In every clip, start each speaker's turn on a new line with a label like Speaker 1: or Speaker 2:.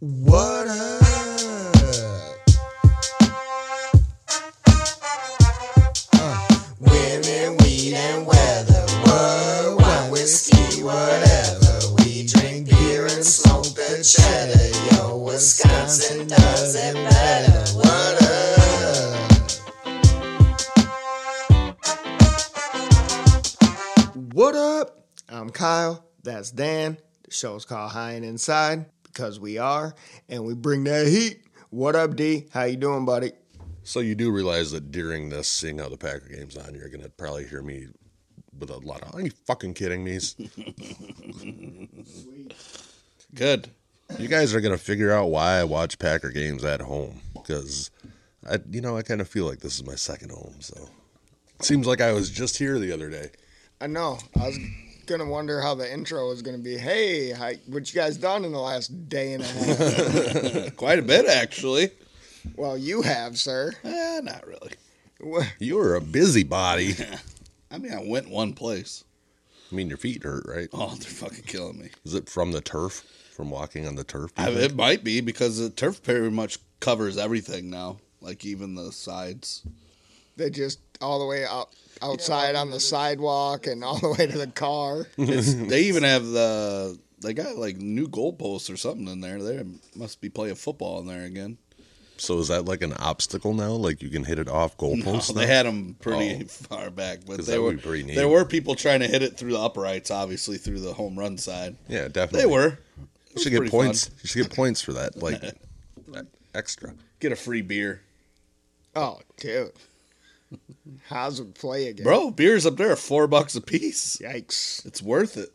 Speaker 1: What up? Uh, women, weed, and weather. What? Wine, whiskey, whatever. We drink beer and smoke the cheddar. Yo, Wisconsin does it better. What up? What up? I'm Kyle. That's Dan. The show's called High and Inside because we are, and we bring that heat. What up, D? How you doing, buddy?
Speaker 2: So you do realize that during this, seeing how the Packer game's on, you're gonna probably hear me with a lot of "Are you fucking kidding me?" Good. You guys are gonna figure out why I watch Packer games at home because I, you know, I kind of feel like this is my second home. So seems like I was just here the other day.
Speaker 1: I know. I was gonna wonder how the intro was gonna be. Hey, how, what you guys done in the last day and a half?
Speaker 3: Quite a bit, actually.
Speaker 1: well, you have, sir.
Speaker 3: Eh, not really.
Speaker 1: Wha-
Speaker 2: You are a busybody.
Speaker 3: I mean, I went one place.
Speaker 2: I mean, your feet hurt, right?
Speaker 3: Oh, they're fucking killing me.
Speaker 2: Is it from the turf? From walking on the turf? do you
Speaker 3: I,
Speaker 2: think?
Speaker 3: it might be because the turf pretty much covers everything now, like even the sides.
Speaker 1: They just all the way out outside on the sidewalk and all the way to the car.
Speaker 3: It's, they even have the they got like new goalposts or something in there. They must be playing football in there again.
Speaker 2: so is that like an obstacle now? Like you can hit it off
Speaker 3: No,
Speaker 2: goalposts?
Speaker 3: Oh, they
Speaker 2: now?
Speaker 3: had them pretty
Speaker 2: Oh.
Speaker 3: far back, but
Speaker 2: 'Cause
Speaker 3: they
Speaker 2: that
Speaker 3: were
Speaker 2: would be pretty neat.
Speaker 3: there were people trying to hit it through the uprights, obviously through the home run side.
Speaker 2: yeah, definitely.
Speaker 3: They were. It
Speaker 2: You
Speaker 3: was
Speaker 2: should get
Speaker 3: pretty fun.
Speaker 2: points. You should get points for that, like extra.
Speaker 3: Get a free beer.
Speaker 1: Oh, dude. How's it play again?
Speaker 3: Bro, beers up there are four bucks a piece.
Speaker 1: Yikes.
Speaker 3: It's worth it.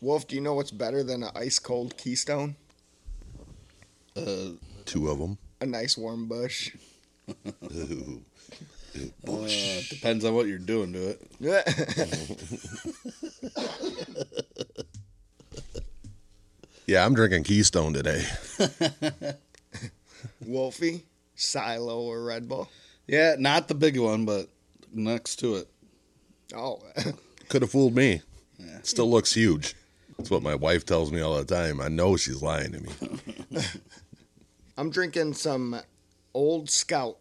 Speaker 1: Wolf, do you know what's better than an ice cold Keystone?
Speaker 3: Uh,
Speaker 2: Two of them.
Speaker 1: A nice warm bush. Oh,
Speaker 3: uh, depends on what you're doing to it.
Speaker 2: Yeah, I'm drinking Keystone today.
Speaker 1: Wolfie, Silo, or Red Bull?
Speaker 3: Yeah, not the big one, but next to it.
Speaker 1: Oh,
Speaker 2: Could have fooled me. Still looks huge. That's what my wife tells me all the time. I know she's lying to me.
Speaker 1: I'm drinking some Old Scout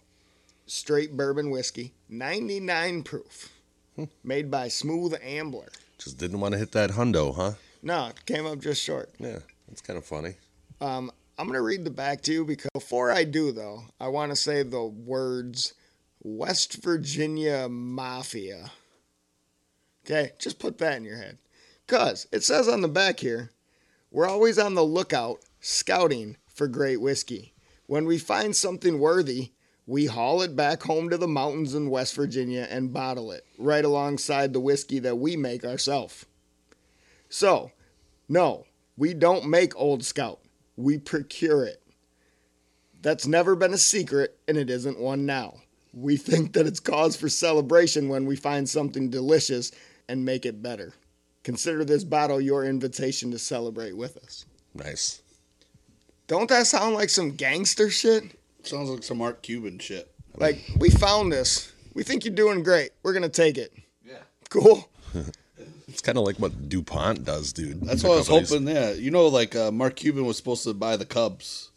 Speaker 1: straight bourbon whiskey, 99 proof, made by Smooth Ambler.
Speaker 2: Just didn't want to hit that hundo, huh?
Speaker 1: No, it came up just short.
Speaker 2: Yeah, that's kind of funny.
Speaker 1: Um, I'm going to read the back to you because before I do, though, I want to say the words West Virginia Mafia. Okay, just put that in your head. Because it says on the back here, we're always on the lookout, scouting for great whiskey. When we find something worthy, we haul it back home to the mountains in West Virginia and bottle it right alongside the whiskey that we make ourselves. So, no, we don't make Old Scout. We procure it. That's never been a secret, and it isn't one now. We think that it's cause for celebration when we find something delicious and make it better. Consider this bottle your invitation to celebrate with us.
Speaker 2: Nice.
Speaker 1: Don't that sound like some gangster shit?
Speaker 3: Sounds like some Mark Cuban shit.
Speaker 1: Like, we found this. We think you're doing great. We're going to take it.
Speaker 3: Yeah.
Speaker 1: Cool.
Speaker 2: It's kind of like what DuPont does, dude.
Speaker 3: That's
Speaker 2: The
Speaker 3: what I was
Speaker 2: companies-
Speaker 3: hoping. Yeah, you know, like uh, Mark Cuban was supposed to buy the Cubs,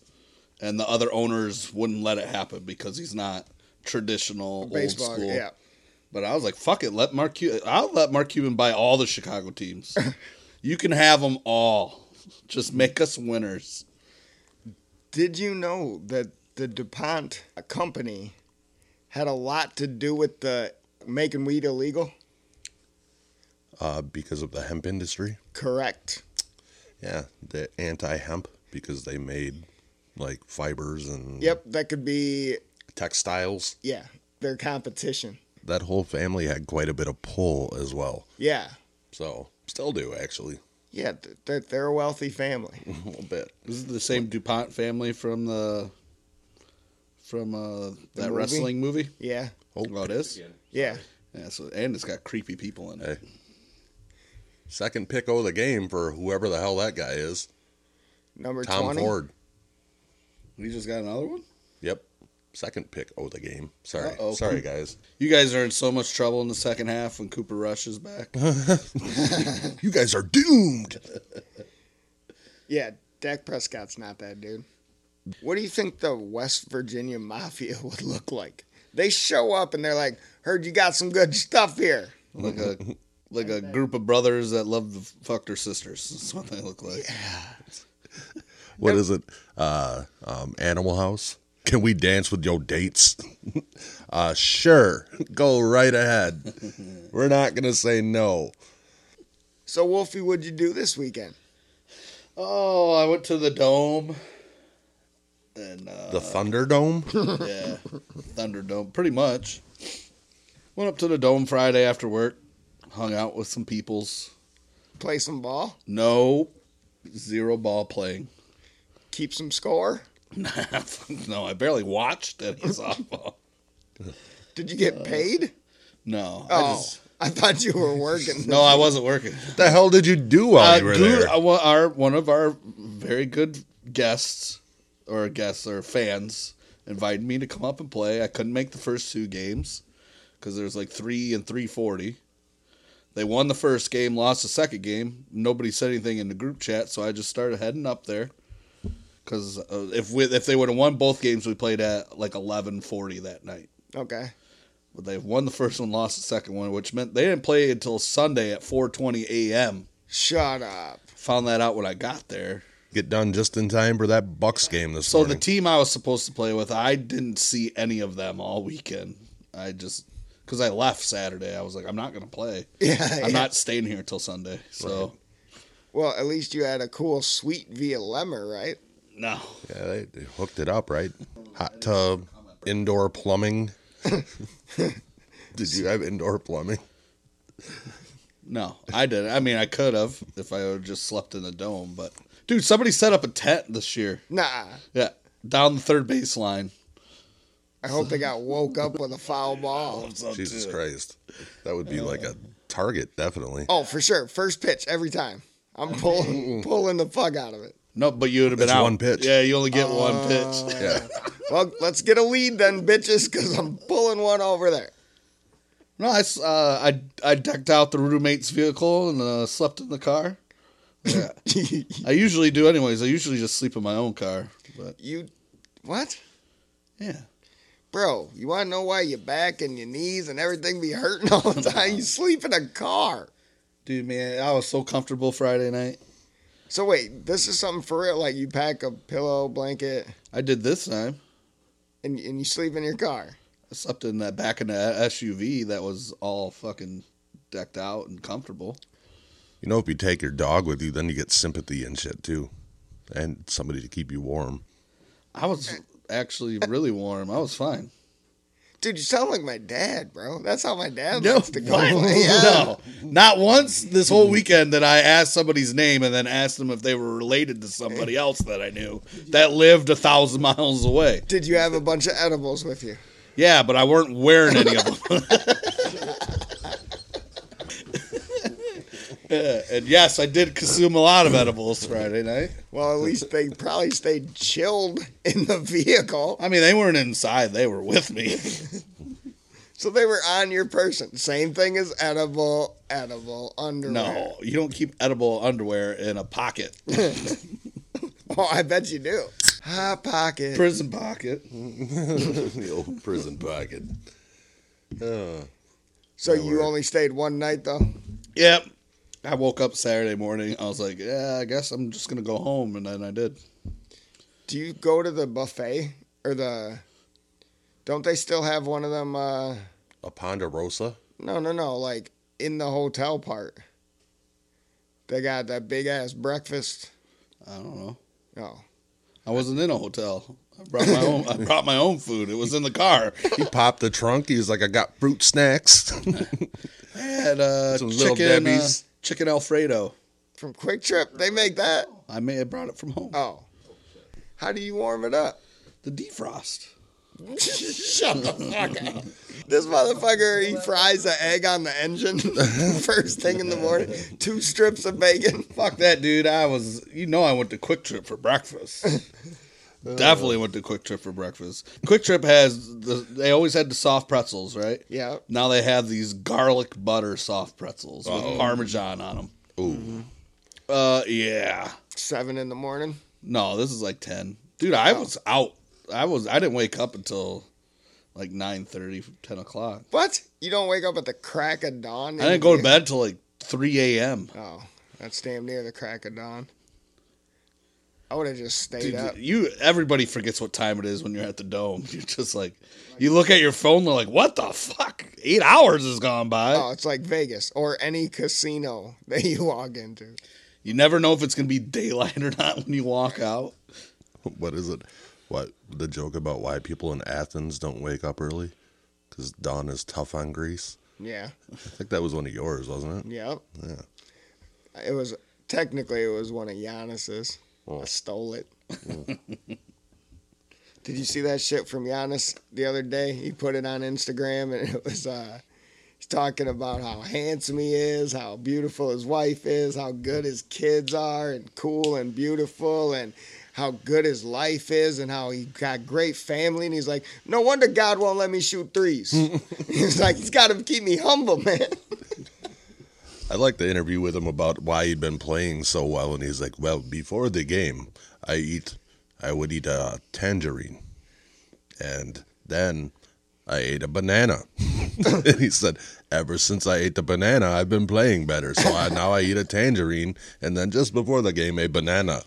Speaker 3: and the other owners wouldn't let it happen because he's not traditional
Speaker 1: Baseball.
Speaker 3: old school.
Speaker 1: Yeah.
Speaker 3: But I was like, fuck it, let Mark Cuban. I'll let Mark Cuban buy all the Chicago teams. you can have them all. Just make us winners.
Speaker 1: Did you know that the DuPont company had a lot to do with the making weed illegal?
Speaker 2: Uh, because of the hemp industry.
Speaker 1: Correct.
Speaker 2: Yeah, the anti-hemp because they made like fibers and
Speaker 1: Yep, that could be
Speaker 2: textiles.
Speaker 1: yeah, their competition.
Speaker 2: That whole family had quite a bit of pull as well.
Speaker 1: Yeah.
Speaker 2: So still do actually
Speaker 1: Yeah, th- th- they're a wealthy family.
Speaker 2: a little bit.
Speaker 3: This is the same Dupont family from the from uh, that
Speaker 1: movie?
Speaker 3: wrestling movie.
Speaker 1: Yeah.
Speaker 3: Oh, well, it is.
Speaker 1: Yeah.
Speaker 3: Yeah, so and it's got creepy people in it.
Speaker 2: Hey. Second pick of the game for whoever the hell that guy is.
Speaker 1: Number
Speaker 2: Tom
Speaker 1: 20.
Speaker 2: Ford.
Speaker 3: We just got another one.
Speaker 2: Yep. Second pick of the game. Sorry.
Speaker 3: Uh-oh.
Speaker 2: Sorry, guys.
Speaker 3: You guys are in so much trouble in the second half when Cooper Rush is back.
Speaker 2: You guys are doomed.
Speaker 1: Yeah, Dak Prescott's not that dude. What do you think the West Virginia Mafia would look like? They show up and they're like, "Heard you got some good stuff here."
Speaker 3: Like a like a group of brothers that love to fuck their sisters. That's what they look like.
Speaker 2: What is it? Uh, um, Animal House. Can we dance with your dates? uh, sure. Go right ahead. We're not gonna say no.
Speaker 1: So, Wolfie, what'd you do this weekend?
Speaker 3: Oh, I went to the dome. And uh,
Speaker 2: The Thunderdome.
Speaker 3: yeah, Thunderdome, pretty much. Went up to the Dome Friday after work, hung out with some peoples.
Speaker 1: Play some ball,
Speaker 3: No, zero ball playing.
Speaker 1: keep some score.
Speaker 3: no, I barely watched any softball.
Speaker 1: Did you get paid?
Speaker 3: No, Uh, I
Speaker 1: Oh,
Speaker 3: just,
Speaker 1: I thought you were working.
Speaker 3: no, I wasn't working.
Speaker 2: what the hell did you do while
Speaker 3: Uh,
Speaker 2: you were
Speaker 3: Gur-
Speaker 2: there?
Speaker 3: uh, one- our one of our very good guests or guests or fans invited me to come up and play. I couldn't make the first two games because there's like three and three forty. They won the first game, lost the second game. Nobody said anything in the group chat, so I just started heading up there. Because uh, if we, if they would have won both games, we played at like eleven forty that night.
Speaker 1: Okay.
Speaker 3: But they won the first one, lost the second one, which meant they didn't play until Sunday at four twenty a.m.
Speaker 1: Shut up.
Speaker 3: Found that out when I got there.
Speaker 2: Get done just in time for that Bucks game this
Speaker 3: So the
Speaker 2: morning.
Speaker 3: team I was supposed to play with, I didn't see any of them all weekend. I just because I left Saturday, I was like, I'm not gonna play.
Speaker 1: Yeah. yeah.
Speaker 3: I'm not staying here till Sunday. So
Speaker 1: Well, at least you had a cool suite via Lemmer, right?
Speaker 3: no,
Speaker 2: yeah, they, they hooked it up right. Hot tub, indoor plumbing. did you have indoor plumbing?
Speaker 3: no, I didn't. I mean, I could have if I would just slept in the dome. But dude, somebody set up a tent this year.
Speaker 1: Nah.
Speaker 3: Yeah, down the third base line.
Speaker 1: I hope they got woke up with a foul ball.
Speaker 2: Jesus Christ, that would be like a target definitely.
Speaker 1: Oh, for sure. First pitch every time. I'm pulling pulling the fuck out of it.
Speaker 3: No, but you would have been
Speaker 2: That's
Speaker 3: out.
Speaker 2: one pitch.
Speaker 3: Yeah, you only get one pitch.
Speaker 2: Yeah.
Speaker 1: Well, let's get a lead then, bitches, because I'm pulling one over there.
Speaker 3: No, I, s- uh, I I decked out the roommate's vehicle and uh, slept in the car. Yeah. I usually do anyways. I usually just sleep in my own car. But
Speaker 1: You, what?
Speaker 3: yeah.
Speaker 1: Bro, you want to know why your back and your knees and everything be hurting all the time? You sleep in a car.
Speaker 3: Dude, man, I was so comfortable Friday night.
Speaker 1: So wait, this is something for real. Like you pack a pillow, blanket,
Speaker 3: I did this time.
Speaker 1: and and you sleep in your car.
Speaker 3: I slept in that back in the SUV that was all fucking decked out and comfortable.
Speaker 2: You know, if you take your dog with you, then you get sympathy and shit too, and somebody to keep you warm.
Speaker 3: I was actually really warm. I was fine.
Speaker 1: Dude, you sound like my dad, bro. That's how my dad
Speaker 3: No,
Speaker 1: likes to go. play. Yeah.
Speaker 3: no, not once this whole weekend that I asked somebody's name and then asked them if they were related to somebody else that I knew that lived a thousand miles away.
Speaker 1: Did you have a bunch of edibles with you?
Speaker 3: Yeah, but I weren't wearing any of them. Yeah, and yes, I did consume a lot of edibles Friday night.
Speaker 1: Well, at least they probably stayed chilled in the vehicle,
Speaker 3: I mean, they weren't inside; they were with me.
Speaker 1: so they were on your person. Same thing as edible, edible underwear.
Speaker 3: No, you don't keep edible underwear in a pocket,
Speaker 1: Oh, I bet you do. Hot pocket.
Speaker 3: prison pocket.
Speaker 2: the old prison pocket. Uh,
Speaker 1: so you only stayed one night though.
Speaker 3: Yep. I woke up Saturday morning. I was like, yeah, I guess I'm just going to go home. And then I did.
Speaker 1: Do you go to the buffet or the? Don't they still have one of them? Uh,
Speaker 2: a ponderosa.
Speaker 1: no, no, no. Like in the hotel part, they got that big ass breakfast.
Speaker 3: I don't know.
Speaker 1: Oh,
Speaker 3: I wasn't in a hotel. I brought my own. I brought my own food. It was in the car.
Speaker 2: He popped the trunk. He's like, I got fruit snacks.
Speaker 3: I had uh,
Speaker 2: Some Little
Speaker 3: chicken, uh,
Speaker 2: Debbie's.
Speaker 3: chicken Alfredo.
Speaker 1: from Quick Trip, they make that.
Speaker 3: I may have brought it from home.
Speaker 1: Oh, how do you warm it up?
Speaker 3: The defrost.
Speaker 1: Shut the fuck up. This motherfucker, he fries an egg on the engine first thing in the morning. Two strips of bacon.
Speaker 3: Fuck that, dude. I was. You know, I went to Quick Trip for breakfast. Definitely went to Quick Trip for breakfast. Quick Trip has the. They always had the soft pretzels, right?
Speaker 1: Yeah.
Speaker 3: Now they have these garlic butter soft pretzels with parmesan on them.
Speaker 2: Ooh,
Speaker 3: Uh, yeah.
Speaker 1: Seven in the morning.
Speaker 3: No, this is like ten. Dude, I was out. I was. I didn't wake up until like 9 10 o'clock.
Speaker 1: What? You don't wake up at the crack of dawn?
Speaker 3: I didn't go to bed till like three a.m.
Speaker 1: Oh, that's damn near the crack of dawn. I would have just stayed
Speaker 3: Dude,
Speaker 1: up.
Speaker 3: you everybody forgets what time it is when you're at the dome. You're just like, you look at your phone. They're like, "What the fuck? Eight hours has gone by.
Speaker 1: Oh, it's like Vegas or any casino that you log into.
Speaker 3: You never know if it's gonna be daylight or not when you walk out."
Speaker 2: What is it? What the joke about why people in Athens don't wake up early? Because dawn is tough on Greece.
Speaker 1: Yeah.
Speaker 2: I think that was one of yours, wasn't it?
Speaker 1: Yep.
Speaker 2: Yeah.
Speaker 1: It was technically it was one of Giannis's. I stole it. Did you see that shit from Giannis the other day? He put it on Instagram and it was uh he's talking about how handsome he is, how beautiful his wife is, how good his kids are and cool and beautiful and how good his life is and how he got great family and he's like, No wonder God won't let me shoot threes. he's like, He's gotta keep me humble, man.
Speaker 2: I like the interview with him about why he'd been playing so well, and he's like, "Well, before the game, I eat, I would eat a tangerine, and then I ate a banana." and he said, "Ever since I ate the banana, I've been playing better. So I, now I eat a tangerine, and then just before the game, a banana."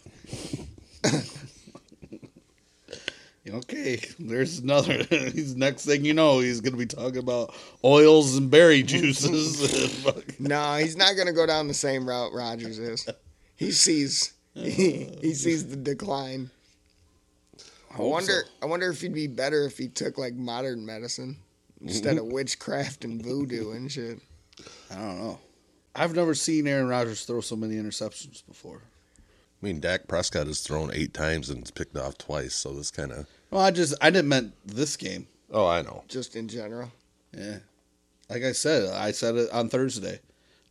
Speaker 3: Okay, there's another. he's next thing you know, he's gonna be talking about oils and berry juices.
Speaker 1: No, he's not going to go down the same route Rogers is. He sees he, he sees the decline. I wonder I wonder if he'd be better if he took like modern medicine instead of witchcraft and voodoo and shit.
Speaker 3: I don't know. I've never seen Aaron Rodgers throw so many interceptions before.
Speaker 2: I mean, Dak Prescott has thrown eight times and picked off twice, so this kind of.
Speaker 3: Well, I just I didn't meant this game.
Speaker 2: Oh, I know.
Speaker 1: Just in general.
Speaker 3: Yeah, like I said, I said it on Thursday.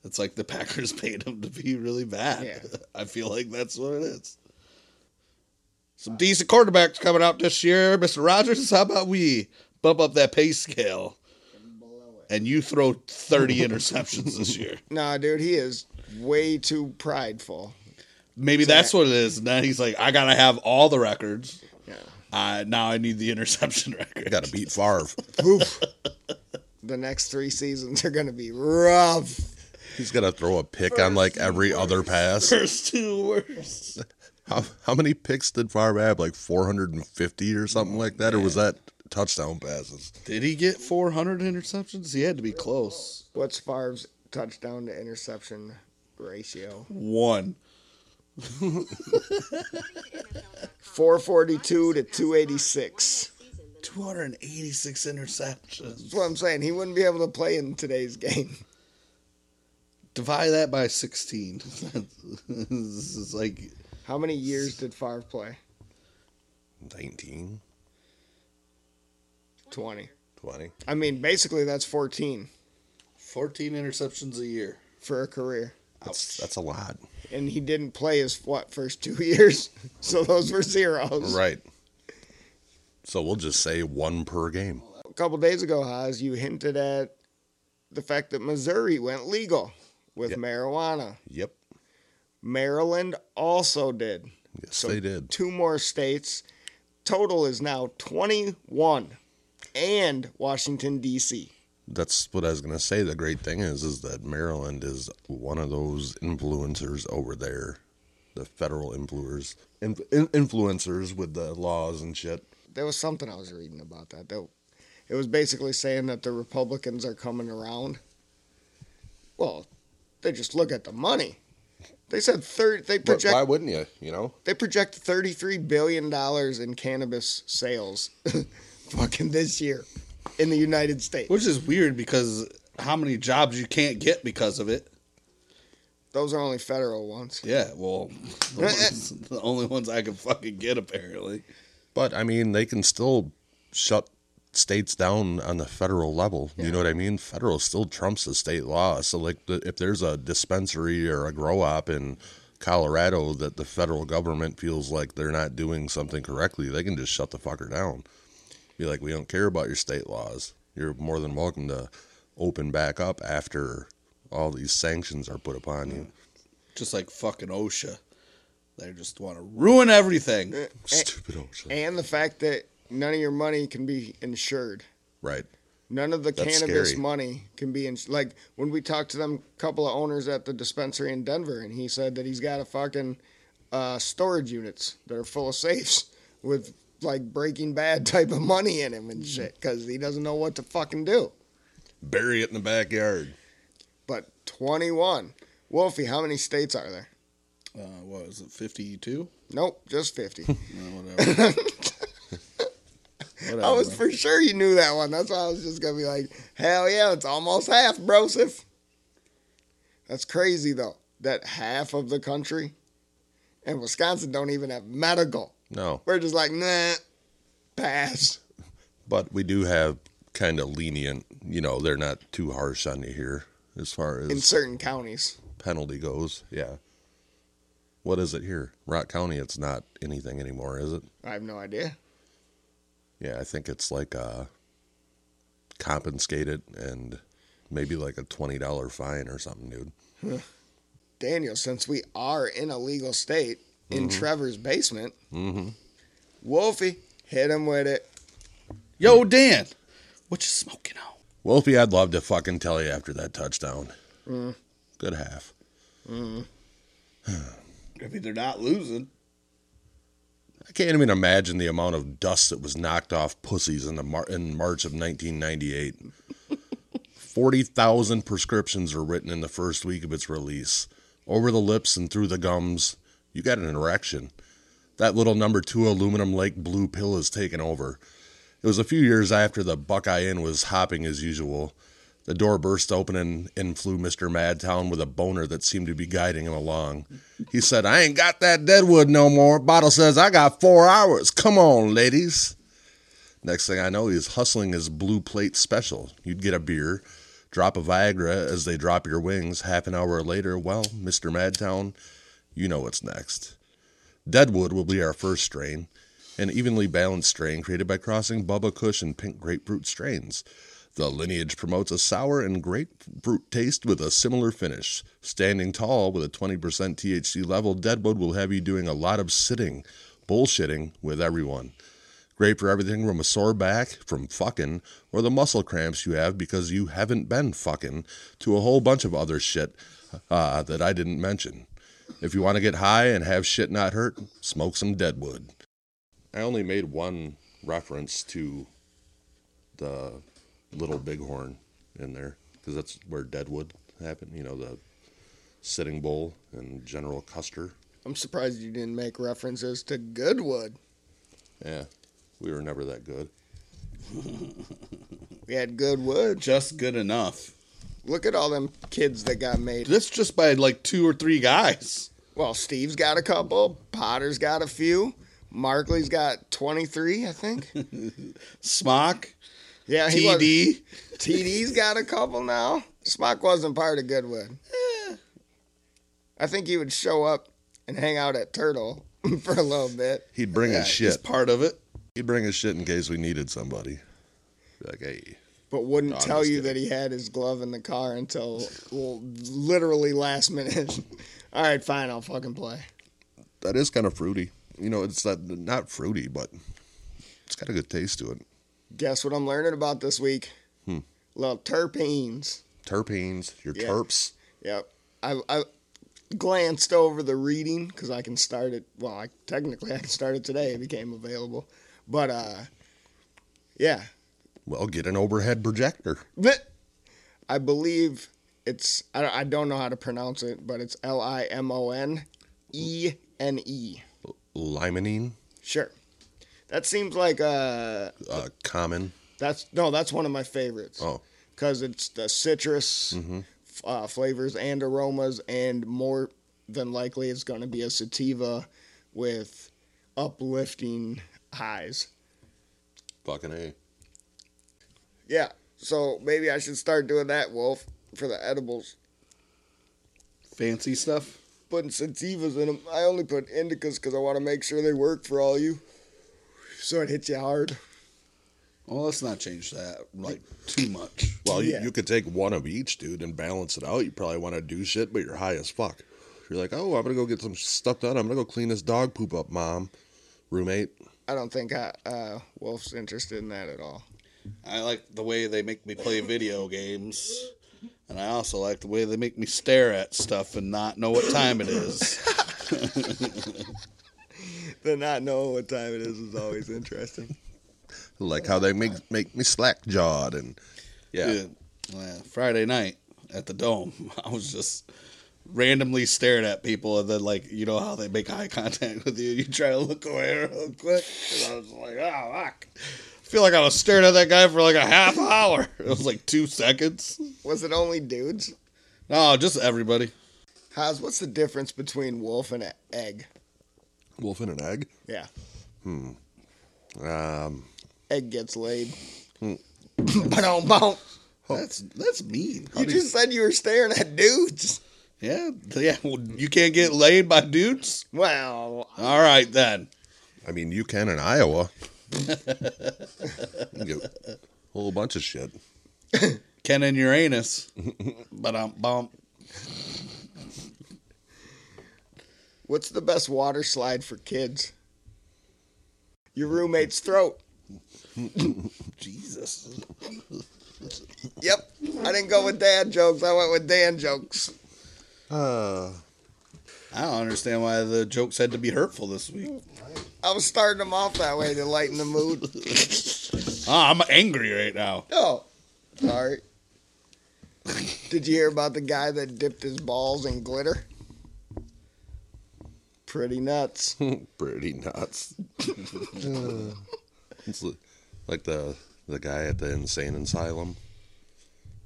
Speaker 3: It's like the Packers paid him to be really bad.
Speaker 1: Yeah.
Speaker 3: I feel like that's what it is. Some decent quarterbacks coming out this year, Mister Rogers. How about we bump up that pay scale? And you throw thirty interceptions this year.
Speaker 1: Nah, dude, he is way too prideful.
Speaker 3: Maybe that's what it is. And then he's like, I gotta have all the records.
Speaker 1: Yeah.
Speaker 3: Uh, now I need the interception record.
Speaker 2: I got to beat Favre.
Speaker 1: Oof. the next 3 seasons are going to be rough.
Speaker 2: He's got to throw a pick on like every other pass.
Speaker 3: First two worst.
Speaker 2: How, how many picks did Favre have? Like 450 or something like that? Or was that touchdown passes?
Speaker 3: Did he get 400 interceptions? He had to be close.
Speaker 1: What's Favre's touchdown to interception ratio?
Speaker 3: One.
Speaker 1: 442 to 286.
Speaker 3: 286 interceptions.
Speaker 1: That's what I'm saying. He wouldn't be able to play in today's game.
Speaker 3: Divide that by 16. this is like
Speaker 1: How many years did Favre play?
Speaker 2: 19,
Speaker 1: 20.
Speaker 2: 20.
Speaker 1: I mean, basically, that's 14
Speaker 3: 14 interceptions a year.
Speaker 1: for a career.
Speaker 2: That's, that's a lot.
Speaker 1: And he didn't play his, what, first two years? So those were zeros.
Speaker 2: Right. So we'll just say one per game.
Speaker 1: A couple days ago, Haas, you hinted at the fact that Missouri went legal with
Speaker 2: Yep.
Speaker 1: marijuana.
Speaker 2: Yep.
Speaker 1: Maryland also did.
Speaker 2: Yes, they did.
Speaker 1: Two more states. Total is now 21 and Washington, D.C.
Speaker 2: That's what I was gonna say. The great thing is, is that Maryland is one of those influencers over there, the federal influencers, in, in- influencers with the laws and shit.
Speaker 1: there was something I was reading about that. That it was basically saying that the Republicans are coming around. Well, they just look at the money. They said third. They
Speaker 2: But
Speaker 1: project.
Speaker 2: why wouldn't you? You know,
Speaker 1: They project thirty-three billion dollars in cannabis sales, fucking this year, in the United States.
Speaker 3: Which is weird because how many jobs you can't get because of it.
Speaker 1: Those are only federal ones.
Speaker 3: Yeah, well, the, ones, the only ones I can fucking get apparently.
Speaker 2: But I mean, they can still shut states down on the federal level. You know what I mean? Federal still trumps the state law. So, like, the, if there's a dispensary or a grow op in Colorado that the federal government feels like they're not doing something correctly, they can just shut the fucker down. Be like, we don't care about your state laws. You're more than welcome to open back up after all these sanctions are put upon you.
Speaker 3: Just like fucking OSHA. They just want to ruin everything.
Speaker 2: Stupid Ocean.
Speaker 1: and the fact that none of your money can be insured.
Speaker 2: Right.
Speaker 1: None of the
Speaker 2: That's
Speaker 1: cannabis
Speaker 2: scary.
Speaker 1: money can be ins- like when we talked to them couple of owners at the dispensary in Denver, and he said that he's got a fucking uh, storage units that are full of safes with like Breaking Bad type of money in him and shit because he doesn't know what to fucking do.
Speaker 2: Bury it in the backyard.
Speaker 1: But 21, Wolfie, how many states are there?
Speaker 3: Uh, what is it, 52?
Speaker 1: Nope, just 50.
Speaker 3: Uh, whatever. whatever.
Speaker 1: I was for sure you knew that one. That's why I was just gonna be like, hell yeah, it's almost half, Broseph. That's crazy though. That half of the country and Wisconsin don't even have medical.
Speaker 2: No.
Speaker 1: We're just like, nah, pass.
Speaker 2: But we do have kind of lenient, you know, they're not too harsh on you here as far as
Speaker 1: In certain counties.
Speaker 2: penalty goes. Yeah. What is it here? Rock County, it's not anything anymore, is it?
Speaker 1: I have no idea.
Speaker 2: Yeah, I think it's like uh confiscated and maybe like a twenty dollar fine or something, dude.
Speaker 1: Daniel, since we are in a legal state in Trevor's basement, Wolfie, hit him with it.
Speaker 3: Yo, Dan, what you smoking on?
Speaker 2: Wolfie, I'd love to fucking tell you after that touchdown. Good half.
Speaker 3: I mean, they're not losing.
Speaker 2: I can't even imagine the amount of dust that was knocked off pussies in the Mar- in March of 1998. Forty thousand prescriptions were written in the first week of its release, over the lips and through the gums. You got an erection. That little number two aluminum lake blue pill has taken over. It was a few years after the Buckeye Inn was hopping as usual. The door burst open and in flew Mr. Madtown with a boner that seemed to be guiding him along. He said, I ain't got that deadwood no more. Bottle says, I got four hours. Come on, ladies. Next thing I know, he's hustling his blue plate special. You'd get a beer, drop a Viagra as they drop your wings. Half an hour later, well, Mr. Madtown, you know what's next. Deadwood will be our first strain, an evenly balanced strain created by crossing Bubba Kush and pink grapefruit strains. The lineage promotes a sour and grapefruit taste with a similar finish. Standing tall with a 20% THC level, Deadwood will have you doing a lot of sitting, bullshitting with everyone. Great for everything from a sore back, from fucking, or the muscle cramps you have because you haven't been fucking, to a whole bunch of other shit uh, that I didn't mention. If you want to get high and have shit not hurt, smoke some deadwood. I only made one reference to the little bighorn in there because that's where deadwood happened, you know, the sitting bull and General Custer.
Speaker 1: I'm surprised you didn't make references to Goodwood.
Speaker 2: Yeah, we were never that good.
Speaker 1: We had Goodwood.
Speaker 3: Just good enough.
Speaker 1: Look at all them kids that got made.
Speaker 3: That's just by like two or three guys.
Speaker 1: Well, Steve's got a couple. Potter's got a few. Markley's got 23, I think.
Speaker 3: Smock,
Speaker 1: Yeah, he was-
Speaker 3: TD.
Speaker 1: TD's got a couple now. Smock wasn't part of Goodwood. I think he would show up and hang out at Turtle for a little bit.
Speaker 2: He'd bring
Speaker 3: Yeah,
Speaker 2: his
Speaker 3: He's
Speaker 2: shit.
Speaker 3: part of it.
Speaker 2: He'd bring his shit in case we needed somebody. Be Like, hey,
Speaker 1: But wouldn't
Speaker 2: No, I'm
Speaker 1: tell
Speaker 2: just
Speaker 1: you
Speaker 2: kidding.
Speaker 1: that he had his glove in the car until well, literally last minute. All right, fine, I'll fucking play.
Speaker 2: that is kind of fruity. You know, it's that not fruity, but it's got a good taste to it.
Speaker 1: Guess what I'm learning about this week?
Speaker 2: Hmm.
Speaker 1: Little terpenes.
Speaker 2: Terpenes, your
Speaker 1: Yeah.
Speaker 2: terps.
Speaker 1: Yep. I, I glanced over the reading because I can start it. Well, I, technically, I can start it today. It became available. But, uh, yeah.
Speaker 2: Well, get an overhead projector.
Speaker 1: But I believe it's, I don't, I don't know how to pronounce it, but it's L I M O N E N E.
Speaker 2: Limonene,
Speaker 1: Sure. That seems like, uh,
Speaker 2: uh, common.
Speaker 1: that's, no, that's one of my favorites.
Speaker 2: Oh,
Speaker 1: because it's the citrus f- uh, flavors and aromas, and more than likely it's going to be a sativa with uplifting highs.
Speaker 2: fucking a.
Speaker 1: Yeah, so maybe I should start doing that, Wolf, for the edibles.
Speaker 3: Fancy stuff.
Speaker 1: Putting sativas in them. I only put indicas because I want to make sure they work for all you. So it hits you hard.
Speaker 3: Well, let's not change that like too much.
Speaker 2: Well,
Speaker 1: Yeah.
Speaker 2: you, you could take one of each, dude, and balance it out. You probably want to do shit, but you're high as fuck. You're like, oh, I'm gonna go get some stuff done. I'm gonna go clean this dog poop up, mom, roommate.
Speaker 1: I don't think I, uh, Wolf's interested in that at all.
Speaker 3: I like the way they make me play video games. And I also like the way they make me stare at stuff and not know what time it is.
Speaker 1: The not knowing what time it is is always interesting.
Speaker 2: Like how they make make me slack jawed and yeah.
Speaker 3: Dude, uh, Friday night at the dome, I was just randomly staring at people, and then like you know how they make eye contact with you, you try to look away real quick, and I was like, oh fuck. I feel like I was staring at that guy for like a half hour. It was like two seconds.
Speaker 1: Was it only dudes?
Speaker 3: No, just everybody.
Speaker 1: How's what's the difference between wolf and a egg?
Speaker 2: Wolf in an egg.
Speaker 1: Yeah,
Speaker 2: Um,
Speaker 1: egg gets laid. Ba-dum, bum.
Speaker 3: That's that's mean. How
Speaker 1: You
Speaker 3: do
Speaker 1: just said you were staring at dudes.
Speaker 3: yeah, yeah. Well, you can't get laid by dudes.
Speaker 1: Well,
Speaker 3: All right then.
Speaker 2: I mean, you can in Iowa. You get a whole bunch of shit.
Speaker 3: Ken and Uranus. but um bump.
Speaker 1: what's the best water slide for kids? Your roommate's throat.
Speaker 3: Jesus.
Speaker 1: Yep, I didn't go with dad jokes. I went with Dan jokes.
Speaker 2: Uh,
Speaker 3: I don't understand why the jokes had to be hurtful this week.
Speaker 1: I was starting them off that way to lighten the mood.
Speaker 3: Ah, I'm angry right now.
Speaker 1: Oh, sorry. Did you hear about the guy that dipped his balls in glitter? Pretty nuts.
Speaker 2: pretty nuts. Uh, it's li- like the the guy at the insane asylum.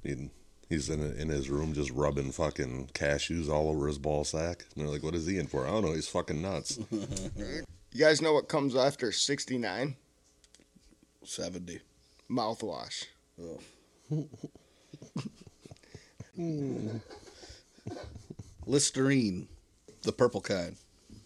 Speaker 2: He, he's in in his room just rubbing fucking cashews all over his ball sack, and they're like, "What is he in for?" I don't know. He's fucking nuts.
Speaker 1: You guys know what comes after 69?
Speaker 3: 70.
Speaker 1: Mouthwash.
Speaker 3: Oh. Listerine, the purple kind.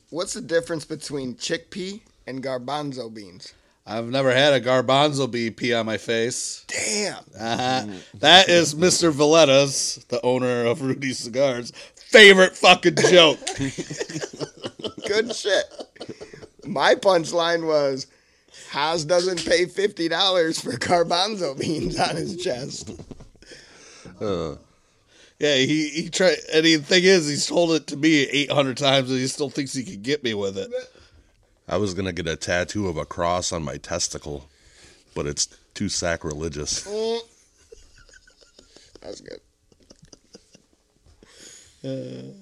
Speaker 1: What's the difference between chickpea and garbanzo beans?
Speaker 3: I've never had a garbanzo bee pee on my face.
Speaker 1: Damn.
Speaker 3: Uh-huh. That is Mr. Valletta's, the owner of Rudy's Cigars, favorite fucking joke.
Speaker 1: Good shit. My punchline was Haas doesn't pay $50 for garbanzo beans on his chest.
Speaker 3: Yeah, he he tried, and the thing is, he's told it to me eight hundred times, and he still thinks he can get me with it.
Speaker 2: I was gonna get a tattoo of a cross on my testicle, but it's too sacrilegious.
Speaker 1: That's good.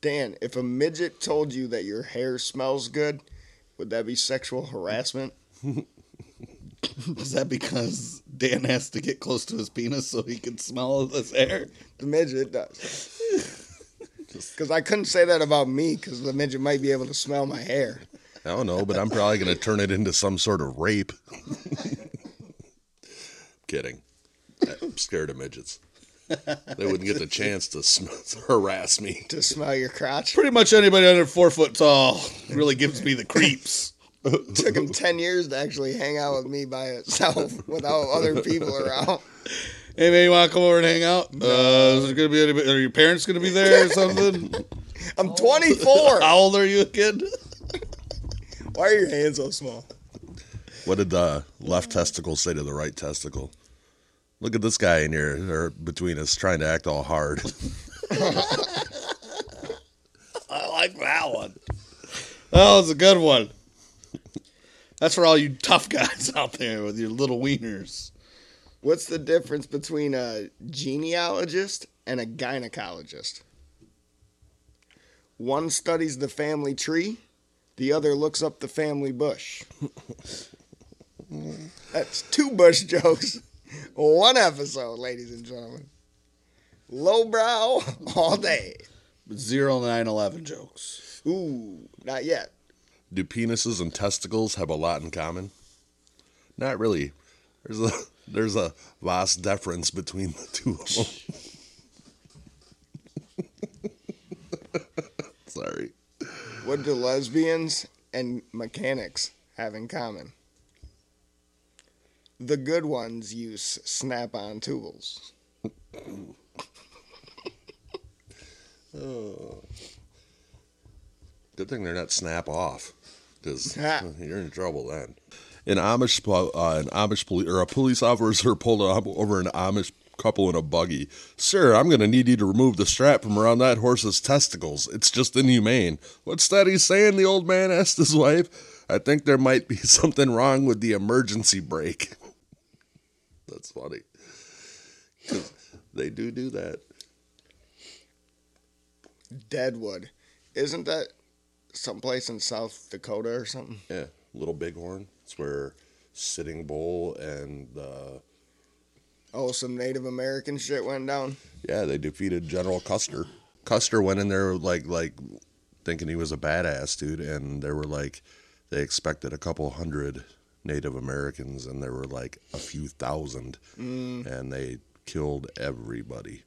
Speaker 1: Dan, if a midget told you that your hair smells good, would that be sexual harassment?
Speaker 3: Is that because Dan has to get close to his penis so he can smell his hair?
Speaker 1: The midget does. Because I couldn't say that about me, because the midget might be able to smell my hair.
Speaker 2: I don't know, but I'm probably gonna turn it into some sort of rape. Kidding. I'm scared of midgets. They wouldn't get the chance to sm- harass me.
Speaker 1: To smell your crotch.
Speaker 3: Pretty much anybody under four foot tall really gives me the creeps.
Speaker 1: took him 10 years to actually hang out with me by itself without other people around.
Speaker 3: Hey, man, you want to come over and hang out? Uh, is there gonna be anybody? Are your parents gonna be there or something?
Speaker 1: I'm 24.
Speaker 3: How old are you again?
Speaker 1: Why are your hands so small?
Speaker 2: What did the left testicle say to the right testicle? Look at this guy in here, or between us, trying to act all hard.
Speaker 3: I like that one. That was a good one. That's for all you tough guys out there with your little wieners.
Speaker 1: What's the difference between a genealogist and a gynecologist? One studies the family tree, the other looks up the family bush. That's two bush jokes, one episode, ladies and gentlemen. Lowbrow all day.
Speaker 3: Zero nine eleven jokes.
Speaker 1: Ooh, not yet.
Speaker 2: Do penises and testicles have a lot in common? Not really. There's a there's a vast difference between the two of them. Sorry.
Speaker 1: What do lesbians and mechanics have in common? The good ones use snap on tools.
Speaker 2: Good thing they're not snap off, because
Speaker 1: Ha.
Speaker 2: you're in trouble then. An Amish, po- uh, an Amish police or a police officer pulled up over an Amish couple in a buggy. Sir, I'm going to need you to remove the strap from around that horse's testicles. It's just inhumane. What's that he's saying? The old man asked his wife. I think there might be something wrong with the emergency brake. That's funny. 'Cause they do do that.
Speaker 1: Deadwood. Isn't that someplace in South Dakota or something?
Speaker 2: Yeah, Little Bighorn. It's where Sitting Bull and uh,
Speaker 1: Oh, some Native American shit went down.
Speaker 2: yeah, they defeated General Custer. Custer went in there like like thinking he was a badass dude, and there were like they expected a couple hundred Native Americans, and there were like a few thousand,
Speaker 1: Mm,
Speaker 2: and they killed everybody.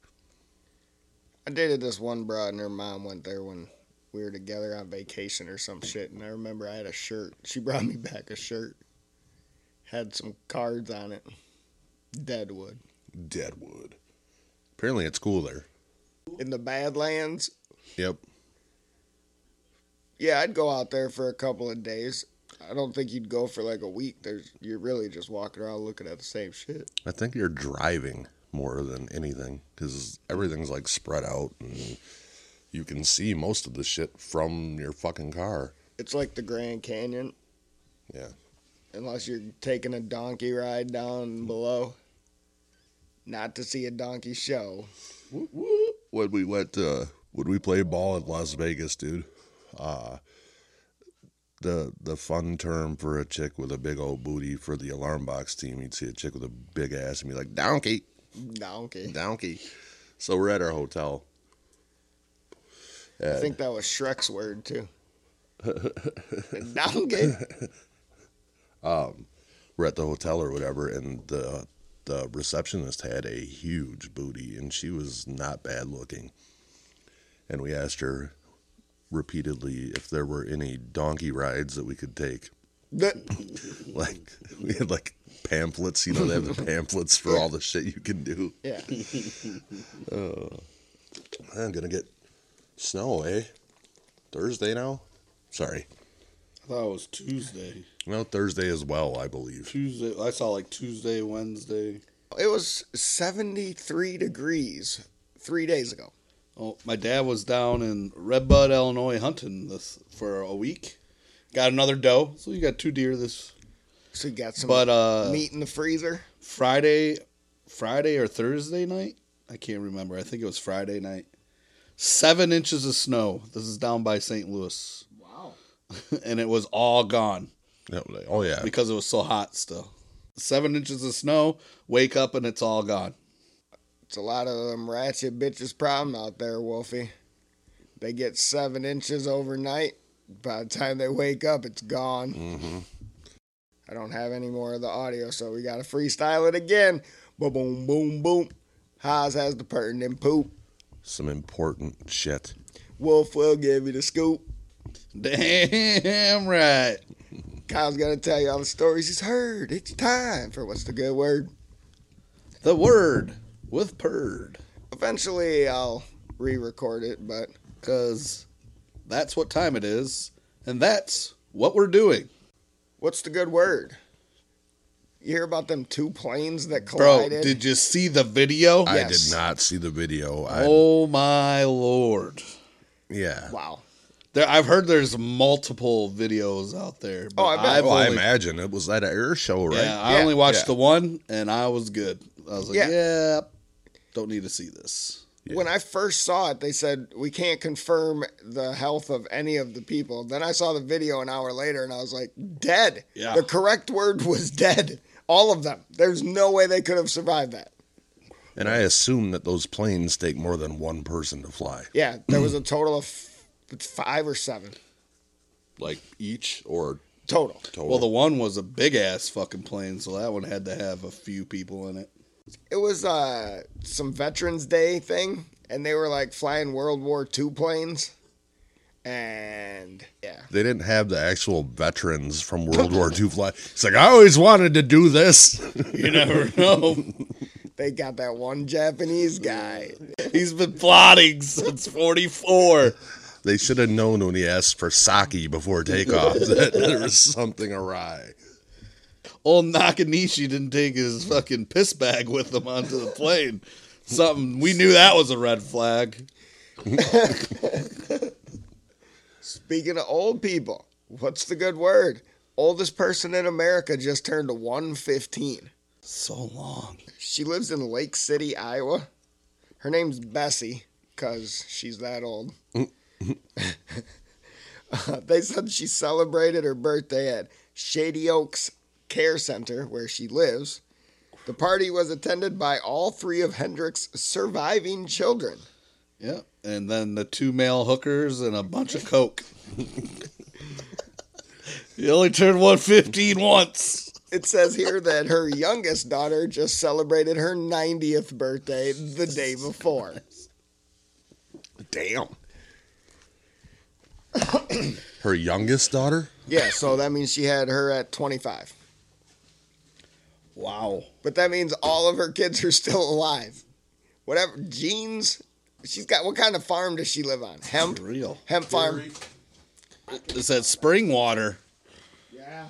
Speaker 1: I dated this one broad and her mom went there when we were together on vacation or some shit. And I remember I had a shirt. She brought me back a shirt. Had some cards on it. Deadwood.
Speaker 2: Deadwood. Apparently, it's cool there.
Speaker 1: In the Badlands.
Speaker 2: Yep.
Speaker 1: Yeah, I'd go out there for a couple of days. I don't think you'd go for like a week. There's you're really just walking around looking at the same shit.
Speaker 2: I think you're driving more than anything because everything's like spread out and you can see most of the shit from your fucking car.
Speaker 1: It's like the Grand Canyon,
Speaker 2: Yeah.
Speaker 1: unless you're taking a donkey ride down below. Not to see a donkey show.
Speaker 2: When we went to, when we played ball in Las Vegas, dude, uh, the the fun term for a chick with a big old booty for the alarm box team, you'd see a chick with a big ass and be like, donkey.
Speaker 1: Donkey.
Speaker 2: donkey. So we're at our hotel.
Speaker 1: I think that was Shrek's word too. Donkey.
Speaker 2: We're at the hotel or whatever, and the the receptionist had a huge booty, and she was not bad looking. And we asked her repeatedly if there were any donkey rides that we could take.
Speaker 1: The-
Speaker 2: Like we had like pamphlets, you know, they have the pamphlets for all the shit you can do.
Speaker 1: yeah.
Speaker 2: I'm gonna get snow, eh? Thursday now? Sorry.
Speaker 3: I thought it was Tuesday.
Speaker 2: No, Thursday as well, I believe.
Speaker 3: Tuesday. I saw like Tuesday, Wednesday.
Speaker 1: It was 73 degrees 3 days ago.
Speaker 3: Oh, my dad was down in Red Bud, Illinois, hunting this for a week. Got another doe, so you got two deer this.
Speaker 1: So you got some
Speaker 3: But uh,
Speaker 1: meat in the freezer.
Speaker 3: Friday, Friday or Thursday night, I can't remember. I think it was Friday night. Seven inches of snow. This is down by St. Louis,
Speaker 1: Wow.
Speaker 3: and it was all gone
Speaker 2: No, like, Oh yeah.
Speaker 3: because it was so hot still. Seven inches of snow. Wake up and it's all gone.
Speaker 1: It's a lot of them ratchet bitches problem out there, Wolfie. They get 7 inches overnight. By the time they wake up, it's gone.
Speaker 2: Mm-hmm.
Speaker 1: I don't have any more of the audio, so we gotta freestyle it again. Boom, boom, boom, boom. Haas has the pertinent poop.
Speaker 2: Some important shit.
Speaker 1: Wolf will give you the scoop.
Speaker 3: Damn right.
Speaker 1: Kyle's gonna tell you all the stories he's heard. It's time for what's the good word.
Speaker 3: The word with purred.
Speaker 1: Eventually, I'll re-record it, but
Speaker 3: Because that's what time it is. And that's what we're doing.
Speaker 1: what's the good word? You hear about them two planes that
Speaker 3: Bro,
Speaker 1: collided?
Speaker 3: did you see the video?
Speaker 2: I
Speaker 1: Yes.
Speaker 2: did not see the video. I,
Speaker 3: Oh my lord.
Speaker 2: yeah.
Speaker 1: wow.
Speaker 3: There, I've heard there's multiple videos out there. But
Speaker 1: Oh, I bet.
Speaker 3: I've
Speaker 2: Well, I
Speaker 3: only-
Speaker 2: imagine it was at an air show, right?
Speaker 3: yeah, I
Speaker 1: Yeah.
Speaker 3: only watched
Speaker 2: Yeah.
Speaker 3: the one and I was good. I was like,
Speaker 1: Yeah.
Speaker 3: yeah. don't need to see this.
Speaker 1: When I first saw it, they said we can't confirm the health of any of the people. Then I saw the video an hour later, and I was like, dead.
Speaker 3: Yeah.
Speaker 1: The correct word was dead. All of them. There's no way they could have survived that.
Speaker 2: And I assume that those planes take more than one person to fly.
Speaker 1: Yeah, there was a total of f- five or seven
Speaker 2: Like each or
Speaker 1: total.
Speaker 2: total.
Speaker 3: Well, the one was a big ass fucking plane, so that one had to have a few people in it.
Speaker 1: it was uh some Veterans Day thing, and they were like flying World War II planes, and yeah,
Speaker 2: they didn't have the actual veterans from World War II fly. It's like I always wanted to do this.
Speaker 3: You never know.
Speaker 1: They got that one Japanese guy.
Speaker 3: He's been plotting since 44.
Speaker 2: They should have known when he asked for sake before takeoff that there was something awry.
Speaker 3: Old Nakanishi didn't take his fucking piss bag with him onto the plane. Something we knew that was a red flag.
Speaker 1: Speaking of old people, what's the good word? Oldest person in America just turned 115.
Speaker 3: So long.
Speaker 1: She lives in Lake City, Iowa. Her name's Bessie, because she's that old. Uh, they said she celebrated her birthday at Shady Oaks Care Center, where she lives. The party was attended by all three of Hendrick's surviving children.
Speaker 3: Yeah. And then the two male hookers and a bunch of coke. you only turned 115 once.
Speaker 1: It says here that her youngest daughter just celebrated her 90th birthday the day before.
Speaker 2: Damn. Her youngest daughter?
Speaker 1: Yeah, so that means she had her at 25.
Speaker 3: Wow.
Speaker 1: But that means all of her kids are still alive. Whatever jeans she's got what kind of farm does she live on? Hemp?
Speaker 3: Real.
Speaker 1: Hemp farm.
Speaker 3: It's that spring water.
Speaker 1: Yeah.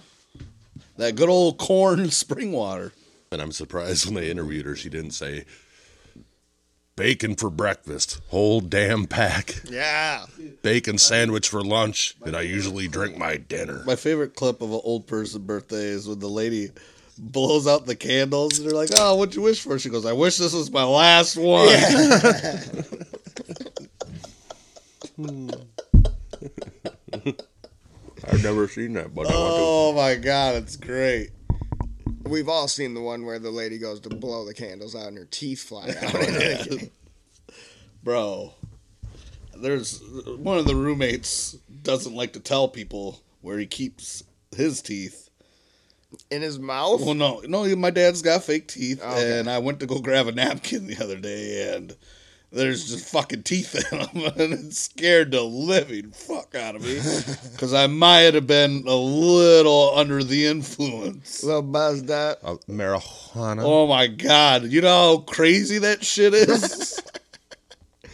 Speaker 3: That good old corn spring water.
Speaker 2: And I'm surprised when they interviewed her, she didn't say bacon for breakfast, whole damn pack,
Speaker 1: Yeah.
Speaker 2: bacon sandwich for lunch, and I usually drink my dinner.
Speaker 3: My favorite clip of an old person birthday is when the lady blows out the candles and they're like, "Oh, what'd you wish for?" She goes, "I wish this was my last one."
Speaker 2: I've never seen that, but I want
Speaker 3: Oh my god, it's great.
Speaker 1: We've all seen the one where the lady goes to blow the candles out and her teeth fly out.
Speaker 3: Bro, there's one of the roommates doesn't like to tell people where he keeps his teeth.
Speaker 1: In his mouth?
Speaker 3: Well, no, no, my dad's got fake teeth,
Speaker 1: Okay.
Speaker 3: and I went to go grab a napkin the other day, and there's just fucking teeth in them, and it scared the living fuck out of me because I might have been a little under the influence.
Speaker 1: Little buzzed up.
Speaker 2: to. Uh, marijuana.
Speaker 3: Oh my god, you know how crazy that shit is?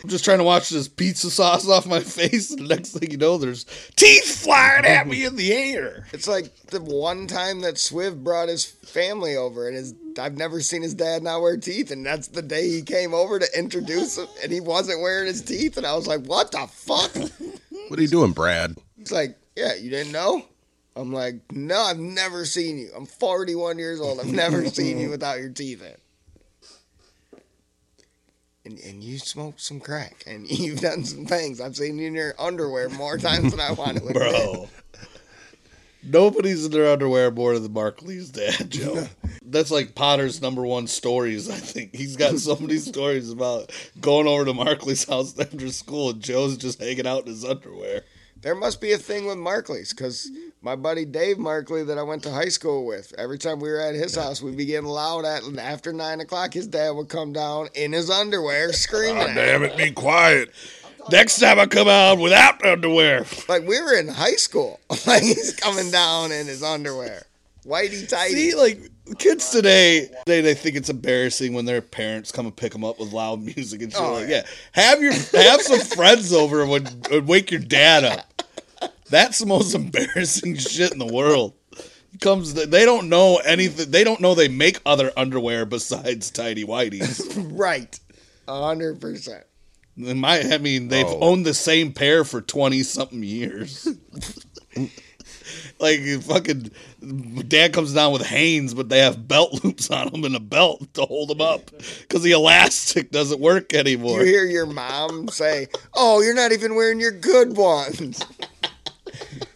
Speaker 3: I'm just trying to watch this pizza sauce off my face, and the next thing you know, there's teeth flying at me in the air.
Speaker 1: It's like the one time that Swift brought his family over, and his I've never seen his dad not wear teeth, and that's the day he came over to introduce him, and he wasn't wearing his teeth, and I was like, "What the fuck?"
Speaker 2: What are you doing, Brad?
Speaker 1: He's like, "Yeah, you didn't know." I'm like, "No, I've never seen you. I'm 41 years old. I've never seen you without your teeth in." And, and you smoked some crack, and you've done some things. I've seen you in your underwear more times than I want to admit.
Speaker 3: Bro. Nobody's in their underwear more than Mark Lee's dad, Joe. That's like Potter's number one stories, I think. He's got so many stories about going over to Mark Lee's house after school and Joe's just hanging out in his underwear.
Speaker 1: There must be a thing with Markley's because my buddy Dave Markley that I went to high school with, every time we were at his house, we'd be getting loud at and after nine o'clock. His dad would come down in his underwear screaming. at us.
Speaker 2: Damn it, be quiet.
Speaker 3: Next time I come out without underwear.
Speaker 1: Like we were in high school. like he's coming down in his underwear. Whitey tighty.
Speaker 3: See, like kids today, they they think it's embarrassing when their parents come and pick them up with loud music and shit.
Speaker 1: Oh,
Speaker 3: like,
Speaker 1: yeah.
Speaker 3: yeah. have your have some friends over and, would, and wake your dad up. That's the most embarrassing shit in the world. He comes, they don't know anything. They don't know they make other underwear besides tidy whities.
Speaker 1: Right. A hundred percent.
Speaker 3: In my, I mean, they've
Speaker 2: Oh.
Speaker 3: owned the same pair for twenty something years. like fucking dad comes down with Hanes, but they have belt loops on them and a belt to hold them up because the elastic doesn't work
Speaker 1: You
Speaker 3: anymore.
Speaker 1: hear your mom say, Oh, you're not even wearing your good ones.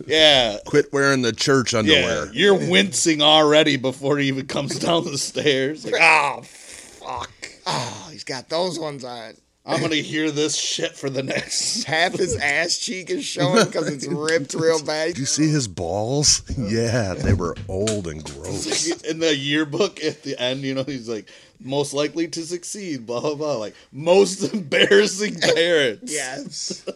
Speaker 3: Yeah.
Speaker 2: Quit wearing the church
Speaker 3: Yeah,
Speaker 2: underwear.
Speaker 3: you're wincing already before he even comes down the stairs. Like, oh, fuck.
Speaker 1: Oh, Ah, he's got those ones on.
Speaker 3: I'm going to hear this shit for the next.
Speaker 1: Half his ass cheek is showing because it's ripped real bad.
Speaker 2: Do you see his balls? Yeah, they were old and gross.
Speaker 3: in the yearbook at the end, you know, he's like most likely to succeed, blah blah blah. Like most embarrassing parents.
Speaker 1: Yes.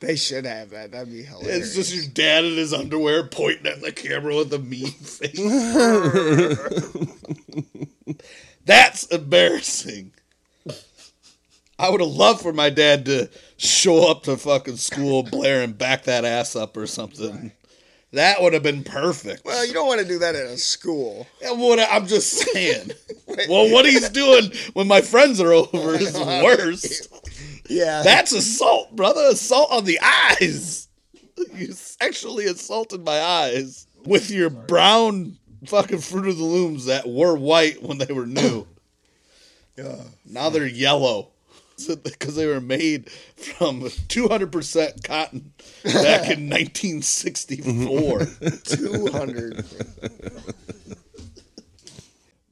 Speaker 1: they should have that. That'd be hilarious.
Speaker 3: It's just your dad in his underwear pointing at the camera with a mean face. That's embarrassing. I would have loved for my dad to show up to fucking school blaring back that ass up or something. That would have been perfect.
Speaker 1: Well, you don't want to do that at a school.
Speaker 3: That would I'm just saying. well, what he's doing when my friends are over is worse.
Speaker 1: Yeah.
Speaker 3: That's assault, brother. Assault on the eyes. You sexually assaulted my eyes with your brown fucking Fruit of the Looms that were white when they were new. now they're yellow because they were made from 200% cotton back in 1964.
Speaker 1: 200.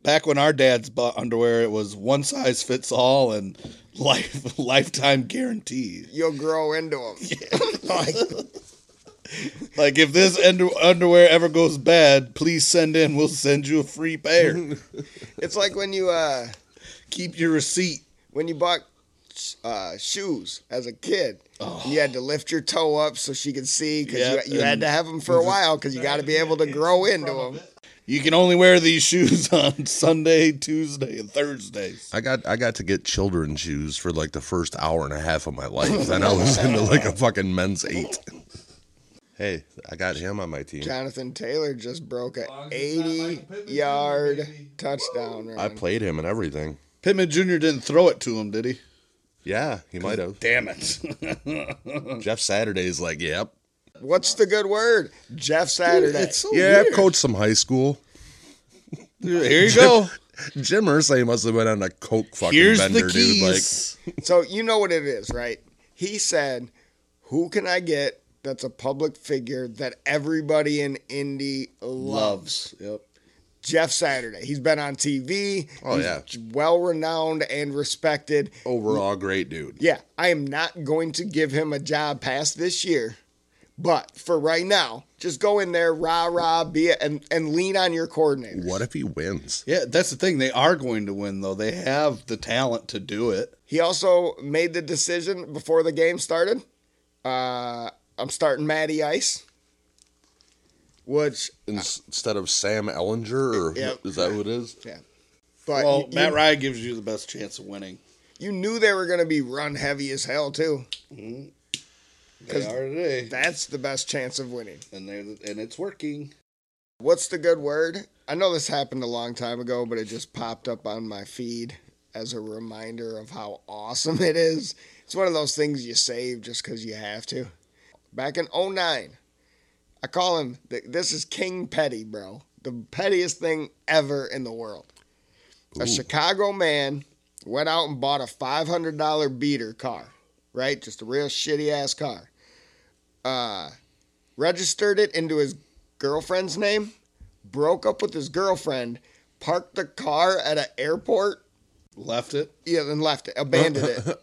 Speaker 3: back when our dads bought underwear, it was one size fits all and life lifetime guarantee.
Speaker 1: You'll grow into them. like,
Speaker 3: Like if this under- underwear ever goes bad, please send in. We'll send you a free pair.
Speaker 1: it's like when you uh
Speaker 3: Keep your receipt.
Speaker 1: when you bought uh, shoes as a kid. You had to lift your toe up so she could see because
Speaker 3: Oh. Yep,
Speaker 1: you, you had
Speaker 3: and-
Speaker 1: to have them for a while because you got to be able to grow into them.
Speaker 3: You can only wear these shoes on Sunday, Tuesday, and Thursdays.
Speaker 2: I got I got to get children's shoes for like the first hour and a half of my life. Then I was into like a fucking men's eight. Hey, I got him on my team.
Speaker 1: Jonathan Taylor just broke a
Speaker 4: long as it's not Michael
Speaker 1: 80
Speaker 4: Pittman
Speaker 1: yard
Speaker 4: Jr., baby.
Speaker 1: touchdown
Speaker 2: I
Speaker 1: run.
Speaker 2: played him and everything.
Speaker 3: Pittman Jr. didn't throw it to him, did he?
Speaker 2: Yeah, he might have.
Speaker 3: Damn it.
Speaker 2: Jeff Saturday's like, yep.
Speaker 1: What's the good word? Jeff Saturday.
Speaker 3: It's so
Speaker 2: Yeah, I've
Speaker 3: weird.
Speaker 2: coached some high school.
Speaker 3: Here you go.
Speaker 2: Jim Irsay must have went on a coke fucking
Speaker 3: Here's
Speaker 2: bender,
Speaker 3: the
Speaker 2: dude. Like,
Speaker 3: keys.
Speaker 1: so you know what it is, right? He said, "Who can I get that's a public figure that everybody in Indy loves?"
Speaker 3: Loves. Yep.
Speaker 1: Jeff Saturday. He's been on TV.
Speaker 2: Oh,
Speaker 1: He's
Speaker 2: yeah.
Speaker 1: well renowned and respected.
Speaker 2: overall great dude.
Speaker 1: Yeah, I am not going to give him a job past this year. But for right now, just go in there, rah rah, be it, and and lean on your coordinator.
Speaker 2: What if he wins?
Speaker 3: Yeah, that's the thing. They are going to win, though. They have the talent to do it.
Speaker 1: He also made the decision before the game started. Uh, I'm starting Matty Ice, which
Speaker 2: Ins- Instead of Sam Ellinger, or
Speaker 1: Yep.
Speaker 2: is that who it is?
Speaker 1: yeah, but
Speaker 3: Well,
Speaker 1: you,
Speaker 3: Matt
Speaker 1: you-
Speaker 3: Ryan gives you the best chance of winning.
Speaker 1: you knew they were going to be run heavy as hell too.
Speaker 3: Mm-hmm. They are today,
Speaker 1: That's the best chance of winning.
Speaker 3: and they and it's working.
Speaker 1: What's the good word? I know this happened a long time ago, but it just popped up on my feed as a reminder of how awesome it is. It's one of those things you save just because you have to. Back in 09, I call him, th- this is King Petty, bro. The pettiest thing ever in the world. A Chicago man went out and bought a $500 beater car, right? Just a real shitty ass car. Uh, registered it into his girlfriend's name, broke up with his girlfriend, parked the car at an airport,
Speaker 3: Left it.
Speaker 1: yeah, then left it, abandoned it.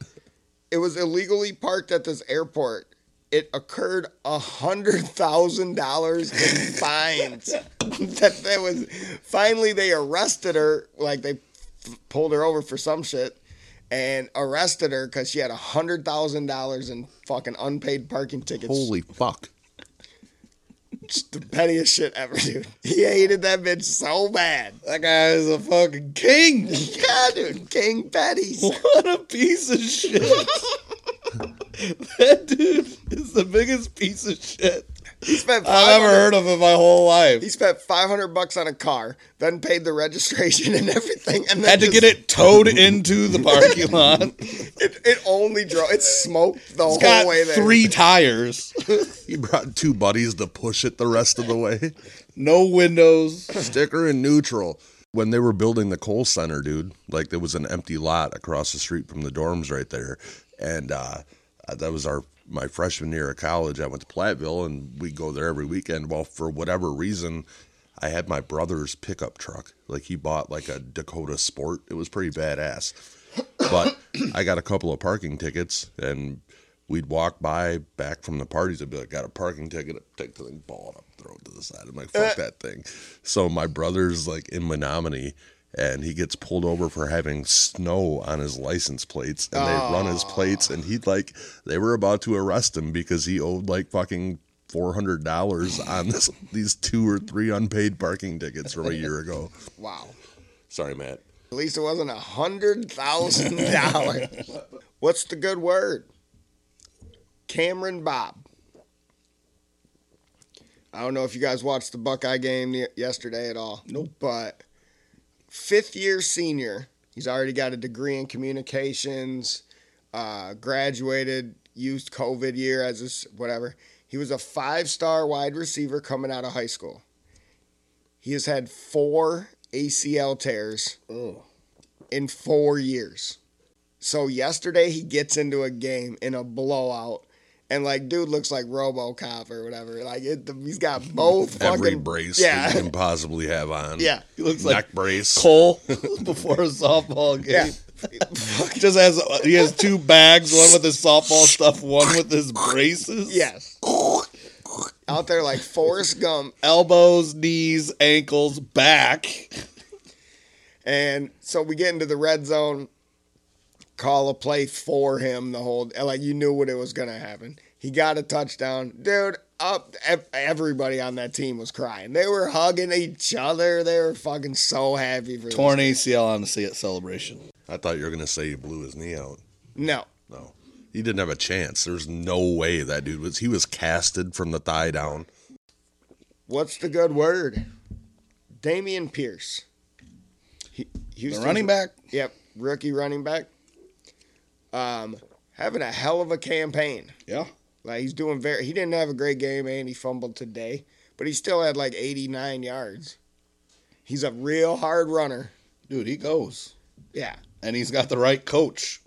Speaker 1: It was illegally parked at this airport. It occurred a hundred thousand dollars in fines. that, that was finally they arrested her. Like they f- pulled her over for some shit and arrested her because she had a hundred thousand dollars in fucking unpaid parking tickets.
Speaker 2: Holy fuck.
Speaker 1: Just the pettiest shit ever, dude. He hated that bitch so bad.
Speaker 3: That guy is a fucking king.
Speaker 1: Yeah, dude, King Petty.
Speaker 3: what a piece of shit. that dude is the biggest piece of shit
Speaker 1: He spent
Speaker 3: I've
Speaker 1: 500
Speaker 3: ever heard of in my
Speaker 1: He
Speaker 3: whole life.
Speaker 1: spent 500 bucks on a car, then paid the registration and everything, and then
Speaker 3: Had to
Speaker 1: just-
Speaker 3: get it towed into the parking lot.
Speaker 1: It, it only drove. It smoked the
Speaker 3: It's
Speaker 1: whole
Speaker 3: got
Speaker 1: way there.
Speaker 3: three tires,
Speaker 2: He brought two buddies to push it the rest of the way.
Speaker 3: no windows.
Speaker 2: Sticker and neutral. When they were building the coal center, dude, like there was an empty lot across the street from the dorms right there. And uh, that was our my freshman year of college. I went to Platteville and we go there every weekend. Well, for whatever reason, I had my brother's pickup truck. Like he bought like a Dakota Sport. It was pretty badass. But I got a couple of parking tickets and we'd walk by back from the parties. I'd be like, got a parking ticket, I'd take the thing, ball it up, throw it to the side. I'm like,
Speaker 1: Eh.
Speaker 2: fuck that thing. So my brother's like in Menominee and he gets pulled over for having snow on his license plates and they run his plates and he'd like, they were about to arrest him because he owed like fucking. Four hundred dollars on this, these two or three unpaid parking tickets from a year ago.
Speaker 1: Wow.
Speaker 2: Sorry, Matt.
Speaker 1: At least it wasn't a hundred thousand dollars. What's the good word? Cameron Bob. I don't know if you guys watched the Buckeye game y- yesterday at all. Nope. But fifth year senior, he's already got a degree in communications. Uh, graduated, used COVID year as his whatever. He was a five star wide receiver coming out of high school. He has had four ACL tears in four years. So yesterday he gets into a game in a blowout, and like dude looks like RoboCop or whatever. Like it, he's got both
Speaker 2: Every
Speaker 1: fucking
Speaker 2: brace
Speaker 1: Yeah,
Speaker 2: you can possibly have on.
Speaker 1: yeah,
Speaker 3: He looks
Speaker 2: Neck
Speaker 3: like
Speaker 2: brace.
Speaker 3: Cole before a softball game.
Speaker 1: yeah.
Speaker 3: Just has he has two bags, one with his softball stuff, one with his braces.
Speaker 1: Yes. Out there like Forrest Gump,
Speaker 3: elbows, knees, ankles, back.
Speaker 1: and so we get into the red zone, call a play for him the whole like you knew what it was gonna happen. He got a touchdown, dude. Up, ev- everybody on that team was crying. They were hugging each other. They were fucking so happy for this.
Speaker 3: Torn ACL on the ce- celebration.
Speaker 2: I thought you were gonna say he blew his knee out.
Speaker 1: No,
Speaker 2: No, he didn't have a chance. There's no way that dude was. He was casted from the thigh down.
Speaker 1: what's the good word? Damian Pierce, he,
Speaker 3: The
Speaker 1: Houston's-
Speaker 3: running back.
Speaker 1: Yep, rookie running back. Um, having a hell of a campaign.
Speaker 3: Yeah.
Speaker 1: Like he's doing very. He didn't have a great game, and he fumbled today, but he still had like 89 yards. He's a real hard runner.
Speaker 3: Dude, he goes.
Speaker 1: Yeah,
Speaker 3: And he's got the right coach.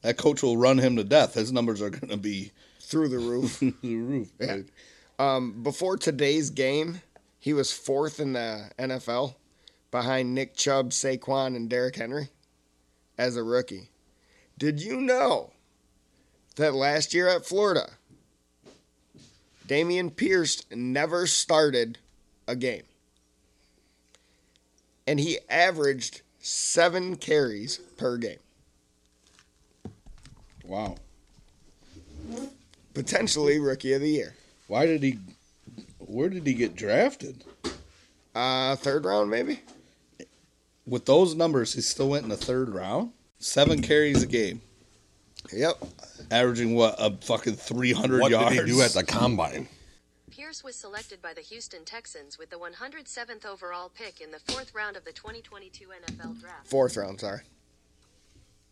Speaker 3: That coach will run him to death. His numbers are going to be
Speaker 1: through the roof.
Speaker 3: through the roof.
Speaker 1: Yeah. um, before today's game, he was fourth in the NFL, behind Nick Chubb, Saquon, and Derrick Henry, as a rookie. Did you know that last year at Florida, Damian Pierce never started a game. And he averaged seven carries per game.
Speaker 3: Wow.
Speaker 1: Potentially rookie of the year.
Speaker 3: Why did he? Where did he get drafted?
Speaker 1: Uh, third round, maybe?
Speaker 3: With those numbers, he still went in the third round. Seven carries a game,
Speaker 1: Yep.
Speaker 3: averaging what a fucking three hundred
Speaker 2: What
Speaker 3: yards.
Speaker 2: did he do at the combine?
Speaker 4: Pierce was selected by the Houston Texans with the 107th overall pick in the fourth round of the 2022 NFL Draft.
Speaker 1: Fourth round, sorry.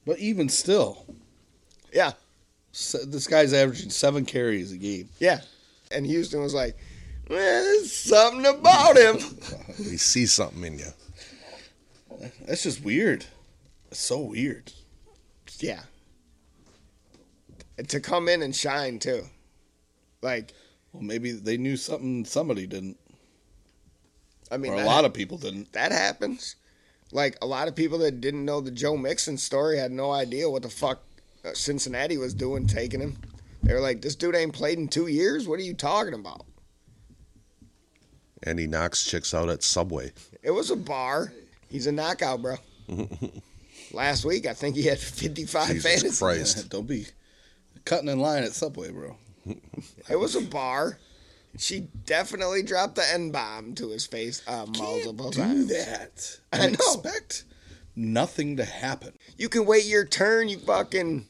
Speaker 3: but even still,
Speaker 1: Yeah.
Speaker 3: se- this guy's averaging seven carries a game.
Speaker 1: Yeah. And Houston was like, "Eh, there's something about him.
Speaker 2: He sees something in you.
Speaker 3: That's just weird. It's so weird.
Speaker 1: yeah. To come in and shine too. Like,
Speaker 3: Well, maybe they knew something somebody didn't,
Speaker 1: I mean,
Speaker 3: or a
Speaker 1: that,
Speaker 3: lot of people didn't.
Speaker 1: that happens. Like, a lot of people that didn't know the Joe Mixon story had no idea what the fuck uh, Cincinnati was doing taking him. They were like, this dude ain't played in two years. What are you talking about?
Speaker 2: And he knocks chicks out at Subway.
Speaker 1: It was a bar. He's a knockout, bro. Last week, I think he had 55
Speaker 2: Jesus
Speaker 1: fantasy.
Speaker 2: Christ.
Speaker 3: Don't be cutting in line at Subway, bro.
Speaker 1: It was a bar. She definitely dropped the N bomb to his face uh, multiple
Speaker 3: Do
Speaker 1: times.
Speaker 3: that.
Speaker 1: I know.
Speaker 3: And expect nothing to happen.
Speaker 1: You can wait your turn, you fucking.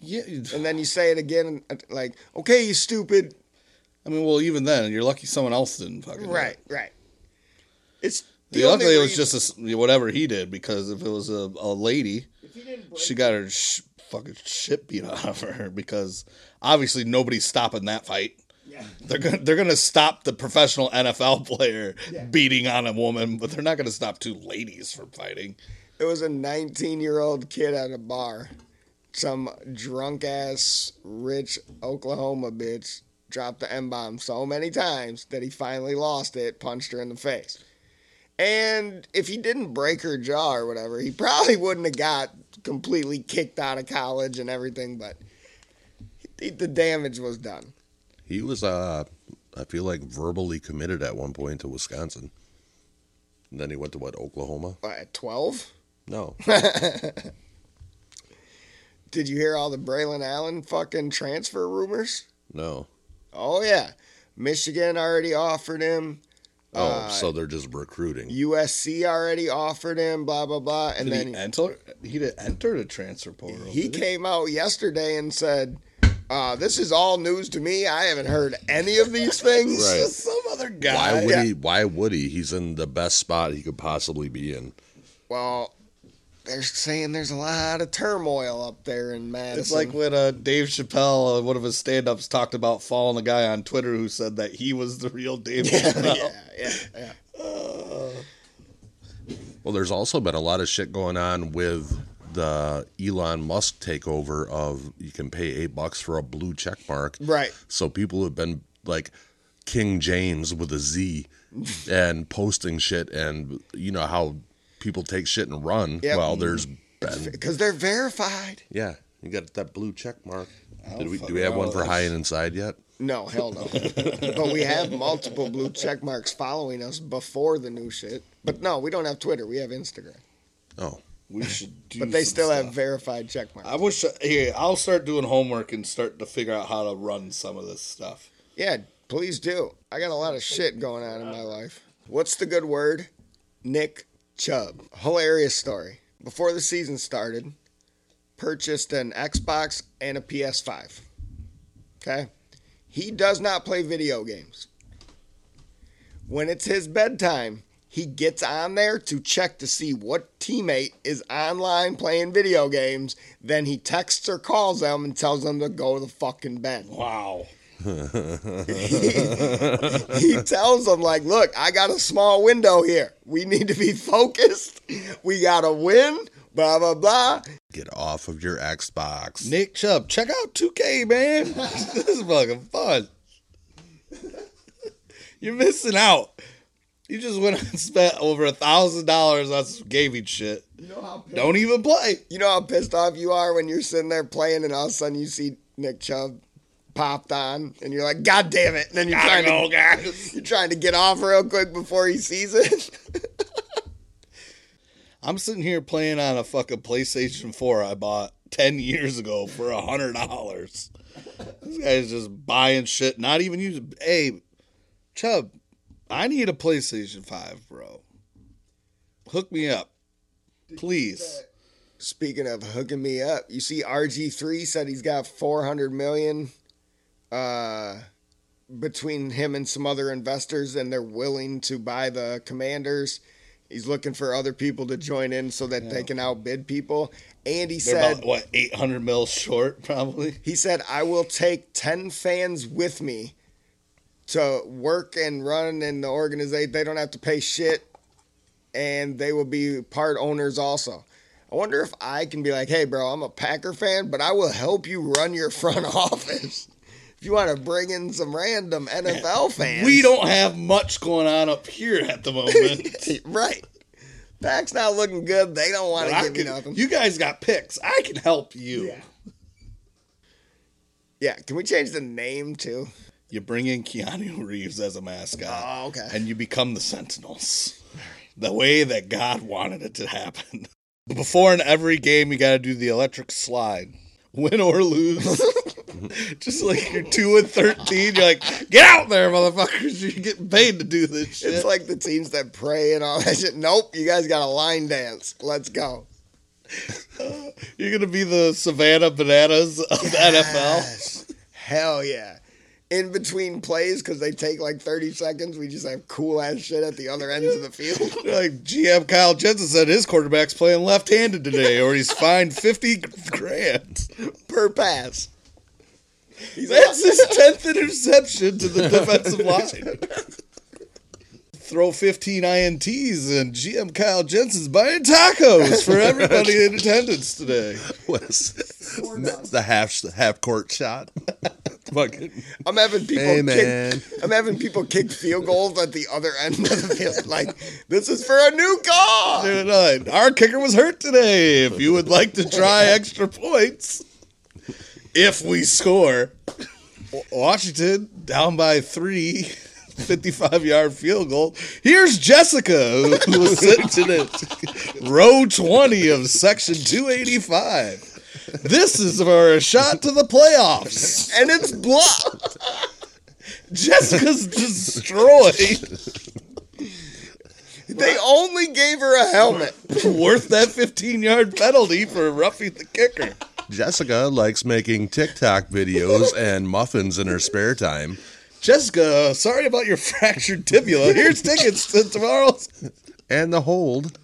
Speaker 3: Yeah.
Speaker 1: And then you say it again, uh, like, okay, you stupid.
Speaker 3: I mean, well, even then, you're lucky someone else didn't fucking. do it.
Speaker 1: Right, right. It's.
Speaker 3: The
Speaker 1: only
Speaker 3: luckily, it was
Speaker 1: reason-
Speaker 3: just a s whatever he did because if it was a, a lady, she got her sh- fucking shit beat out of her because obviously nobody's stopping that fight. They're gonna they're gonna stop the professional NFL player beating on a woman, but they're not gonna stop two ladies from fighting.
Speaker 1: It was a 19 year old kid at a bar. Some drunk ass, rich Oklahoma bitch dropped the M bomb so many times that he finally lost it, punched her in the face. And if he didn't break her jaw or whatever, he probably wouldn't have got completely kicked out of college and everything, but he- the damage was done.
Speaker 2: He was, uh, I feel like, verbally committed at one point to Wisconsin. And then he went to what, Oklahoma?
Speaker 1: What, At 12?
Speaker 2: No.
Speaker 1: Did you hear all the Braylon Allen fucking transfer rumors?
Speaker 2: No.
Speaker 1: Oh yeah, Michigan already offered him.
Speaker 2: Oh,
Speaker 3: Uh,
Speaker 2: so they're just recruiting.
Speaker 1: USC already offered him, blah blah blah, and
Speaker 3: Did
Speaker 1: then
Speaker 3: he enter? He did enter the transfer portal.
Speaker 1: he
Speaker 3: did
Speaker 1: came out yesterday and said, uh, "This is all news to me. I haven't heard any of these things."
Speaker 2: Right.
Speaker 3: Some other guy.
Speaker 2: Why would
Speaker 1: Yeah.
Speaker 2: he? Why would he? He's in the best spot he could possibly be in.
Speaker 1: Well, they're saying there's a lot of turmoil up there in Madison.
Speaker 3: It's like when uh, Dave Chappelle, uh, one of his stand-ups, talked about following a guy on Twitter who said that he was the real Dave Chappelle.
Speaker 1: yeah, yeah, yeah.
Speaker 2: Well, there's also been a lot of shit going on with the Elon Musk takeover of you can pay eight bucks for a blue check mark.
Speaker 1: Right.
Speaker 2: So people have been like King James with a Z and posting shit and you know how people take shit and run.
Speaker 1: Yep.
Speaker 2: Well, there's been
Speaker 1: Because they're verified.
Speaker 2: Yeah. You got that blue check mark.
Speaker 3: don't
Speaker 2: Did we do
Speaker 3: fucking
Speaker 2: we have one
Speaker 3: know.
Speaker 2: for high and inside yet?
Speaker 1: No, hell no. but we have multiple blue check marks following us before the new shit. But no, we don't have Twitter. We have Instagram.
Speaker 2: Oh.
Speaker 3: We should do
Speaker 1: But they
Speaker 3: some
Speaker 1: still
Speaker 3: stuff.
Speaker 1: have verified check marks.
Speaker 3: I wish. uh, Here, I'll start doing homework and start to figure out how to run some of this stuff.
Speaker 1: Yeah, please do. I got a lot of shit going on in my life. What's the good word? Nick Chubb. Hilarious story. Before the season started, purchased an Xbox and a PS5. Okay? He does not play video games. When it's his bedtime, he gets on there to check to see what teammate is online playing video games. Then he texts or calls them and tells them to go to the fucking bed
Speaker 3: Wow.
Speaker 1: he tells them like, "Look, I got a small window here. We need to be focused. We gotta win." Blah blah blah.
Speaker 2: Get off of your Xbox.
Speaker 3: Nick Chubb, check out 2K, man. this is fucking fun. You're missing out. You just went and spent over a thousand dollars on some gaming shit.
Speaker 1: You know how
Speaker 3: Don't even play.
Speaker 1: you know how pissed off you are when you're sitting there playing, and all of a sudden you see Nick Chubb popped on, and you're like, "God damn it!" And then you're
Speaker 3: I
Speaker 1: trying
Speaker 3: know,
Speaker 1: to
Speaker 3: guys.
Speaker 1: you're trying to get off real quick before he sees it.
Speaker 3: I'm sitting here playing on a fucking PlayStation 4 I bought 10 years ago for a hundred dollars. This guy's just buying shit, not even using. Hey, Chubb, I need a PlayStation 5, bro. Hook me up, please.
Speaker 1: Speaking of hooking me up, you see RG3 said he's got 400 million uh between him and some other investors and they're willing to buy the commanders. He's looking for other people to join in so that they can outbid people. And he
Speaker 3: They're
Speaker 1: said
Speaker 3: about what 800 mil short, probably.
Speaker 1: he said I will take 10 fans with me to work and run and the organization. They don't have to pay shit and they will be part owners also. I wonder if I can be like, hey, bro, I'm a Packer fan, but I will help you run your front office. If you want to bring in some random NFL fans,
Speaker 3: We don't have much going on up here at the moment.
Speaker 1: Right. Pack's not looking good. They don't want
Speaker 3: But
Speaker 1: to
Speaker 3: I
Speaker 1: give me
Speaker 3: can-
Speaker 1: nothing.
Speaker 3: you guys got picks. I can help you.
Speaker 1: yeah. Can we change the name too?
Speaker 3: You bring in Keanu Reeves as a mascot.
Speaker 1: Oh, okay.
Speaker 3: and you become the Sentinels. The way that God wanted it to happen. Before in every game, you got to do the electric slide, win or lose. Just like you're two and thirteen, you're like, get out there, motherfuckers! You're getting paid to do this shit.
Speaker 1: It's like the teams that pray and all that shit. Nope, you guys got a line dance. Let's go.
Speaker 3: you're gonna be the Savannah Bananas of the NFL.
Speaker 1: Hell yeah. In between plays, because they take like 30 seconds, we just have cool ass shit at the other ends of the field.
Speaker 3: Like GM Kyle Jensen said, his quarterback's playing left-handed today, or he's fined fifty grand.
Speaker 1: per pass. He's like,
Speaker 3: That's his tenth interception to the defensive line. Throw 15 INTs and GM Kyle Jensen's buying tacos for everybody in attendance today.
Speaker 2: What is it? the half half court shot? Fucking
Speaker 1: I'm having people
Speaker 2: Hey,
Speaker 1: kick,
Speaker 2: man.
Speaker 1: I'm having people kick field goals at the other end of the field. Like, this is for a new goal.
Speaker 3: They're like, uh, Our kicker was hurt today. If you would like to try extra points, if we score, Wa- Washington down by three, 55 yard field goal. Here's Jessica, who was sitting in it. row 20 of section 285. This is for a shot to the playoffs.
Speaker 1: And it's blocked.
Speaker 3: Jessica's destroyed.
Speaker 1: They only gave her a helmet.
Speaker 3: Worth that 15 yard penalty for roughing the kicker.
Speaker 2: Jessica likes making TikTok videos and muffins in her spare time.
Speaker 3: Jessica, sorry about your fractured tibia. Here's tickets to tomorrow's.
Speaker 2: And the hold.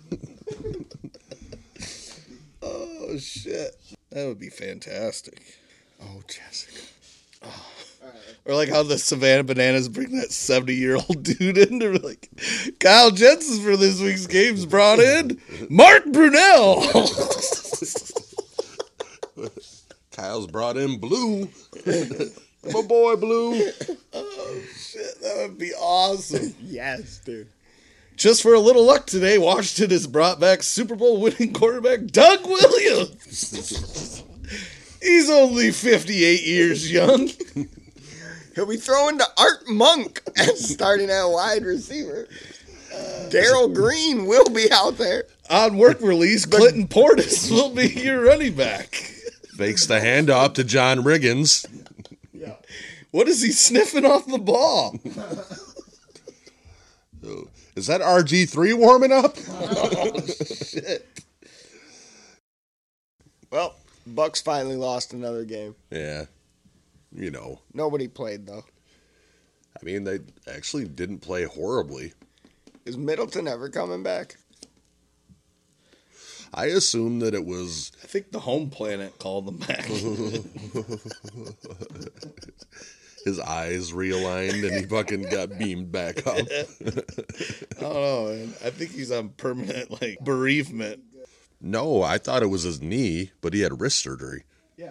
Speaker 3: Oh, shit. That would be fantastic.
Speaker 1: Oh, Jessica.
Speaker 3: Or like how the Savannah Bananas bring that 70 year old dude in. They're like, Kyle Jensen for this week's games brought in Mark Brunell.
Speaker 2: Kyle's brought in Blue. My boy Blue.
Speaker 3: that would be awesome.
Speaker 1: Yes, dude.
Speaker 3: Just for a little luck today, Washington has brought back Super Bowl winning quarterback Doug Williams. He's only 58 years young.
Speaker 1: He'll be throwing to Art Monk as starting at wide receiver. Daryl Green will be out there.
Speaker 3: On work release, Clinton Portis will be your running back.
Speaker 2: Fakes the handoff to John Riggins.
Speaker 3: What is he sniffing off the ball?
Speaker 2: Is that RG3 warming up?
Speaker 1: Well, Bucks finally lost another game.
Speaker 2: Yeah. You know,
Speaker 1: Nobody played though.
Speaker 2: I mean, they actually didn't play horribly.
Speaker 1: Is Middleton ever coming back?
Speaker 2: I assume that it was
Speaker 3: I think the home planet called them back.
Speaker 2: his eyes realigned and he fucking got beamed back up.
Speaker 3: I don't know, man. I think he's on permanent like bereavement.
Speaker 2: No, I thought it was his knee, but he had wrist surgery.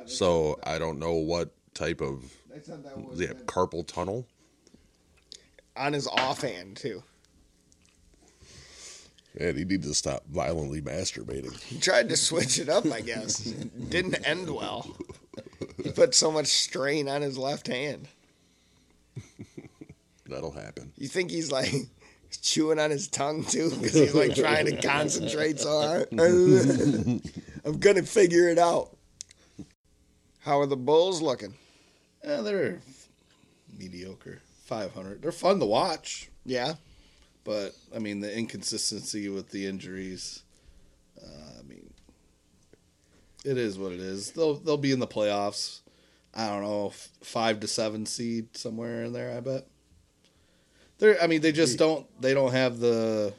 Speaker 2: So I don't know what type of yeah, carpal tunnel.
Speaker 1: On his offhand too.
Speaker 2: And he needs to stop violently masturbating.
Speaker 1: He tried to switch it up, I guess. Didn't end well. He put so much strain on his left hand.
Speaker 2: That'll happen.
Speaker 1: You think he's like chewing on his tongue too because he's like trying to concentrate so hard. I'm gonna figure it out. How are the Bulls looking?
Speaker 3: Yeah, they're mediocre. Five hundred. They're fun to watch,
Speaker 1: Yeah,
Speaker 3: but I mean the inconsistency with the injuries. Uh, I mean, it is what it is. They'll they'll be in the playoffs. I don't know, f- five to seven seed somewhere in there. I bet. They're. I mean, they just don't. They don't have the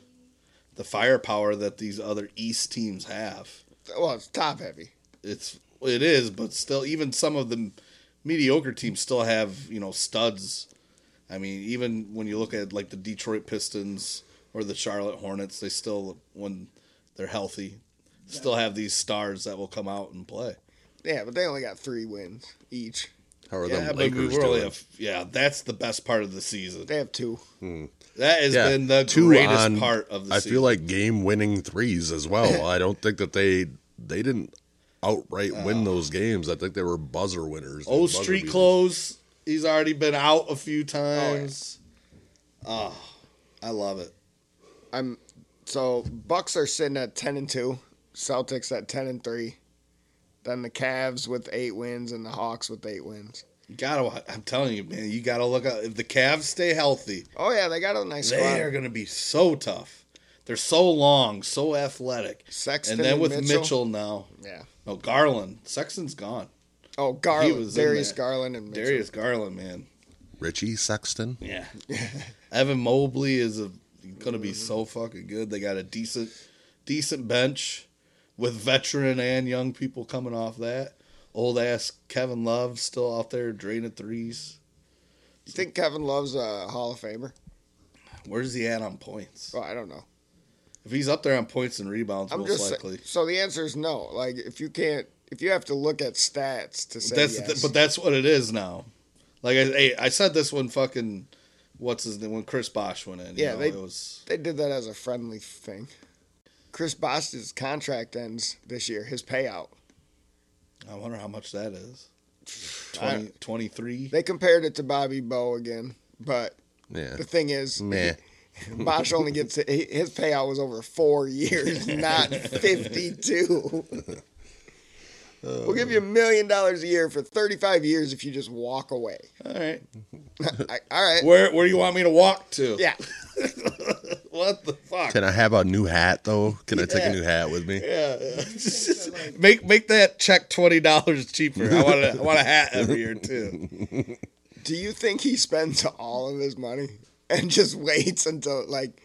Speaker 3: the firepower that these other East teams have.
Speaker 1: well, it's top heavy.
Speaker 3: it's it is, but still, even some of the mediocre teams still have you know studs. I mean, even when you look at like the Detroit Pistons or the Charlotte Hornets, they still, when they're healthy, still have these stars that will come out and play.
Speaker 1: Yeah, but they only got three wins each.
Speaker 2: How are
Speaker 3: Yeah,
Speaker 2: the
Speaker 3: but we
Speaker 2: Lakers
Speaker 3: really
Speaker 2: doing?
Speaker 3: have, yeah, that's the best part of the season.
Speaker 1: They have two.
Speaker 3: That has
Speaker 2: Yeah,
Speaker 3: been the
Speaker 2: two
Speaker 3: greatest
Speaker 2: on-
Speaker 3: part of the
Speaker 2: I
Speaker 3: season.
Speaker 2: feel like game winning threes as well. I don't think that they they didn't outright win those games. I think they were buzzer winners.
Speaker 3: Oh,
Speaker 2: Buzzer
Speaker 3: Uh. street
Speaker 2: beaters.
Speaker 3: clothes. He's already been out a few times. Oh, I love it.
Speaker 1: I'm so Bucks are sitting at ten and two, Celtics at ten and three, then the Cavs with eight wins and the Hawks with eight wins.
Speaker 3: You gotta. I'm telling you, man. You gotta look out. If the Cavs stay healthy,
Speaker 1: Oh yeah, they got a nice squad.
Speaker 3: they are gonna be so tough. They're so long, so athletic.
Speaker 1: Sexton
Speaker 3: and then
Speaker 1: and
Speaker 3: with
Speaker 1: Mitchell?
Speaker 3: Mitchell, now,
Speaker 1: Yeah.
Speaker 3: no Garland. Sexton's gone.
Speaker 1: Oh, Garland,
Speaker 3: was in
Speaker 1: Darius
Speaker 3: that.
Speaker 1: Garland, and Mitchell.
Speaker 3: Darius Garland, man.
Speaker 2: Richie Sexton.
Speaker 3: Yeah. Evan Mobley is a, gonna
Speaker 1: Mm-hmm.
Speaker 3: be so fucking good. They got a decent, decent bench with veteran and young people coming off that. Old ass Kevin Love still out there draining threes.
Speaker 1: You think Kevin Love's a Hall of Famer?
Speaker 3: Where's he at on points?
Speaker 1: Well, I don't know.
Speaker 3: If he's up there on points and rebounds,
Speaker 1: I'm
Speaker 3: most
Speaker 1: just sa-
Speaker 3: likely.
Speaker 1: so the answer is no. Like if you can't, if you have to look at stats to say
Speaker 3: that's
Speaker 1: yes.
Speaker 3: th- but that's what it is now. Like I, hey, I said this when fucking what's his name when Chris Bosch went in. You
Speaker 1: Yeah,
Speaker 3: know,
Speaker 1: they-
Speaker 3: it was
Speaker 1: they did that as a friendly thing. Chris Bosh's contract ends this year. His payout.
Speaker 3: I wonder how much that is. 20, 23?
Speaker 1: They compared it to Bobby Bow again, but
Speaker 2: Yeah.
Speaker 1: the thing is,
Speaker 2: Meh.
Speaker 1: Bosch only gets he- his payout was over four years, not fifty-two.
Speaker 3: Oh.
Speaker 1: we'll give you a million dollars a year for thirty-five years if you just walk away.
Speaker 3: All right.
Speaker 1: I, all right,
Speaker 3: Where where do you want me to walk to?
Speaker 1: yeah.
Speaker 3: what the fuck?
Speaker 2: Can I have a new hat though? Can I take a new hat with me?
Speaker 3: Yeah, make make that check twenty dollars cheaper. I want a, I want a hat every year too.
Speaker 1: Do you think he spends all of his money and just waits until like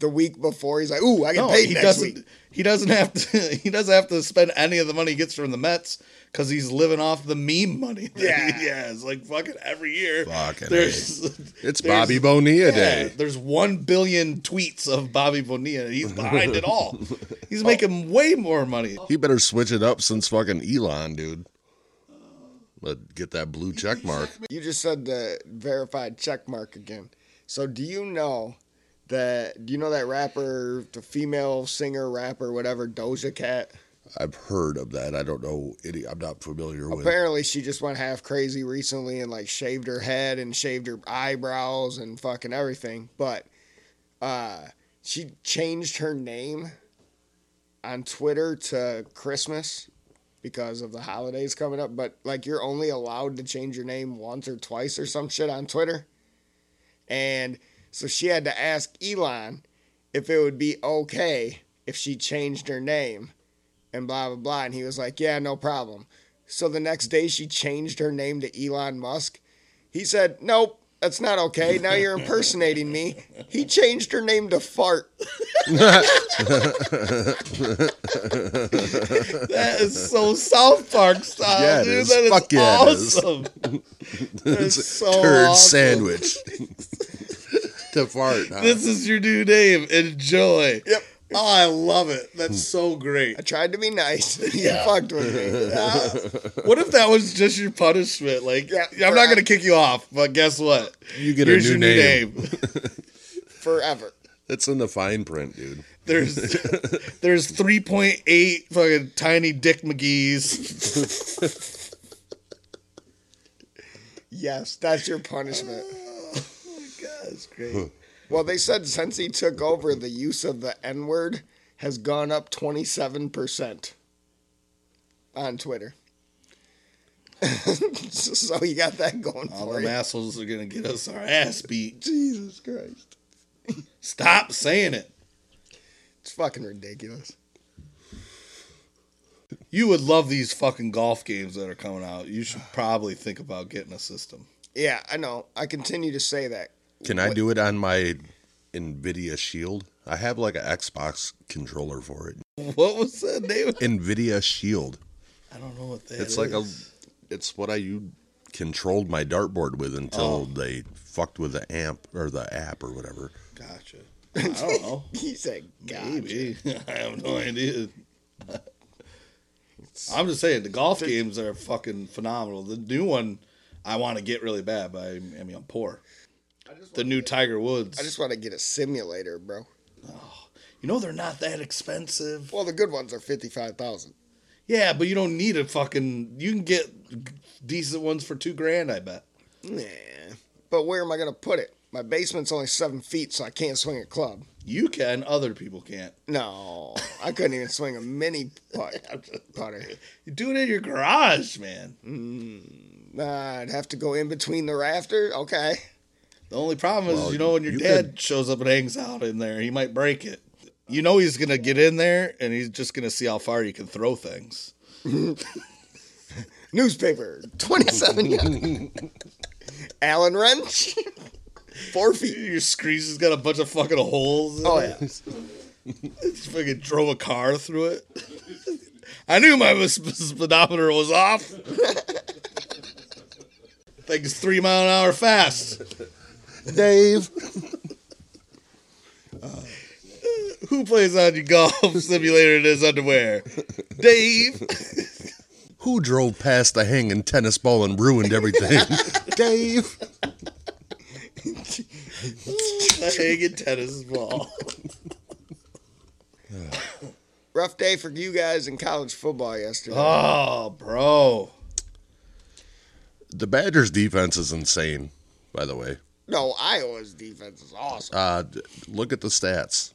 Speaker 1: the week before? He's like, "Ooh, I get
Speaker 3: No,
Speaker 1: paid
Speaker 3: he
Speaker 1: next
Speaker 3: doesn't.
Speaker 1: week."
Speaker 3: He doesn't have to. He doesn't have to spend any of the money he gets from the Mets because he's living off the meme money. that he
Speaker 1: Yeah.
Speaker 3: has. like fucking every year.
Speaker 2: Fucking
Speaker 3: there's
Speaker 2: It's
Speaker 3: there's-
Speaker 2: Bobby Bonilla
Speaker 3: yeah,
Speaker 2: day.
Speaker 3: There's one billion tweets of Bobby Bonilla. and He's behind it all. He's
Speaker 2: Oh.
Speaker 3: making way more money.
Speaker 2: He better switch it up since fucking Elon, dude. But get that blue check mark.
Speaker 1: You just said the verified check mark again. So do you know that? Do you know that rapper, the female singer, rapper, whatever, Doja Cat?
Speaker 2: I've heard of that. I don't know. Any, I'm not familiar with.
Speaker 1: Apparently, she just went half crazy recently and like shaved her head and shaved her eyebrows and fucking everything. But uh, she changed her name on Twitter to Christmas because of the holidays coming up. But like, you're only allowed to change your name once or twice or some shit on Twitter. And so she had to ask Elon if it would be okay if she changed her name and blah, blah, blah. And he was like, yeah, no problem. So the next day she changed her name to Elon Musk. He said, Nope, that's not okay. Now you're impersonating me. He changed her name to Fart.
Speaker 3: That is so South Park style,
Speaker 2: Yeah, it
Speaker 3: dude.
Speaker 2: is.
Speaker 3: That is
Speaker 2: Fuck yeah, it is.
Speaker 3: awesome. That is so
Speaker 2: Turd
Speaker 3: awesome.
Speaker 2: sandwich. to fart. huh?
Speaker 3: This is your new name. Enjoy.
Speaker 1: Yep.
Speaker 3: Oh, I love it.
Speaker 2: Hmm.
Speaker 3: That's so great.
Speaker 1: I tried to be nice. You fucked with me. Ah,
Speaker 3: What if that was just your punishment? Like,
Speaker 1: Yeah,
Speaker 3: I'm not
Speaker 1: right.
Speaker 3: going to kick you off, but guess what?
Speaker 2: You get a new name.
Speaker 3: name.
Speaker 1: Forever.
Speaker 2: It's in the fine print, dude.
Speaker 3: There's there's 3.8 fucking tiny Dick McGee's.
Speaker 1: Yes, that's your punishment.
Speaker 3: God, that's great.
Speaker 1: Well, they said since he took over, the use of the N word has gone up 27% on Twitter. so you got that going
Speaker 3: All
Speaker 1: for
Speaker 3: them
Speaker 1: you.
Speaker 3: assholes are going to get us our ass beat.
Speaker 1: Jesus Christ.
Speaker 3: Stop saying it.
Speaker 1: It's fucking ridiculous.
Speaker 3: You would love these fucking golf games that are coming out. You should probably think about getting a system.
Speaker 1: Yeah, I know. I continue to say that.
Speaker 2: Can I do it on my Nvidia Shield? I have like an Xbox controller for it.
Speaker 3: What was that name?
Speaker 2: Nvidia Shield.
Speaker 3: I don't know what that
Speaker 2: It's like a. It's what I you controlled my dartboard with until they fucked with the amp or the app or whatever.
Speaker 3: Gotcha. I don't know.
Speaker 1: He said, God.
Speaker 3: Maybe. I have no idea. I'm just saying the golf games are fucking phenomenal. The new one I want to get really bad, but I, I mean I'm poor. The new Tiger Woods.
Speaker 1: I just want to get a simulator, bro.
Speaker 3: you know they're not that expensive.
Speaker 1: Well, the good ones are 55000
Speaker 3: Yeah, but you don't need a fucking. You can get decent ones for two grand. I bet.
Speaker 1: Nah. But where am I going to put it? My basement's only seven feet, so I can't swing a club.
Speaker 3: You can. Other people can't.
Speaker 1: No, I couldn't even swing a mini putt, putter.
Speaker 3: You do it in your garage, man.
Speaker 1: Nah, I'd have to go in between the rafter. Okay.
Speaker 3: The only problem is,
Speaker 2: Well,
Speaker 3: you know, when your
Speaker 2: you
Speaker 3: dad
Speaker 2: could-
Speaker 3: shows up and hangs out in there, he might break it. You know, he's gonna get in there and he's just gonna see how far you can throw things.
Speaker 1: Newspaper, 27 yards. Allen wrench, four feet.
Speaker 3: Your screech has got a bunch of fucking holes. In
Speaker 1: Oh,
Speaker 3: it.
Speaker 1: yeah.
Speaker 3: Just fucking drove a car through it. I knew my sp- speedometer was off. Things three mile an hour fast.
Speaker 2: Dave,
Speaker 3: Who plays on your golf simulator in his underwear? Dave.
Speaker 2: who drove past the hanging tennis ball and ruined everything? Dave,
Speaker 3: A hanging tennis ball.
Speaker 1: Rough day for you guys in college football yesterday.
Speaker 3: Oh, bro.
Speaker 2: the Badgers defense is insane. By the way,
Speaker 1: No, Iowa's defense is awesome.
Speaker 2: uh, d- look at the stats.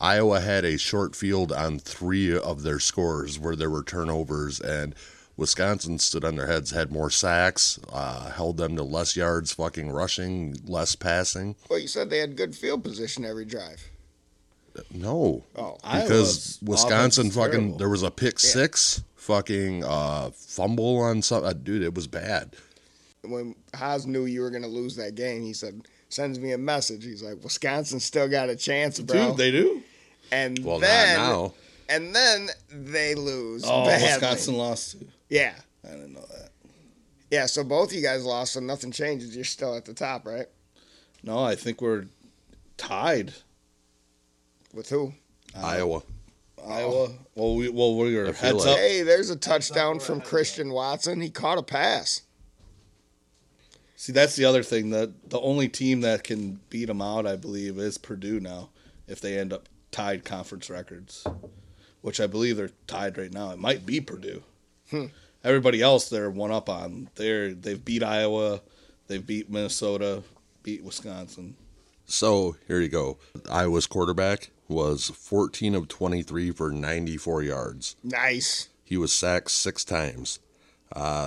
Speaker 2: Iowa had a short field on three of their scores where there were turnovers and Wisconsin stood on their heads, had more sacks, uh, held them to less yards, fucking rushing, less passing.
Speaker 1: Well, you said they had good field position every drive.
Speaker 2: No,
Speaker 1: Oh,
Speaker 2: because
Speaker 3: Iowa's
Speaker 2: Wisconsin
Speaker 3: offense is
Speaker 2: fucking
Speaker 3: terrible.
Speaker 2: there was a pick six, fucking uh, fumble on some uh, dude. It was bad.
Speaker 1: when Haas knew you were going to lose that game, he said, sends me a message. He's like, Wisconsin still got a chance, bro.
Speaker 3: Dude, they do.
Speaker 1: and
Speaker 2: Well,
Speaker 1: then,
Speaker 2: not now.
Speaker 1: And then they lose.
Speaker 3: Oh,
Speaker 1: badly.
Speaker 3: Wisconsin lost.
Speaker 1: Yeah.
Speaker 3: I didn't know that.
Speaker 1: Yeah, so both you guys lost, so nothing changes. You're still at the top, right?
Speaker 3: No, I think we're tied.
Speaker 1: With who?
Speaker 3: Uh,
Speaker 2: Iowa.
Speaker 3: Iowa. Well, we well we were
Speaker 2: I feel
Speaker 3: heads
Speaker 2: like-
Speaker 3: up.
Speaker 1: Hey, there's a touchdown from Christian Watson. He caught a pass.
Speaker 3: See, that's the other thing. The the only team that can beat them out, I believe, is Purdue now. If they end up tied conference records, which I believe they're tied right now, it might be Purdue. Everybody else they're one up on. They're they've beat Iowa, they've beat Minnesota, beat Wisconsin.
Speaker 2: So here you go. Iowa's quarterback was 14 of 23 for 94 yards.
Speaker 1: Nice.
Speaker 2: He was sacked six times.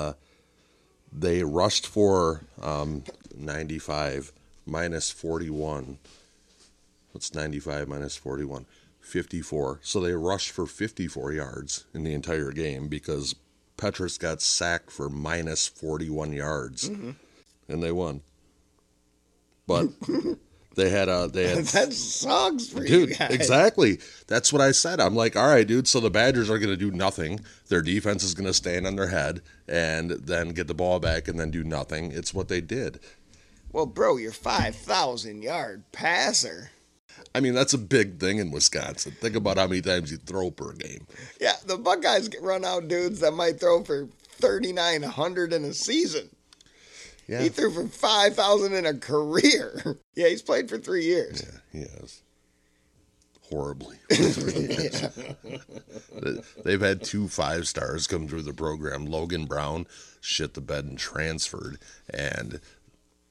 Speaker 2: Uh, they rushed for um, 95 minus 41. What's 95 minus 41? 54. So they rushed for 54 yards in the entire game because Petrus got sacked for minus 41 yards, and they won. But they had a they had
Speaker 1: That sucks for you
Speaker 2: dude
Speaker 1: guys.
Speaker 2: exactly that's what i said i'm like all right dude so the badgers are going to do nothing their defense is going to stand on their head and then get the ball back and then do nothing it's what they did
Speaker 1: Well, bro, you're 5,000 yard passer.
Speaker 2: i mean that's a big thing in wisconsin think about how many times you throw per game
Speaker 1: Yeah, the Buckeyes get run out dudes that might throw for 3,900 in a season.
Speaker 2: yeah
Speaker 1: He threw for 5,000 in a career. yeah, he's played for three years.
Speaker 2: yes horribly they've had two five stars come through the program logan brown shit the bed and transferred and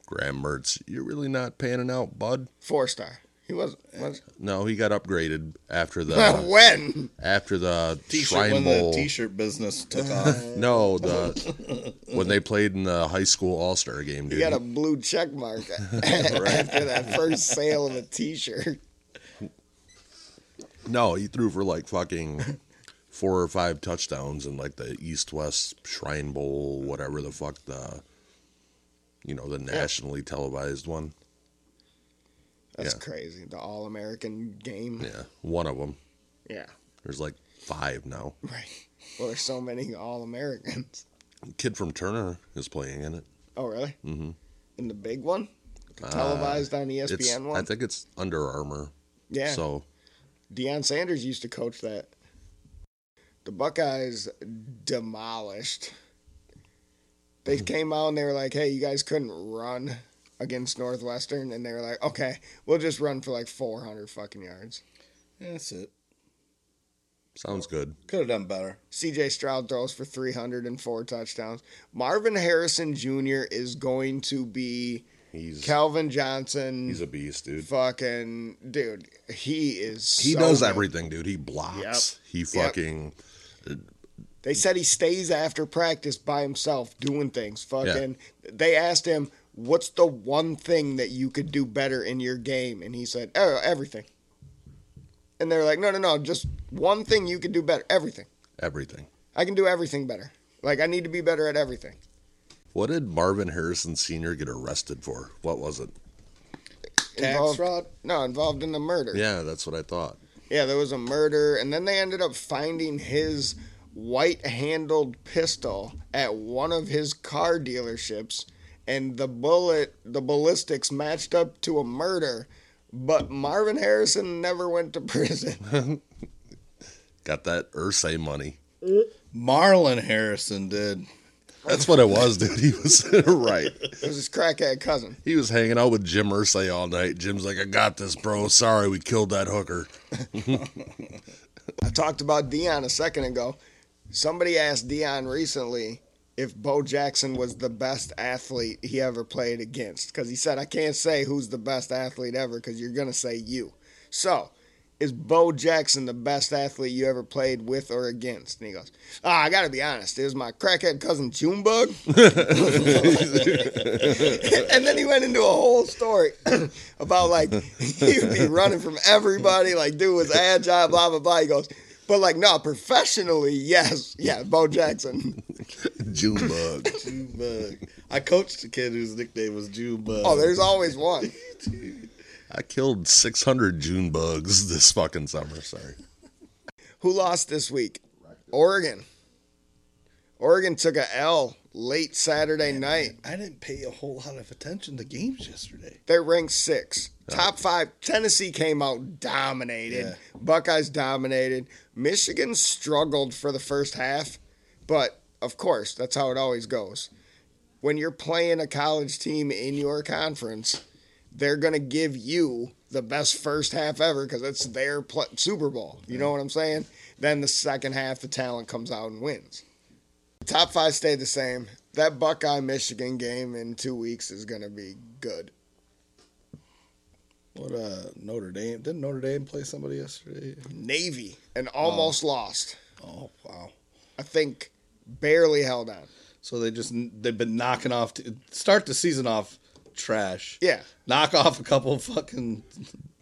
Speaker 2: graham mertz you're really not panning out bud
Speaker 1: Four star. He was. was
Speaker 2: No, he got upgraded after the
Speaker 1: when?
Speaker 2: after the
Speaker 3: T-shirt
Speaker 2: Shrine
Speaker 3: when
Speaker 2: Bowl.
Speaker 3: the T-shirt business took off.
Speaker 2: no, the when they played in the high school All Star game, dude.
Speaker 1: He got a blue check mark after that first sale of a t shirt.
Speaker 2: No, he threw for like fucking four or five touchdowns in like the East West Shrine Bowl, whatever the fuck the you know the nationally televised one.
Speaker 1: That's
Speaker 2: Yeah.
Speaker 1: crazy. The All American game.
Speaker 2: Yeah, one of them.
Speaker 1: Yeah.
Speaker 2: There's like five now.
Speaker 1: Right. Well, there's so many All Americans.
Speaker 2: Kid from Turner is playing in it.
Speaker 1: Oh, really? Mm-hmm. In the big one? Televised on E ESPN
Speaker 2: Uh, It's,
Speaker 1: one?
Speaker 2: I think it's Under Armour.
Speaker 1: yeah.
Speaker 2: So
Speaker 1: Deion Sanders used to coach that. The Buckeyes demolished. They
Speaker 2: Mm.
Speaker 1: came out and they were like, hey, you guys couldn't run against Northwestern. And they were like, okay, we'll just run for like 400 fucking yards.
Speaker 3: Yeah, that's it.
Speaker 2: sounds good.
Speaker 3: Could have done better.
Speaker 1: CJ Stroud throws for 304 touchdowns. Marvin Harrison Jr. is going to be
Speaker 2: He's
Speaker 1: Calvin Johnson.
Speaker 2: he's a beast, dude.
Speaker 1: fucking dude. He is.
Speaker 2: He
Speaker 1: so
Speaker 2: does
Speaker 1: good.
Speaker 2: everything, dude. He blocks. He fucking
Speaker 1: They said he stays after practice by himself doing things. Fucking. They asked him, "What's the one thing that you could do better in your game?" And he said, "Oh, everything." And they're like, "No, no, no, just one thing you could do better. Everything.
Speaker 2: everything.
Speaker 1: I can do everything better. Like I need to be better at everything."
Speaker 2: What did Marvin Harrison Sr. get arrested for? What was it?
Speaker 3: Tax
Speaker 1: Involved-
Speaker 3: fraud?
Speaker 1: No, involved in the murder.
Speaker 2: Yeah, that's what I thought.
Speaker 1: Yeah, there was a murder, and then they ended up finding his white handled pistol at one of his car dealerships, and the bullet, the ballistics matched up to a murder, but Marvin Harrison never went to prison.
Speaker 2: Got that Ursay money.
Speaker 3: Marlon Harrison did.
Speaker 2: That's what it was, dude. He was right.
Speaker 1: It was his crackhead cousin.
Speaker 2: He was hanging out with Jim Ursay all night. Jim's like, I got this, bro. Sorry, we killed that hooker.
Speaker 1: I talked about Dion a second ago. Somebody asked Dion recently if Bo Jackson was the best athlete he ever played against because he said, I can't say who's the best athlete ever because you're going to say you. So is Bo Jackson the best athlete you ever played with or against? And he goes, ah, I got to be honest. It was my crackhead cousin Junebug. and then he went into a whole story about like he would be running from everybody, like dude was agile, blah blah blah. He goes, but like no, professionally, yes, yeah, Bo Jackson.
Speaker 2: June bug.
Speaker 3: Junebug. I coached a kid whose nickname was Junebug.
Speaker 1: Oh, there's always one.
Speaker 2: I killed 600 June bugs this fucking summer. Sorry.
Speaker 1: Who lost this week? Oregon. Oregon took a L late Saturday night.
Speaker 3: I didn't pay a whole lot of attention to games yesterday.
Speaker 1: They're ranked six. Top five. Tennessee came out dominated.
Speaker 3: Yeah.
Speaker 1: Buckeyes dominated. Michigan struggled for the first half, but of course, that's how it always goes. When you're playing a college team in your conference, they're going to give you the best first half ever because it's their pl- Super Bowl. You know what I'm saying? Then the second half, the talent comes out and wins. Top five stayed the same. That Buckeye Michigan game in two weeks is going to be good.
Speaker 3: What uh Notre Dame? Didn't Notre Dame play somebody yesterday?
Speaker 1: Navy and almost lost.
Speaker 3: Oh wow!
Speaker 1: I think barely held on.
Speaker 3: So they just they've been knocking off to start the season off trash.
Speaker 1: Yeah.
Speaker 3: knock off a couple fucking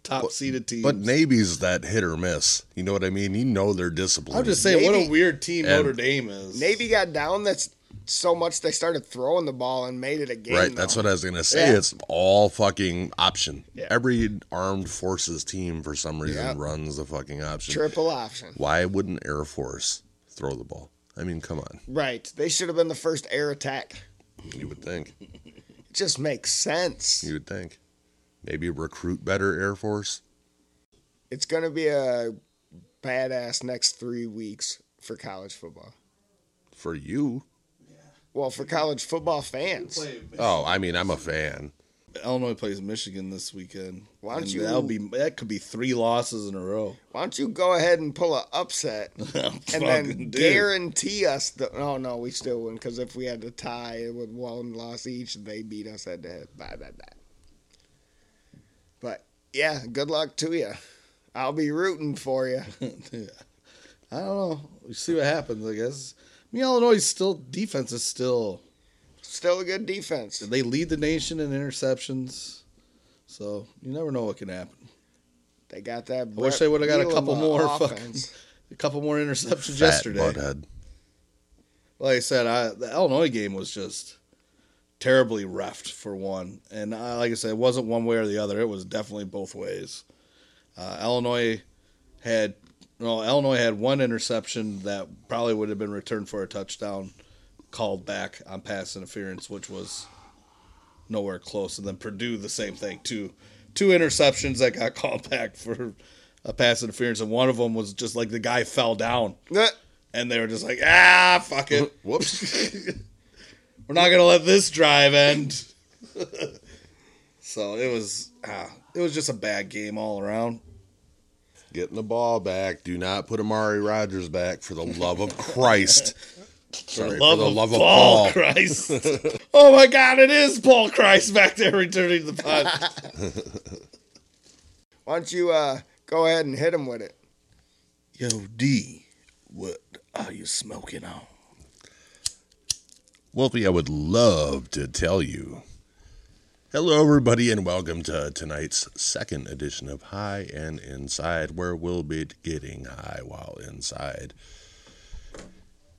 Speaker 3: top seeded teams.
Speaker 2: But Navy's that hit or miss. You know what I mean? You know they're disciplined.
Speaker 3: I'm just saying, what a
Speaker 1: Navy-
Speaker 3: weird team
Speaker 2: And-
Speaker 3: Notre Dame is.
Speaker 1: Navy got down that's so much they started throwing the ball and made it a game.
Speaker 2: Right, that's what I was gonna say.
Speaker 1: Yeah.
Speaker 2: It's all fucking option.
Speaker 1: Yeah.
Speaker 2: Every armed forces team for some reason
Speaker 1: Yeah.
Speaker 2: runs the fucking option.
Speaker 1: triple option.
Speaker 2: Why wouldn't Air Force throw the ball? I mean, come on.
Speaker 1: Right. They should have been the first air attack.
Speaker 2: You would think.
Speaker 1: It just makes sense.
Speaker 2: You would think. Maybe recruit better Air Force.
Speaker 1: It's going to be a badass next 3 weeks for college football.
Speaker 2: For you.
Speaker 1: Well, for college football fans.
Speaker 2: Oh, I mean I'm a fan.
Speaker 3: Illinois plays Michigan this weekend.
Speaker 1: Why don't
Speaker 3: And
Speaker 1: you-
Speaker 3: That'll be that could be three losses in a row.
Speaker 1: Why don't you go ahead and pull a upset and then guarantee us the oh no we still win because if we had to tie with one loss each they beat us at the bye bye bye but yeah good luck to you i'll be rooting for you
Speaker 3: I don't know. We see what happens. I guess. I mean, Illinois is still defense is still
Speaker 1: still a good defense
Speaker 3: they lead the nation in interceptions. So you never know what can happen.
Speaker 1: they got that
Speaker 3: I wish
Speaker 1: Brett
Speaker 3: they would have got a
Speaker 1: Bielema
Speaker 3: couple more fucking
Speaker 1: offense.
Speaker 3: a couple more interceptions
Speaker 2: Fat
Speaker 3: yesterday.
Speaker 2: butthead.
Speaker 3: like I said, I, the Illinois game was just terribly refed for one, and I, like I said, it wasn't one way or the other. It was definitely both ways. Uh, Illinois had well, Illinois had one interception that probably would have been returned for a touchdown, called back on pass interference, which was nowhere close. And then Purdue the same thing two two interceptions that got called back for a pass interference, and one of them was just like the guy fell down
Speaker 1: Nah,
Speaker 3: and they were just like, ah, fuck it. Whoops. we're not gonna let this drive end. so it was, ah, it was just a bad game all around.
Speaker 2: Getting the ball back. Do not put Amari Rogers back for the love of Christ. Sorry,
Speaker 3: Love, of, Paul Christ. oh my God, it is Paul Christ back there returning the punt.
Speaker 1: why don't you uh go ahead and hit him with it
Speaker 3: Yo, D, what are you smoking on?
Speaker 2: Wolfie, I would love to tell you. Hello, everybody, and welcome to tonight's second edition of High and Inside, where we'll be getting high while inside.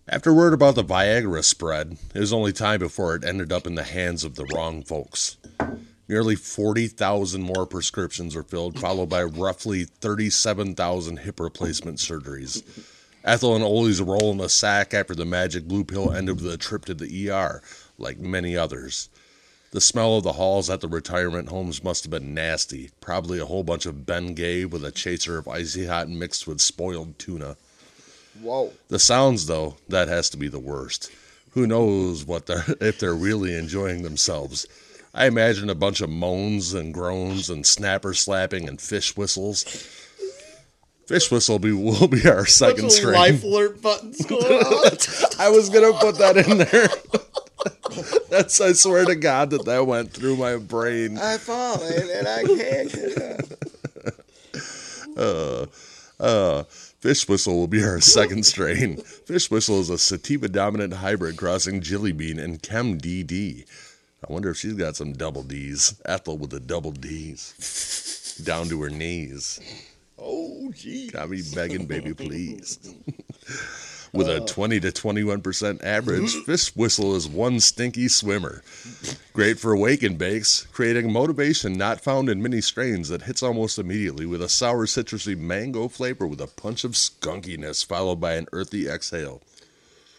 Speaker 2: After word about the Viagra spread, it was only time before it ended up in the hands of the wrong folks. Nearly 40,000 more prescriptions are filled, followed by roughly 37,000 hip replacement surgeries. Ethel and Ollie's roll in a sack after the magic blue pill ended with a trip to the ER, like many others. The smell of the halls at the retirement homes must have been nasty, probably a whole bunch of Ben Gay with a chaser of icy hot mixed with spoiled tuna.
Speaker 1: whoa
Speaker 2: The sounds, though, that has to be the worst. Who knows what they're if they're really enjoying themselves? I imagine a bunch of moans and groans and snapper slapping and fish whistles. Fish whistle be, will be our second
Speaker 3: Bunch of
Speaker 2: string.
Speaker 3: life alert buttons going on.
Speaker 2: I was gonna put that in there. That's I swear to God that that went through my brain.
Speaker 1: i fall in and i can't get up
Speaker 2: Uh, uh, fish whistle will be our second strain. Fish whistle is a sativa dominant hybrid crossing Jilly Bean and Chem DD. I wonder if she's got some double D's. Ethel with the double D's down to her knees.
Speaker 3: Oh, gee.
Speaker 2: Got me begging, baby, please. With a 20 to 21% average, Fist Whistle is one stinky swimmer. Great for wake and bakes, creating motivation not found in many strains that hits almost immediately with a sour, citrusy mango flavor with a punch of skunkiness followed by an earthy exhale.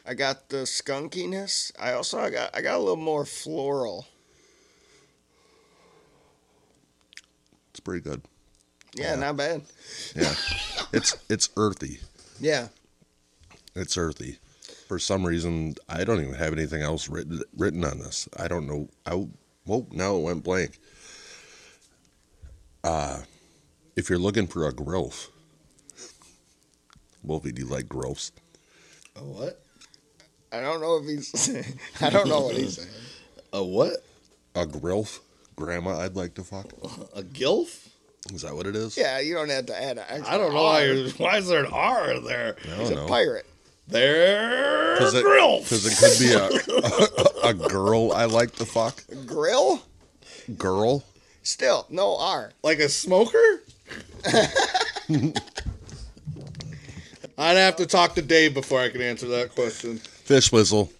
Speaker 1: I got the skunkiness. I also I got I got a little more floral.
Speaker 2: It's pretty good.
Speaker 1: Yeah, not bad.
Speaker 2: Yeah. it's it's earthy.
Speaker 1: Yeah.
Speaker 2: It's earthy. For some reason, I don't even have anything else written written on this. I don't know. I well now it went blank. Uh, if you're looking for a growth, Wolfie, do you like growths?
Speaker 3: A what?
Speaker 1: I don't know if he's I don't know what he's saying.
Speaker 3: A what?
Speaker 2: A growth, grandma, I'd like to fuck.
Speaker 3: A gilf?
Speaker 2: Is that what it is?
Speaker 1: Yeah, you don't have to add an extra
Speaker 3: I don't know
Speaker 1: R.
Speaker 3: why. you're- Why is there an R in there?
Speaker 2: I
Speaker 1: He's
Speaker 2: don't
Speaker 1: a
Speaker 2: know.
Speaker 1: pirate.
Speaker 3: There,
Speaker 2: Because it,
Speaker 3: grilf.
Speaker 2: 'cause it could be a, a a girl I like to fuck.
Speaker 1: Grill?
Speaker 2: Girl.
Speaker 1: Still, no R.
Speaker 3: like a smoker. I'd have to talk to Dave before I can answer that question.
Speaker 2: Fish whistle.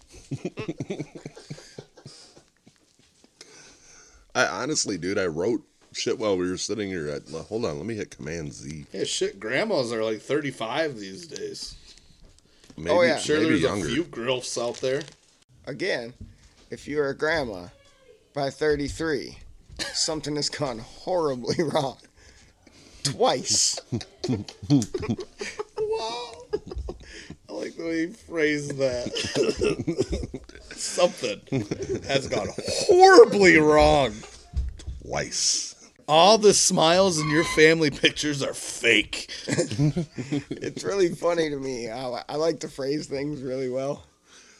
Speaker 2: I honestly, dude, I wrote shit while we were sitting here. I, l- hold on, let me hit Command Z.
Speaker 3: Yeah, shit, grandmas are like 35 these days.
Speaker 2: Maybe,
Speaker 1: Oh, yeah.
Speaker 3: I'm sure
Speaker 2: maybe
Speaker 3: there's
Speaker 2: younger.
Speaker 3: a few grilfs out there.
Speaker 1: Again, if you're a grandma by 33, something has gone horribly wrong. Twice.
Speaker 3: Wow. I like the way you phrased that. Something has gone horribly wrong.
Speaker 2: Twice.
Speaker 3: All the smiles in your family pictures are fake.
Speaker 1: it's really funny to me how I- I like to phrase things really well.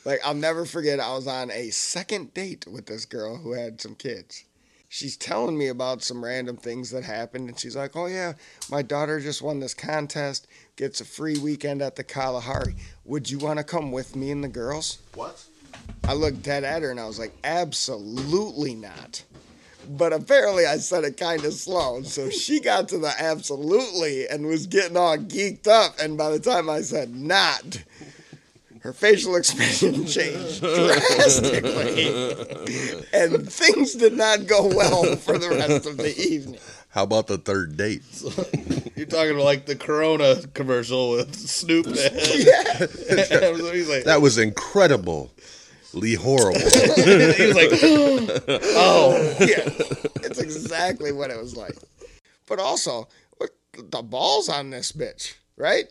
Speaker 1: Like I'll never forget I was on a second date with this girl who had some kids. She's telling me about some random things that happened and she's like, "Oh yeah, my daughter just won this contest, gets a free weekend at the Kalahari. Would you want to come with me and the girls?"
Speaker 3: What?
Speaker 1: I looked dead at her and I was like, absolutely not. But apparently I said it kind of slow. So she got to the absolutely and was getting all geeked up. And by the time I said not, her facial expression changed drastically. and things did not go well for the rest of the evening.
Speaker 2: How about the third date?
Speaker 3: You're talking about like the Corona commercial with Snoop.
Speaker 1: Yeah.
Speaker 3: He's like,
Speaker 2: That was incredible. Lee horrible.
Speaker 3: he was like, oh,
Speaker 1: yeah, it's exactly what it was like. But also, what the balls on this bitch, right?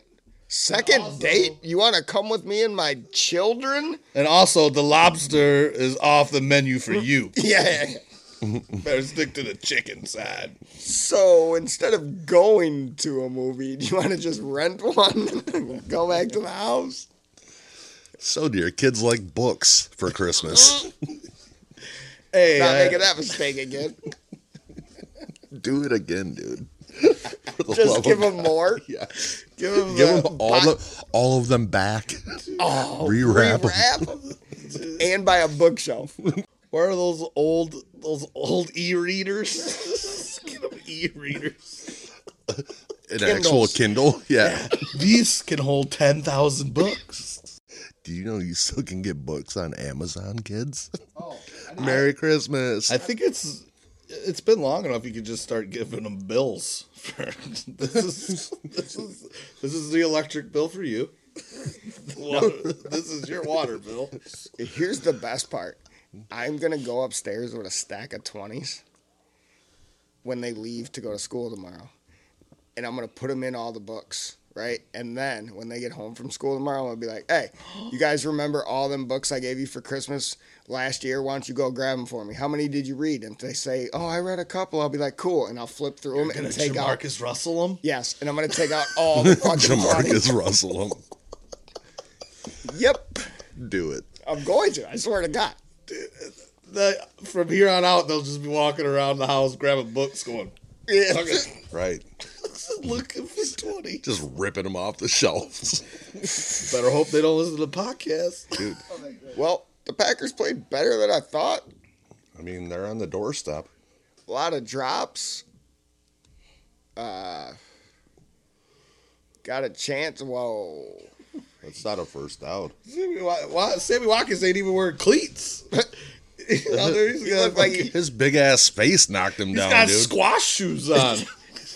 Speaker 1: Second
Speaker 3: Also-
Speaker 1: date? You want to come with me and my children?
Speaker 3: and also the lobster is off the menu for you.
Speaker 1: Yeah.
Speaker 3: Better stick to the chicken side.
Speaker 1: So instead of going to a movie, do you want to just rent one and go back to the house?
Speaker 2: so dear, kids like books for Christmas.
Speaker 3: Hey, uh,
Speaker 1: Not
Speaker 3: I-
Speaker 1: making that mistake again.
Speaker 2: Do it again, dude. For the love
Speaker 1: Just
Speaker 2: of
Speaker 1: give them more.
Speaker 2: Yeah.
Speaker 1: Give them,
Speaker 2: Give 'em all the all of them back. Rewrap 'em.
Speaker 1: and buy a bookshelf.
Speaker 3: where are those old those old e-readers? Get them e-readers.
Speaker 2: An actual Kindle. Yeah.
Speaker 3: These can hold ten thousand books.
Speaker 2: Do you know you still can get books on Amazon, kids? Merry Christmas.
Speaker 3: Oh, I think it's it's been long enough. You could just start giving them bills. For, this is this is this is the electric bill for you. The water- this is your water bill.
Speaker 1: Here's the best part. I'm gonna go upstairs with a stack of twenties when they leave to go to school tomorrow, and I'm gonna put them in all the books, right? And then when they get home from school tomorrow, I'm gonna be like, "Hey, you guys remember all them books I gave you for Christmas last year? Why don't you go grab them for me? How many did you read?" And if they say, "Oh, I read a couple," I'll be like, "Cool," and I'll flip through them and
Speaker 3: Gonna
Speaker 1: take out.
Speaker 3: Jamarcus Russell them.
Speaker 1: Yes, and I'm gonna take out all the fucking 20s.
Speaker 2: Jamarcus Russell. um,
Speaker 1: Yep,
Speaker 2: Do it.
Speaker 1: I'm going to. I swear to God.
Speaker 3: The, from here on out, they'll just be walking around the house grabbing books, going,
Speaker 1: Yeah.
Speaker 3: "Fuck it."
Speaker 2: Right.
Speaker 3: doesn't look if he's 20.
Speaker 2: Just ripping them off the shelves.
Speaker 3: Better hope they don't listen to the podcast.
Speaker 2: Dude,
Speaker 1: Well, the Packers played better than I thought.
Speaker 2: I mean, they're on the doorstep.
Speaker 1: A lot of drops. Uh, got a chance. Whoa.
Speaker 2: That's not a first down.
Speaker 3: Sammy, Wa- Wa- Sammy Watkins ain't even wearing cleats. You know, there he's
Speaker 1: He
Speaker 3: got,
Speaker 1: looked like
Speaker 3: like,
Speaker 1: he-
Speaker 3: he's
Speaker 2: His big ass face knocked him down,
Speaker 3: got
Speaker 2: dude.
Speaker 3: squash shoes on.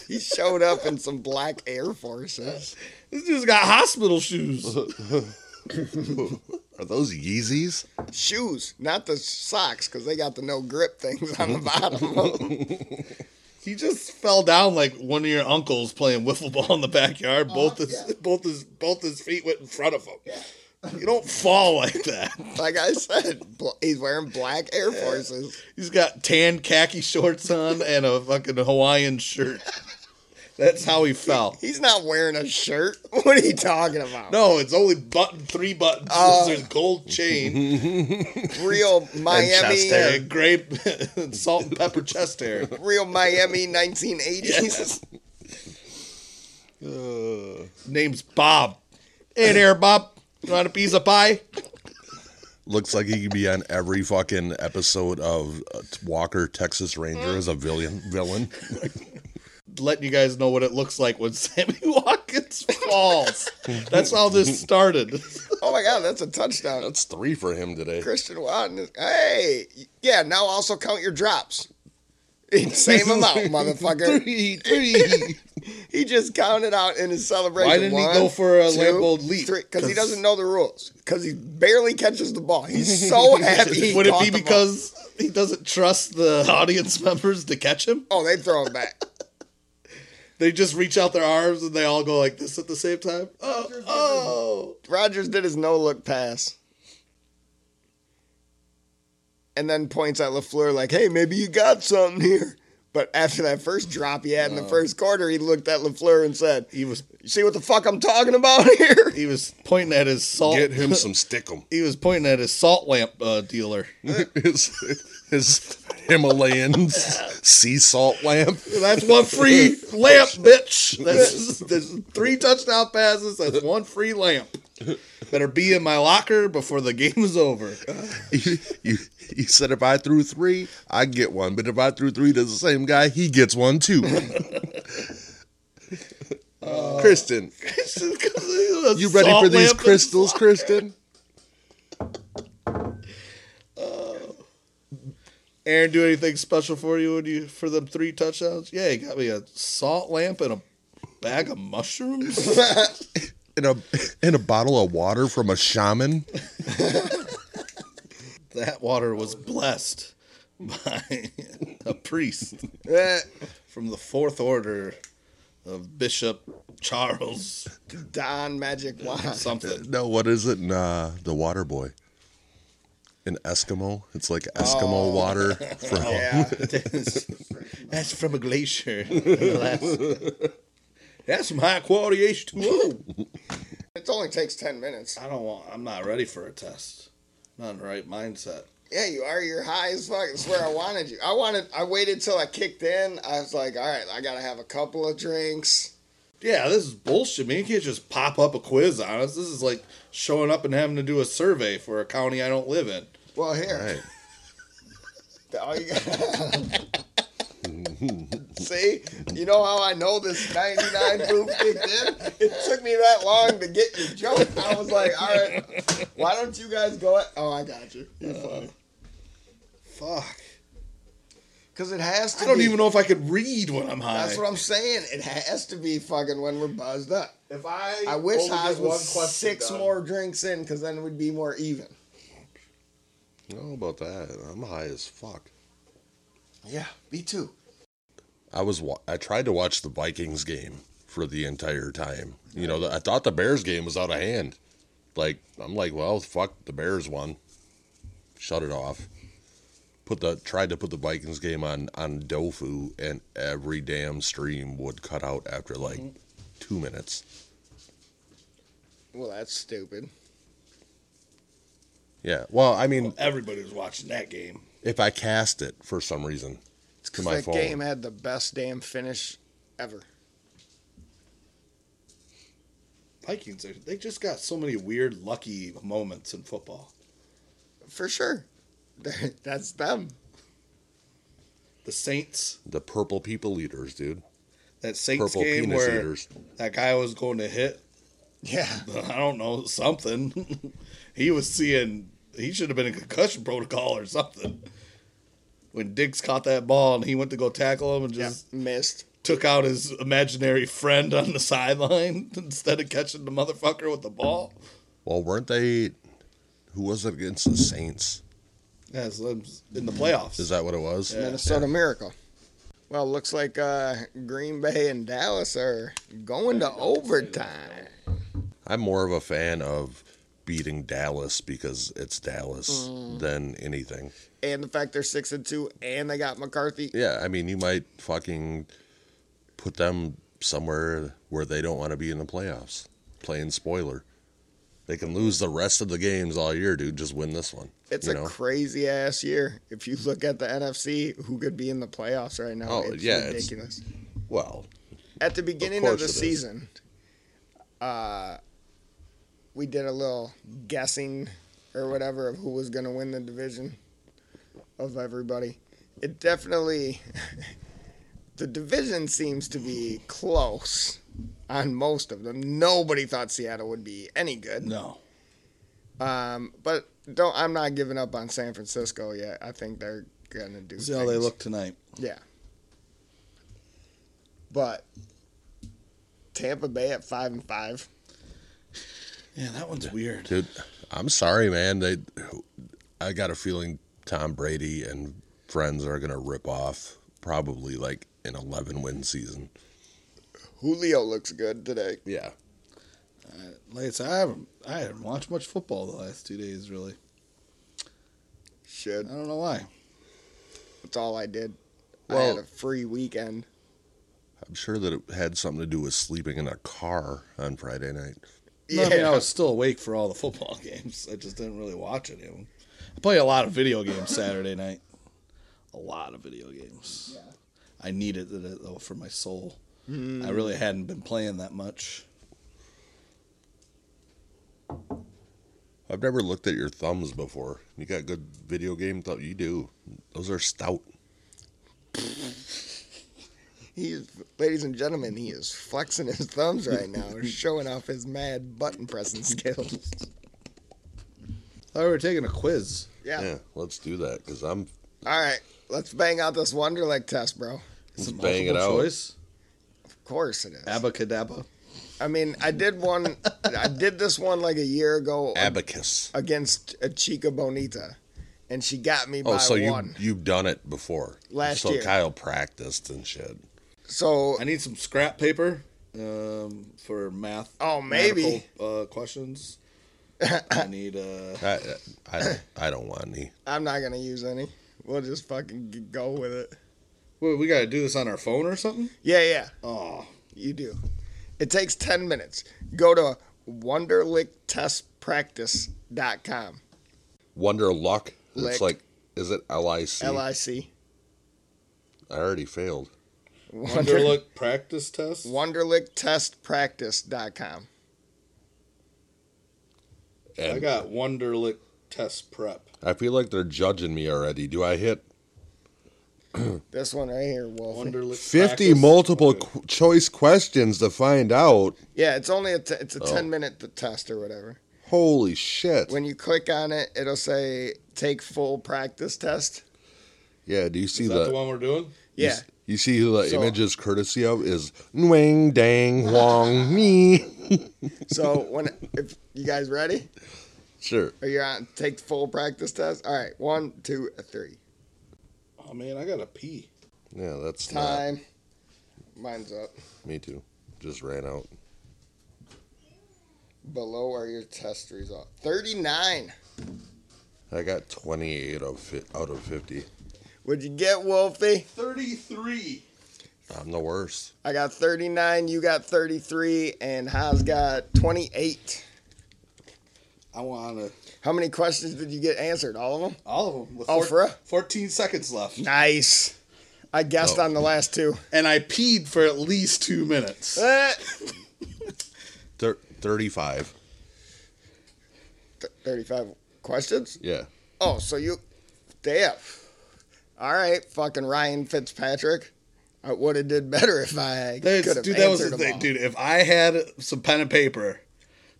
Speaker 1: He showed up in some black Air Forces.
Speaker 3: this dude's got hospital shoes.
Speaker 2: Are those Yeezys?
Speaker 1: Shoes, not the socks, because they got the no grip things on the bottom. of 'em.
Speaker 3: He just fell down like one of your uncles playing wiffle ball in the backyard. both his both his both his feet went in front of him. You don't fall like that.
Speaker 1: like I said, bl- he's wearing black Air Forces.
Speaker 3: He's got tan khaki shorts on and a fucking Hawaiian shirt. That's how he fell.
Speaker 1: He's not wearing a shirt. What are you talking about?
Speaker 3: No, it's only button three buttons. There's gold chain
Speaker 1: Real Miami, uh,
Speaker 2: chest hair.
Speaker 3: and grape salt and pepper chest hair.
Speaker 1: real Miami 1980s.
Speaker 3: Name's Bob. Hey there, Bob. You want a piece of pie?
Speaker 2: Looks like he could be on every fucking episode of uh, Walker Texas Ranger as a villain. Villain.
Speaker 3: letting you guys know what it looks like when Sammy Watkins falls. That's how this started.
Speaker 1: Oh my God, that's a touchdown.
Speaker 2: That's three for him today.
Speaker 1: Christian Watton is. Hey, yeah. Now also count your drops. Same amount, motherfucker.
Speaker 2: Three, three.
Speaker 1: He just counted out in his celebration.
Speaker 3: Why didn't he
Speaker 1: One,
Speaker 3: go for a
Speaker 1: two,
Speaker 3: Lambo leap?
Speaker 1: three, because he doesn't know the rules. Because he barely catches the ball. He's so happy. he
Speaker 3: Would it
Speaker 1: caught
Speaker 3: be
Speaker 1: the ball.
Speaker 3: because he doesn't trust the audience members to catch him?
Speaker 1: Oh, they throw him back.
Speaker 3: They just reach out their arms and they all go like this at the same time. Oh, oh.
Speaker 1: Rogers did his no look pass. And then points at LaFleur like, hey, maybe you got something here. But after that first drop he had in the first quarter, he looked at LaFleur and said,
Speaker 3: He was
Speaker 1: You see what the fuck I'm talking about here?
Speaker 3: he was pointing at his salt.
Speaker 2: Get him some stickum.
Speaker 3: He was pointing at his salt lamp uh, dealer.
Speaker 2: his, his Himalayan sea salt lamp.
Speaker 3: That's one free lamp, bitch. That's, that's three touchdown passes. That's one free lamp. Better be in my locker before the game is over.
Speaker 2: He, he- he said, if I threw three, I get one. But if I threw three to the same guy, he gets one too. Uh, Kristen, you ready for these crystals, Kristen?
Speaker 3: Aaron, do anything special for you when you for them three touchdowns? Yeah, he got me a salt lamp and a bag of mushrooms.
Speaker 2: In a in a bottle of water from a shaman.
Speaker 3: that water was blessed by a priest.
Speaker 1: Eh,
Speaker 3: from the fourth order of Bishop Charles
Speaker 1: Don Magic Wand.
Speaker 3: something.
Speaker 2: No, what is it? Nah, the water boy. An Eskimo. It's like Eskimo water. From,
Speaker 1: Yeah.
Speaker 3: That's from a glacier. That's some high quality H2O.
Speaker 1: It only takes 10 minutes.
Speaker 3: I don't want, I'm not ready for a test. Not in the right mindset.
Speaker 1: Yeah, you are. You're high as fuck. It's where I wanted you. I wanted. I waited till I kicked in. I was like, all right, I gotta have a couple of drinks.
Speaker 3: Yeah, this is bullshit, man. You can't just pop up a quiz on us. This is like showing up and having to do a survey for a county I don't live in.
Speaker 1: Well, here.
Speaker 2: Right.
Speaker 1: All you got. See, you know how I know this 99 proof kicked in? It took me that long to get your joke. I was like, all right, why don't you guys go? At- oh, I got you. You're
Speaker 3: Uh,
Speaker 1: funny.
Speaker 3: Fuck.
Speaker 1: Because it has to.
Speaker 3: I don't
Speaker 1: be-
Speaker 3: even know if I could read when I'm high.
Speaker 1: That's what I'm saying. It has to be fucking when we're buzzed up.
Speaker 3: if I,
Speaker 1: I wish I
Speaker 3: was
Speaker 1: was six more drinks in, because then we'd be more even.
Speaker 2: I don't know about that. I'm high as fuck.
Speaker 1: Yeah, me too.
Speaker 2: I was wa- I tried to watch the Vikings game for the entire time. You know, I thought the Bears game was out of hand. Like I'm like, well, fuck, the Bears won. Shut it off. Put the tried to put the Vikings game on on Dofu, and every damn stream would cut out after like
Speaker 3: Mm-hmm.
Speaker 2: two minutes.
Speaker 1: Well, that's stupid.
Speaker 2: Yeah. Well, I mean,
Speaker 3: Everybody was watching that game.
Speaker 2: if I cast it for some reason,
Speaker 1: It's
Speaker 2: To
Speaker 1: because
Speaker 2: my
Speaker 1: that
Speaker 2: phone.
Speaker 1: game had the best damn finish ever.
Speaker 3: Vikings are they just got so many weird lucky moments in football.
Speaker 1: for sure. That's them.
Speaker 3: The Saints,
Speaker 2: The purple people eaters, dude.
Speaker 3: that Saints
Speaker 2: Purple
Speaker 3: game
Speaker 2: penis
Speaker 3: where
Speaker 2: eaters.
Speaker 3: that guy was going to hit
Speaker 1: Yeah.
Speaker 3: I don't know, something. he was seeing, he should have been in concussion protocol or something. When Diggs caught that ball and he went to go tackle him and just
Speaker 1: Missed.
Speaker 3: took out his imaginary friend on the sideline instead of catching the motherfucker with the ball.
Speaker 2: Well, weren't they? Who was it against the Saints?
Speaker 3: Yeah, so that was in the playoffs.
Speaker 2: Is that what it was?
Speaker 1: Minnesota Miracle. Well, looks like uh, Green Bay and Dallas are going to overtime.
Speaker 2: I'm more of a fan of beating Dallas because it's Dallas
Speaker 1: Mm.
Speaker 2: than anything.
Speaker 1: And the fact they're six and two, and they got McCarthy.
Speaker 2: Yeah, I mean, you might fucking put them somewhere where they don't want to be in the playoffs, playing spoiler. They can lose the rest of the games all year, dude. Just win this one.
Speaker 1: It's
Speaker 2: you
Speaker 1: a
Speaker 2: know?
Speaker 1: crazy ass year. If you look at the NFC, who could be in the playoffs right now?
Speaker 2: Oh,
Speaker 1: it's
Speaker 2: yeah, it's-
Speaker 1: ridiculous.
Speaker 2: well,
Speaker 1: at the beginning of,
Speaker 2: course
Speaker 1: the
Speaker 2: it is.
Speaker 1: season, uh, we did a little guessing or whatever of who was going to win the division of everybody. It definitely, the division seems to be close on most of them. Nobody thought Seattle would be any good.
Speaker 3: no.
Speaker 1: Um, but don't. I'm not giving up on San Francisco yet. I think they're going to do.
Speaker 3: See how they
Speaker 1: things.
Speaker 3: look tonight.
Speaker 1: Yeah. But Tampa Bay at five and five.
Speaker 3: Yeah, that one's weird.
Speaker 2: dude, I'm sorry, man. They, I got a feeling Tom Brady and friends are gonna rip off probably like an 11 win season.
Speaker 1: Julio looks good today.
Speaker 2: Yeah,
Speaker 3: Uh, Like I said, I haven't, I haven't watched much football the last two days, really.
Speaker 1: Should.
Speaker 3: I
Speaker 2: Oh.
Speaker 3: don't know why.
Speaker 1: That's all I did. I
Speaker 2: Well-
Speaker 1: had a free weekend.
Speaker 2: I'm sure that it had something to do with sleeping in a car on Friday night.
Speaker 3: No, I mean,
Speaker 1: Yeah.
Speaker 3: I was still awake for all the football games. I just didn't really watch any of them. I play a lot of video games Saturday night. A lot of video games. I needed it uh, though for my soul.
Speaker 2: Hmm.
Speaker 3: I really hadn't been playing that much.
Speaker 2: I've never looked at your thumbs before. You got good video game thumbs. You do. Those are stout.
Speaker 1: He's ladies and gentlemen, he is flexing his thumbs right now, showing off his mad button pressing skills.
Speaker 3: I we were taking a quiz.
Speaker 1: Yeah.
Speaker 2: Yeah, let's do that because I'm
Speaker 1: All right. Let's bang out this Wonderlic test, bro.
Speaker 3: It's
Speaker 2: Let's bang it out.
Speaker 3: choice.
Speaker 1: Of course it is.
Speaker 3: Abacadabra.
Speaker 1: I mean, I did one I did this one like a year ago
Speaker 2: abacus.
Speaker 1: against a Chica Bonita. And she got me by
Speaker 2: Oh, so
Speaker 1: one.
Speaker 2: you you've done it before.
Speaker 1: Last
Speaker 2: so
Speaker 1: year.
Speaker 2: Kyle practiced and shit.
Speaker 1: So
Speaker 3: I need some scrap paper um, for math.
Speaker 1: Oh, maybe.
Speaker 3: mathematical, Uh, questions. I need uh,
Speaker 2: I I, I don't, I don't want any.
Speaker 1: I'm not gonna use any. We'll just fucking g- go with it.
Speaker 3: Wait, we got to do this on our phone or something?
Speaker 1: Yeah, yeah.
Speaker 3: Oh,
Speaker 1: You do. It takes ten minutes. Go to wonderlicktestpractice.com.
Speaker 2: Wonder luck.
Speaker 1: Lick.
Speaker 2: It's like is it L I C?
Speaker 1: L
Speaker 2: I
Speaker 1: I C.
Speaker 2: already failed.
Speaker 1: Wonder
Speaker 3: Underlook practice test.
Speaker 1: wonderlicktestpractice.com.
Speaker 2: And
Speaker 3: I
Speaker 2: I,
Speaker 3: got Wonderlick test prep.
Speaker 2: feel like they're judging me already. Do I hit
Speaker 1: This one right here, Wolf.
Speaker 3: Wonderlick
Speaker 2: 50
Speaker 3: practice.
Speaker 2: multiple
Speaker 3: Okay.
Speaker 2: qu- choice questions to find out?
Speaker 1: Yeah, it's only a t- it's a ten minute t- test or whatever.
Speaker 2: Holy shit.
Speaker 1: When you click on it, it'll say take full practice test.
Speaker 2: yeah, do you see
Speaker 3: Is that
Speaker 2: the,
Speaker 3: the one we're doing?
Speaker 2: You
Speaker 1: Yeah.
Speaker 2: s- You, see who the
Speaker 1: So-
Speaker 2: image is courtesy of is Nguyen Dang Huang Me.
Speaker 1: So when if you guys ready?
Speaker 2: Sure.
Speaker 1: Are you on take full practice test? All right, one, two, three.
Speaker 3: Oh man, I gotta pee.
Speaker 2: Yeah, that's not
Speaker 1: Time. Mine's up.
Speaker 2: me too. Just ran out.
Speaker 1: Below are your test results. 39.
Speaker 2: I got 28 of fi- out of 50.
Speaker 1: What'd you get, Wolfie?
Speaker 3: Thirty-three.
Speaker 2: I'm the worst.
Speaker 1: I got 39, you got 33, and Haas got 28.
Speaker 3: I wanna
Speaker 1: How many questions did you get answered? All of them?
Speaker 3: all of them. With
Speaker 1: Oh,
Speaker 3: four-
Speaker 1: for real?
Speaker 3: Fourteen seconds left,
Speaker 1: Nice. I guessed
Speaker 2: Oh.
Speaker 1: on the last two.
Speaker 3: and I peed for at least two minutes.
Speaker 1: Eh,
Speaker 2: Thir- 35.
Speaker 1: Th- 35 questions?
Speaker 2: Yeah.
Speaker 1: Oh, so you. Damn. All right, fucking Ryan Fitzpatrick. I would have did better if I could
Speaker 3: That's-
Speaker 1: have
Speaker 3: dude, that was the
Speaker 1: answered them
Speaker 3: thing,
Speaker 1: all. Oh
Speaker 3: dude. If I had some pen and paper,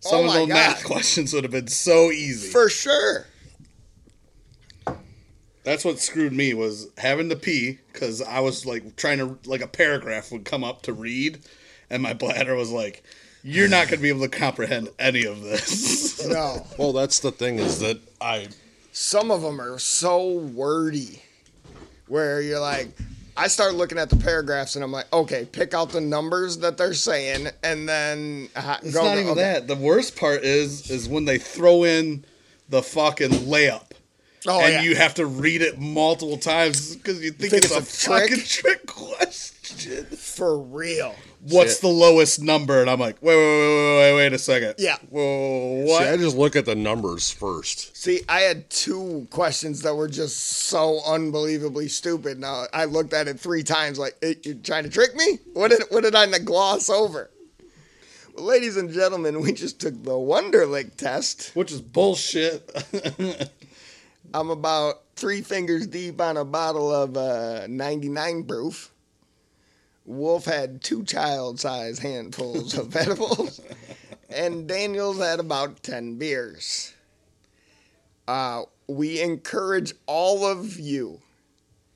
Speaker 3: some of
Speaker 1: my
Speaker 3: those
Speaker 1: God.
Speaker 3: math questions would have been so easy.
Speaker 1: For sure.
Speaker 3: That's what screwed me was having to pee because I was like trying to like a paragraph would come up to read, and my bladder was like, "You're not going to be able to comprehend any of this."
Speaker 1: No.
Speaker 2: Well, that's the thing is that I
Speaker 1: some of them are so wordy where you're like i start looking at the paragraphs and i'm like okay pick out the numbers that they're saying and then uh,
Speaker 3: It's not even that. The worst part is is when they throw in the fucking layup.
Speaker 1: oh
Speaker 3: and
Speaker 1: yeah
Speaker 3: you have to read it multiple times because you think,
Speaker 1: Think
Speaker 3: it's,
Speaker 1: it's
Speaker 3: a,
Speaker 1: a trick?
Speaker 3: fucking trick question.
Speaker 1: for real
Speaker 3: What's the lowest number? And I'm like, wait, wait, wait, wait, wait, wait a second.
Speaker 1: Yeah.
Speaker 3: Whoa,
Speaker 2: see, I
Speaker 3: what?
Speaker 2: just look at the numbers first.
Speaker 1: see i had two questions that were just so unbelievably stupid now i looked at it three times like "Eh, you're trying to trick me what did, what did i gloss over well, ladies and gentlemen we just took the wonderlick test
Speaker 3: Which is bullshit.
Speaker 1: I'm about three fingers deep on a bottle of uh, 99 proof. Wolf had two child sized handfuls of edibles, and Daniels had about 10 beers. Uh, we encourage all of you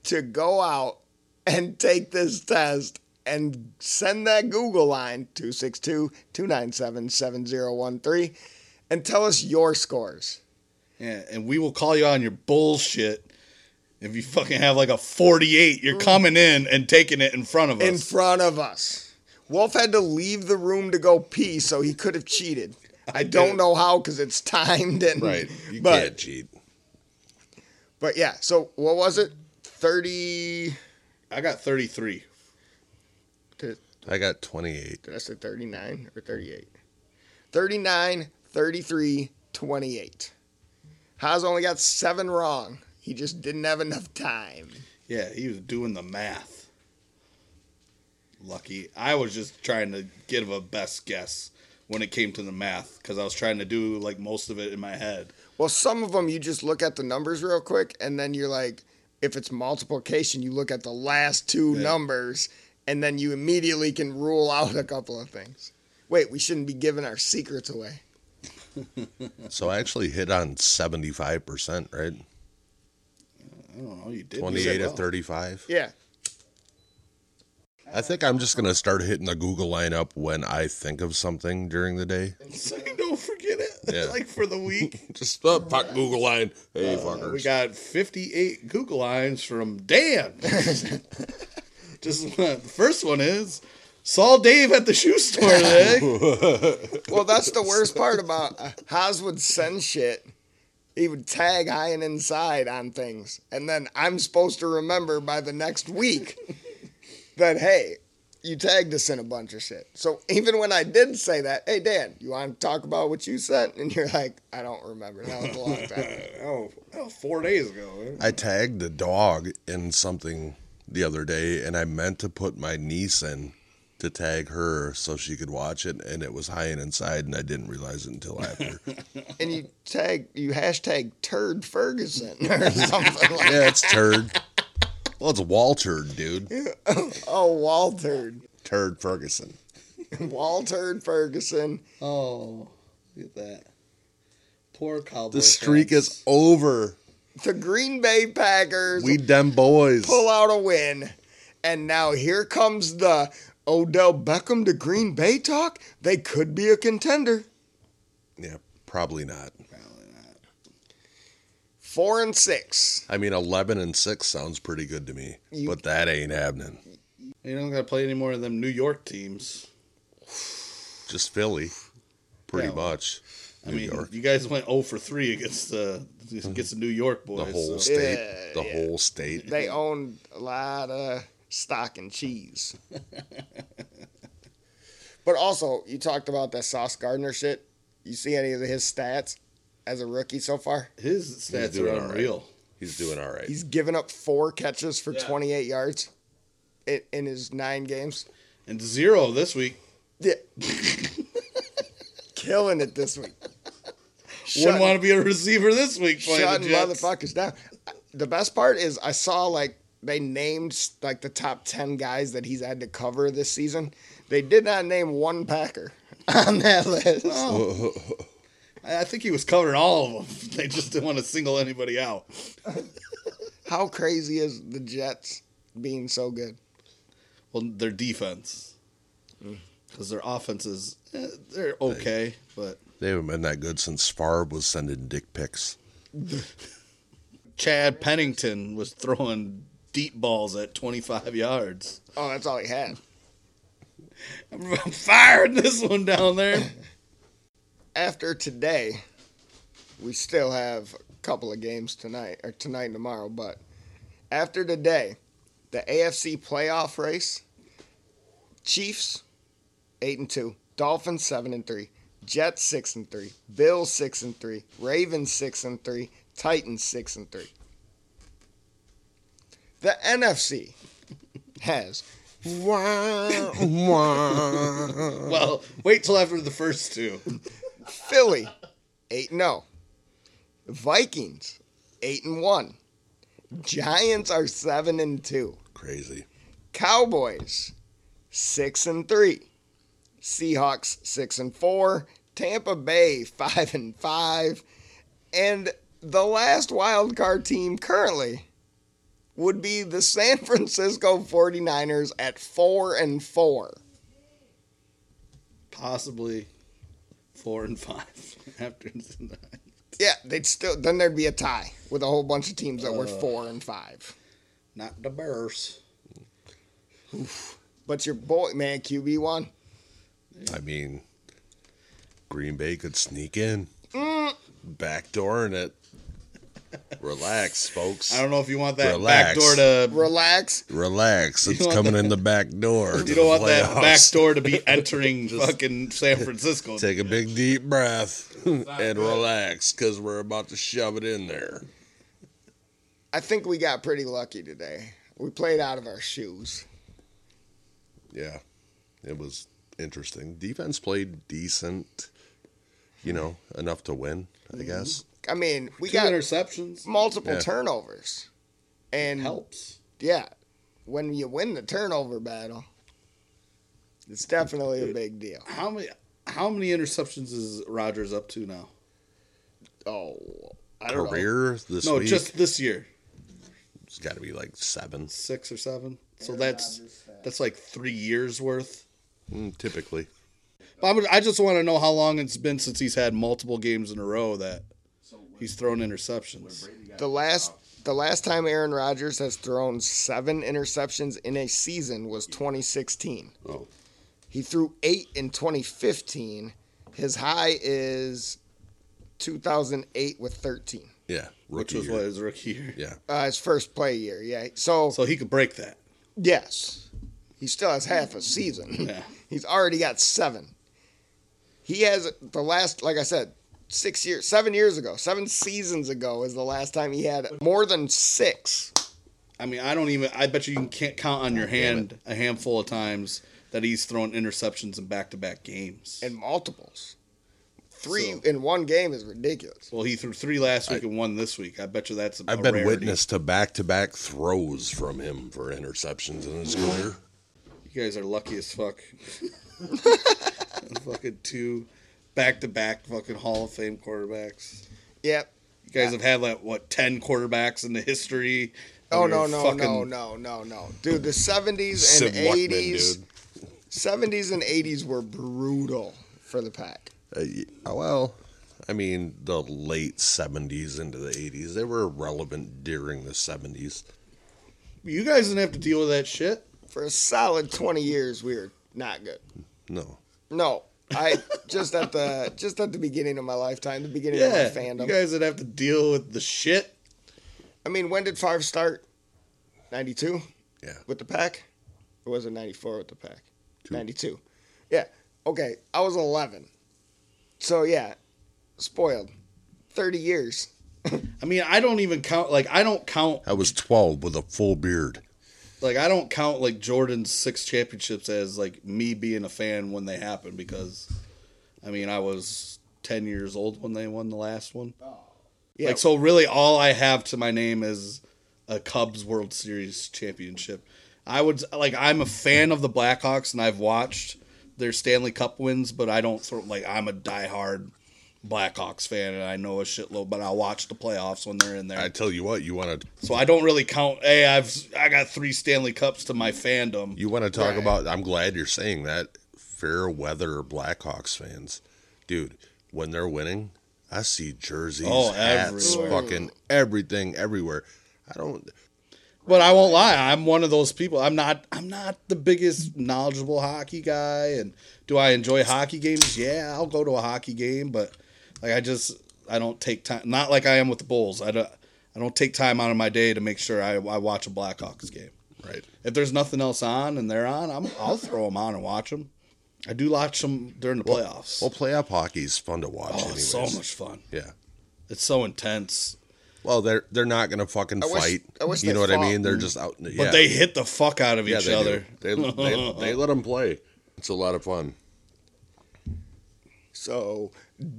Speaker 1: to go out and take this test and send that Google line 262 297 7013 and tell us your scores.
Speaker 3: yeah, and we will call you on your bullshit. If you fucking have like a 48, you're coming in and taking it in front of us.
Speaker 1: Mm. in front of us. Wolf had to leave the room to go pee, so he could have cheated. I don't know how because it's timed and
Speaker 2: Right. You
Speaker 1: but
Speaker 2: can't cheat.
Speaker 1: but yeah. So what was it? Thirty?
Speaker 3: I got 33.
Speaker 1: Did,
Speaker 2: I got 28.
Speaker 1: did I say thirty-nine or thirty-eight? Thirty-nine, thirty-three, twenty-eight. Haas only got seven wrong. He just didn't have enough time.
Speaker 3: Yeah, he was doing the math. Lucky. I was just trying to give a best guess when it came to the math because I was trying to do like most of it in my head.
Speaker 1: Well, some of them you just look at the numbers real quick, and then you're like, if it's multiplication, you look at the last two
Speaker 3: Yeah.
Speaker 1: numbers, and then you immediately can rule out a couple of things. Wait, we shouldn't be giving our secrets away.
Speaker 2: So I actually hit on 75%, right?
Speaker 3: I don't know. You did. you
Speaker 2: 28
Speaker 3: said
Speaker 2: to
Speaker 3: well.
Speaker 2: 35.
Speaker 1: Yeah.
Speaker 2: I think I'm just going to start hitting the Google line up when I think of something during the day.
Speaker 3: So you don't forget it.
Speaker 2: Yeah.
Speaker 3: like for the week.
Speaker 2: Just the fuck Google line. Hey, fuckers.
Speaker 3: we got 58 Google lines from Dan. just uh, the first one is saw Dave at the shoe store
Speaker 2: Oh.
Speaker 3: today.
Speaker 1: Well, that's the worst part about uh, Haas would send shit. He would tag high and inside on things, and then I'm supposed to remember by the next week that hey, you tagged us in a bunch of shit. So even when I did say that, hey Dan, you want to talk about what you sent? And you're like, I don't remember. That was a long time.
Speaker 3: oh, that was four days ago. eh?
Speaker 2: I tagged a dog in something the other day, and I meant to put my niece in to tag her so she could watch it, and it was high and inside, and I didn't realize it until after.
Speaker 1: And you tag, you hashtag turd Ferguson or something like.
Speaker 2: yeah, it's turd. Well, it's Wall Turd, dude.
Speaker 1: Oh, Walter,
Speaker 2: Turd Ferguson.
Speaker 1: Walter Ferguson.
Speaker 3: Oh, look at that. Poor cowboy.
Speaker 2: The streak is over.
Speaker 1: The Green Bay Packers.
Speaker 2: We dem boys.
Speaker 1: pull out a win. And now here comes the Odell Beckham to Green Bay talk. They could be a contender.
Speaker 2: Yeah, probably not.
Speaker 1: Four and six.
Speaker 2: I mean, 11 and 6 sounds pretty good to me,
Speaker 1: You-
Speaker 2: but that ain't happening.
Speaker 3: You don't gotta play any more of them New York teams.
Speaker 2: Just Philly, pretty
Speaker 3: Yeah.
Speaker 2: much.
Speaker 3: I
Speaker 2: New
Speaker 3: mean,
Speaker 2: York. Mm-hmm.
Speaker 3: you guys went 0 for 3 against the against the New York
Speaker 2: The
Speaker 3: boys.
Speaker 2: whole
Speaker 3: so-
Speaker 2: state.
Speaker 1: Yeah,
Speaker 2: the
Speaker 1: yeah.
Speaker 2: whole state.
Speaker 1: They own a lot of stock and cheese. but also, you talked about that Sauce Gardner shit. You see any of his stats as a rookie so far?
Speaker 3: His stats are
Speaker 2: doing all right.
Speaker 3: unreal.
Speaker 2: He's doing all right.
Speaker 1: He's given up four catches for
Speaker 3: Yeah.
Speaker 1: 28 yards in, in his nine games.
Speaker 3: And zero this week.
Speaker 1: Yeah. killing it this week.
Speaker 3: Wouldn't
Speaker 1: Shutting,
Speaker 3: want to be a receiver this week playing
Speaker 1: shutting
Speaker 3: the Jets.
Speaker 1: motherfuckers down. The best part is I saw like they named like the top ten guys that he's had to cover this season. They did not name one Packer on that list.
Speaker 3: Oh. I I think he was covering all of them. They just didn't want to single anybody out.
Speaker 1: How crazy is the Jets being so good?
Speaker 3: Well, their defense, because their offense is eh, they're okay, but
Speaker 2: They haven't been that good since Farb was sending dick pics.
Speaker 3: Chad Pennington was throwing deep balls at 25 yards.
Speaker 1: Oh, that's all he had.
Speaker 3: I'm firing this one down there.
Speaker 1: After today, we still have a couple of games tonight or tonight and tomorrow, but after today, the AFC playoff race, Chiefs eight and two, Dolphins seven and three, Jets six and three, Bills six and three, Ravens six and three, Titans six and three. The NFC has
Speaker 3: Well, wait till after the first two.
Speaker 1: Philly, eight and zero. Vikings, eight and one. Giants are seven and two.
Speaker 2: Crazy.
Speaker 1: Cowboys, six and three. Seahawks, six and four. Tampa Bay, five and five. And the last wild card team currently would be the San Francisco 49ers at four and four.
Speaker 3: Possibly four and five after tonight.
Speaker 1: Yeah, they'd still then there'd be a tie with a whole bunch of teams that were four and five.
Speaker 3: Not the Bears.
Speaker 1: But your boy, man, QB one.
Speaker 2: I mean, Green Bay could sneak in,
Speaker 3: Mm.
Speaker 2: backdooring it. Relax, folks.
Speaker 3: I don't know if you want that
Speaker 2: Relax.
Speaker 3: back door to.
Speaker 1: Relax.
Speaker 2: Relax. It's
Speaker 3: want
Speaker 2: coming in the back door. to
Speaker 3: You
Speaker 2: the
Speaker 3: don't want that
Speaker 2: playoffs.
Speaker 3: back door to be entering fucking San Francisco.
Speaker 2: Take a big deep breath and relax because we're about to shove it in there.
Speaker 1: I think we got pretty lucky today. We played out of our shoes.
Speaker 2: Yeah, it was interesting. Defense played decent, you know, enough to win, I guess.
Speaker 1: I mean, we
Speaker 3: Two
Speaker 1: got
Speaker 3: interceptions
Speaker 1: multiple
Speaker 2: Yeah.
Speaker 1: turnovers. And
Speaker 3: Mm. helps.
Speaker 1: yeah, when you win the turnover battle, it's definitely a big deal.
Speaker 3: How many? How many interceptions is Rogers up to now?
Speaker 1: Oh, I don't know.
Speaker 2: Career this
Speaker 3: No,
Speaker 2: week,
Speaker 3: just this year,
Speaker 2: it's got to be like seven,
Speaker 3: six or seven. So that's that's like three years worth.
Speaker 2: Mm, typically.
Speaker 3: But I'm- I just want to know how long it's been since he's had multiple games in a row that he's thrown interceptions.
Speaker 1: The last the last time Aaron Rodgers has thrown seven interceptions in a season was 2016.
Speaker 2: Oh.
Speaker 1: He threw eight in 2015. His high is 2008 with 13.
Speaker 2: Yeah,
Speaker 3: Which
Speaker 2: rookie
Speaker 3: was
Speaker 2: year.
Speaker 3: what his rookie year.
Speaker 2: Yeah,
Speaker 1: Uh, his first play year, yeah. So,
Speaker 3: So he could break that.
Speaker 1: yes, he still has half a season.
Speaker 3: Yeah.
Speaker 1: He's already got seven. He has the last, like I said, six years, seven years ago, seven seasons ago is the last time he had more than six.
Speaker 3: I mean, I don't even. I bet you you can't count on your hand a handful of times that he's thrown interceptions in back-to-back games.
Speaker 1: and multiples. Three
Speaker 3: So-
Speaker 1: in one game is ridiculous.
Speaker 3: well, he threw three last week and one this week. I bet you that's. i
Speaker 2: I've been witness to back to back throws from him for interceptions in his career.
Speaker 3: You guys are lucky as fuck. fucking two back-to-back fucking Hall of Fame quarterbacks.
Speaker 1: Yep.
Speaker 3: You guys have had like what ten quarterbacks in the history.
Speaker 1: Oh
Speaker 3: of
Speaker 1: no
Speaker 3: your
Speaker 1: no
Speaker 3: fucking-
Speaker 1: no no no no, dude! The seventies
Speaker 2: Sid
Speaker 1: and
Speaker 2: Luckman,
Speaker 1: eighties,
Speaker 2: dude.
Speaker 1: seventies and eighties were brutal for the pack.
Speaker 2: Uh, y- oh, well, I mean, the late 70s into the 80s, they were relevant during the 70s.
Speaker 3: You guys didn't have to deal with that shit.
Speaker 1: For a solid twenty years, we were not good.
Speaker 2: No.
Speaker 1: No, I just at the just at the beginning of my lifetime, the beginning
Speaker 3: Yeah,
Speaker 1: of my fandom.
Speaker 3: you guys didn't have to deal with the shit.
Speaker 1: I mean, when did Favre start? Ninety two
Speaker 2: Yeah.
Speaker 1: with the pack. It wasn't ninety four with the pack.
Speaker 2: Two.
Speaker 1: Ninety two. Yeah. Okay. I was eleven. So yeah, spoiled. Thirty years.
Speaker 3: I mean, I don't even count. Like, I don't count
Speaker 2: I was 12 with a full beard.
Speaker 3: like I don't count like Jordan's six championships as like me being a fan when they happen because I mean, I was 10 years old when they won the last one.
Speaker 1: Yeah.
Speaker 3: Like, so really, all I have to my name is a Cubs World Series championship. I would, like, I'm a fan of the Blackhawks and I've watched their Stanley Cup wins, but I don't sort of, like, I'm a diehard Blackhawks fan and I know a shitload, but I'll watch the playoffs when they're in there.
Speaker 2: I tell you what, you want to
Speaker 3: so I don't really count, hey, I've, I got three Stanley Cups to my fandom.
Speaker 2: you want to talk
Speaker 1: Right.
Speaker 2: about. I'm glad you're saying that. Fair weather Blackhawks fans, dude. When they're winning, I see jerseys,
Speaker 3: Oh,
Speaker 2: hats,
Speaker 3: everywhere.
Speaker 2: fucking everything, everywhere. I don't.
Speaker 3: But I won't lie, I'm one of those people. I'm not I'm not the biggest knowledgeable hockey guy and do I enjoy hockey games? Yeah, I'll go to a hockey game, but like I just I don't take time not like I am with the Bulls. I don't I don't take time out of my day to make sure I, I watch a Blackhawks game.
Speaker 2: Right.
Speaker 3: If there's nothing else on and they're on, I'm, I'll throw them on and watch them. I do watch them during the playoffs.
Speaker 2: Well, playoff hockey is fun to watch.
Speaker 3: oh,
Speaker 2: anyways.
Speaker 3: it's so much fun.
Speaker 2: Yeah.
Speaker 3: It's so intense.
Speaker 2: Well, they're they're not gonna fucking
Speaker 1: I wish-
Speaker 2: fight.
Speaker 1: I wish
Speaker 2: you
Speaker 1: they
Speaker 2: know what I
Speaker 1: fought.
Speaker 2: mean. They're just out.
Speaker 3: But they hit the fuck out of each
Speaker 2: they do.
Speaker 3: other.
Speaker 2: They, they they let them play. It's a lot of fun.
Speaker 1: So,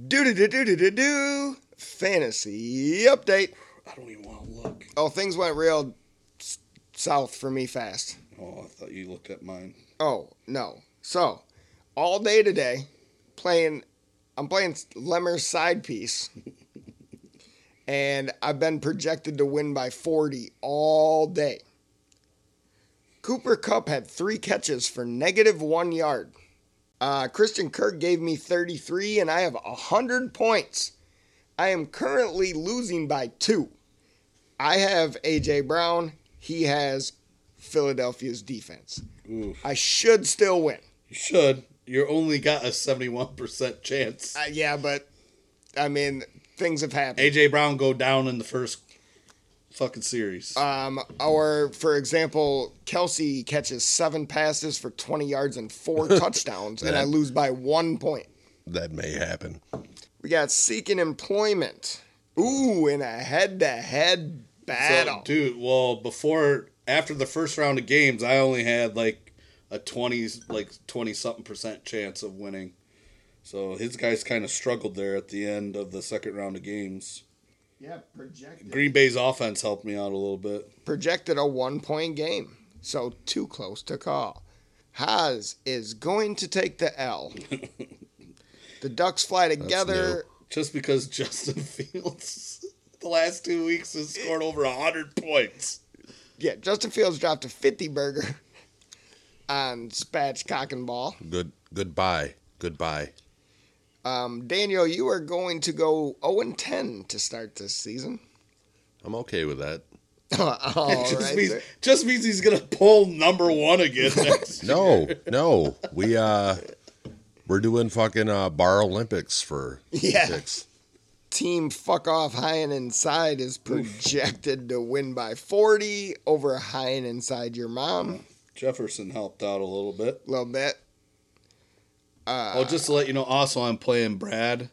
Speaker 1: do do do do do do do. Fantasy update.
Speaker 3: I don't even want to look.
Speaker 1: Oh, things went real s- south for me fast.
Speaker 3: Oh, I thought you looked at mine.
Speaker 1: Oh no. So, all day today, playing. I'm playing Lemmer's side piece, and I've been projected to win by 40 all day. Cooper Cup had three catches for negative one yard. Uh, Christian Kirk gave me 33, and I have 100 points. I am currently losing by two. I have AJ Brown. He has Philadelphia's defense. I should still win.
Speaker 3: You should. You only got a 71% chance.
Speaker 1: Uh, yeah, but I mean, things have happened.
Speaker 3: AJ Brown go down in the first fucking series.
Speaker 1: Um, or for example, Kelsey catches seven passes for 20 yards and four touchdowns, and I lose by one point.
Speaker 2: That may happen.
Speaker 1: We got seeking employment. Ooh, in a head-to-head battle.
Speaker 3: so, dude, well, before after the first round of games, I only had like a 20 like 20 something percent chance of winning. So his guys kind of struggled there at the end of the second round of games.
Speaker 1: yeah, projected.
Speaker 3: Green Bay's offense helped me out a little bit.
Speaker 1: projected a one point game. So too close to call. Haas is going to take the L. the Ducks fly together.
Speaker 3: Just because Justin Fields the last two weeks has scored over 100 points.
Speaker 1: Yeah, Justin Fields dropped a 50 burger on Spatch Cock and Ball.
Speaker 2: Good goodbye. Goodbye.
Speaker 1: Um, Daniel, you are going to go 0 and 10 to start this season.
Speaker 2: I'm okay with that.
Speaker 1: All
Speaker 3: just,
Speaker 1: right.
Speaker 3: means,
Speaker 1: there.
Speaker 3: just means he's gonna pull number one again. Next year.
Speaker 2: No, no. We uh we're doing fucking uh bar Olympics for
Speaker 1: Yeah.
Speaker 2: picks.
Speaker 1: Team Fuck Off High and Inside is projected to win by 40 over High and Inside Your Mom.
Speaker 3: Jefferson helped out a little bit.
Speaker 1: A little bit. Ah.
Speaker 3: oh, just to let you know, also I'm playing Brad,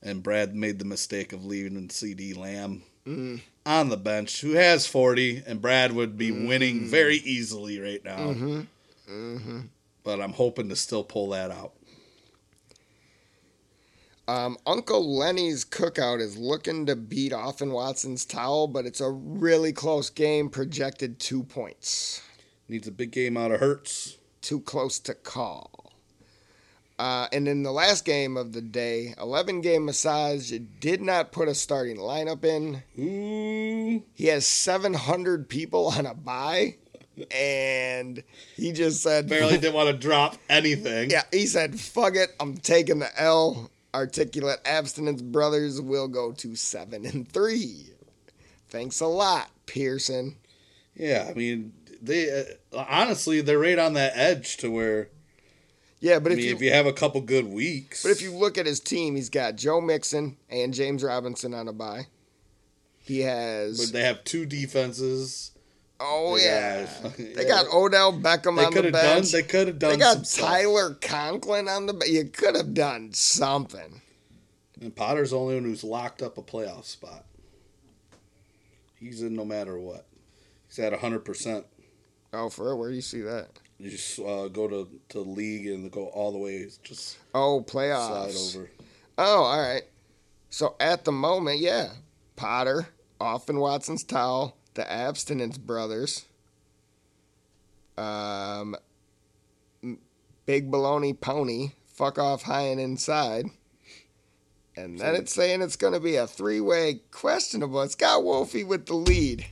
Speaker 3: and Brad made the mistake of leaving C.D. Lamb
Speaker 1: Mm.
Speaker 3: on the bench, who has 40, and Brad would be
Speaker 1: Mm.
Speaker 3: winning very easily right now.
Speaker 1: Mm-hmm.
Speaker 3: But I'm hoping to still pull that out.
Speaker 1: Um, Uncle Lenny's cookout is looking to beat off in Watson's towel, but it's a really close game, projected two points.
Speaker 3: Needs a big game out of Hertz.
Speaker 1: Too close to call. Uh, and in the last game of the day, 11 game massage did not put a starting lineup in.
Speaker 3: Ooh.
Speaker 1: He has 700 people on a buy, and he just said,
Speaker 3: Barely didn't want to drop anything.
Speaker 1: Yeah, he said, fuck it, I'm taking the L. Articulate abstinence brothers will go to seven and three. Thanks a lot, Pearson.
Speaker 3: Yeah, I mean, they uh, honestly they're right on that edge to where
Speaker 1: Yeah, but
Speaker 3: I
Speaker 1: if
Speaker 3: mean,
Speaker 1: you,
Speaker 3: if you have a couple good weeks,
Speaker 1: but if you look at his team, he's got Joe Mixon and James Robinson on a bye. He
Speaker 3: but
Speaker 1: has
Speaker 3: they have two defenses.
Speaker 1: oh
Speaker 3: they
Speaker 1: yeah,
Speaker 3: got-
Speaker 1: they got Odell Beckham
Speaker 3: They
Speaker 1: on
Speaker 3: could
Speaker 1: the
Speaker 3: have done.
Speaker 1: bench.
Speaker 3: They could have done.
Speaker 1: They got
Speaker 3: some stuff.
Speaker 1: Tyler Conklin on the. be- You could have done something.
Speaker 3: And Potter's the only one who's locked up a playoff spot. He's in no matter what. He's at hundred percent.
Speaker 1: Oh, for real? where do you see that?
Speaker 3: You just uh, go to to league and go all the way, just
Speaker 1: Oh,
Speaker 3: slide
Speaker 1: playoffs.
Speaker 3: over.
Speaker 1: Oh, all right. So at the moment, yeah, Potter off in Watson's towel, the abstinence brothers, um, M- Big Baloney Pony, fuck off high and inside. And then it's saying it's going to be a three way questionable. It's got Wolfie with the lead.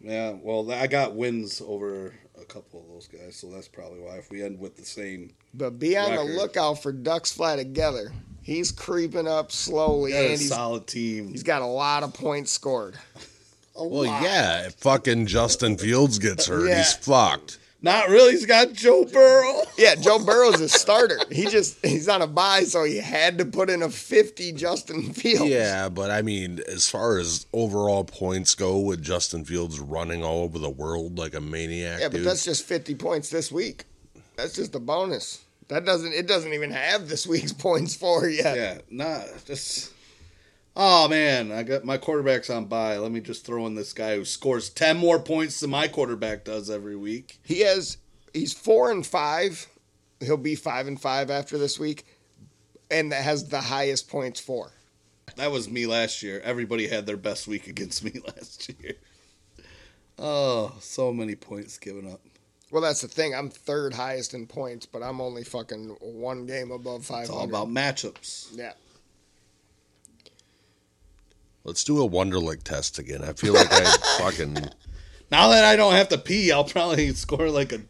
Speaker 3: Yeah, well, I got wins over a couple of those guys, so that's probably why. If we end with the same,
Speaker 1: But be on the
Speaker 3: Record.
Speaker 1: lookout for Ducks Fly Together. He's creeping up slowly,
Speaker 3: got
Speaker 1: and
Speaker 3: a
Speaker 1: he's,
Speaker 3: solid team.
Speaker 1: he's got a lot of points scored.
Speaker 2: Well, yeah, if fucking Justin Fields gets hurt,
Speaker 1: Yeah.
Speaker 2: he's fucked.
Speaker 3: Not really. He's got Joe Burrow.
Speaker 1: Yeah, Joe Burrow's a starter. He just he's on a bye, so he had to put in a fifty Justin Fields.
Speaker 2: Yeah, but I mean, as far as overall points go, with Justin Fields running all over the world like a maniac,
Speaker 1: Yeah, but
Speaker 2: dude.
Speaker 1: that's just fifty points this week. That's just a bonus. That doesn't it doesn't even have this week's points for yet.
Speaker 3: Yeah, not just. Oh man, I got my quarterback's on by. Let me just throw in this guy who scores ten more points than my quarterback does every week.
Speaker 1: He has he's four and five. He'll be five and five after this week. And that has the highest points for.
Speaker 3: That was me last year. Everybody had their best week against me last year. Oh, so many points given up.
Speaker 1: Well, that's the thing. I'm third highest in points, but I'm only fucking one game above five
Speaker 3: It's all
Speaker 1: hundred.
Speaker 3: about matchups.
Speaker 1: yeah.
Speaker 2: Let's do a Wonderlick test again. I feel like I fucking.
Speaker 3: Now that I don't have to pee, I'll probably score like a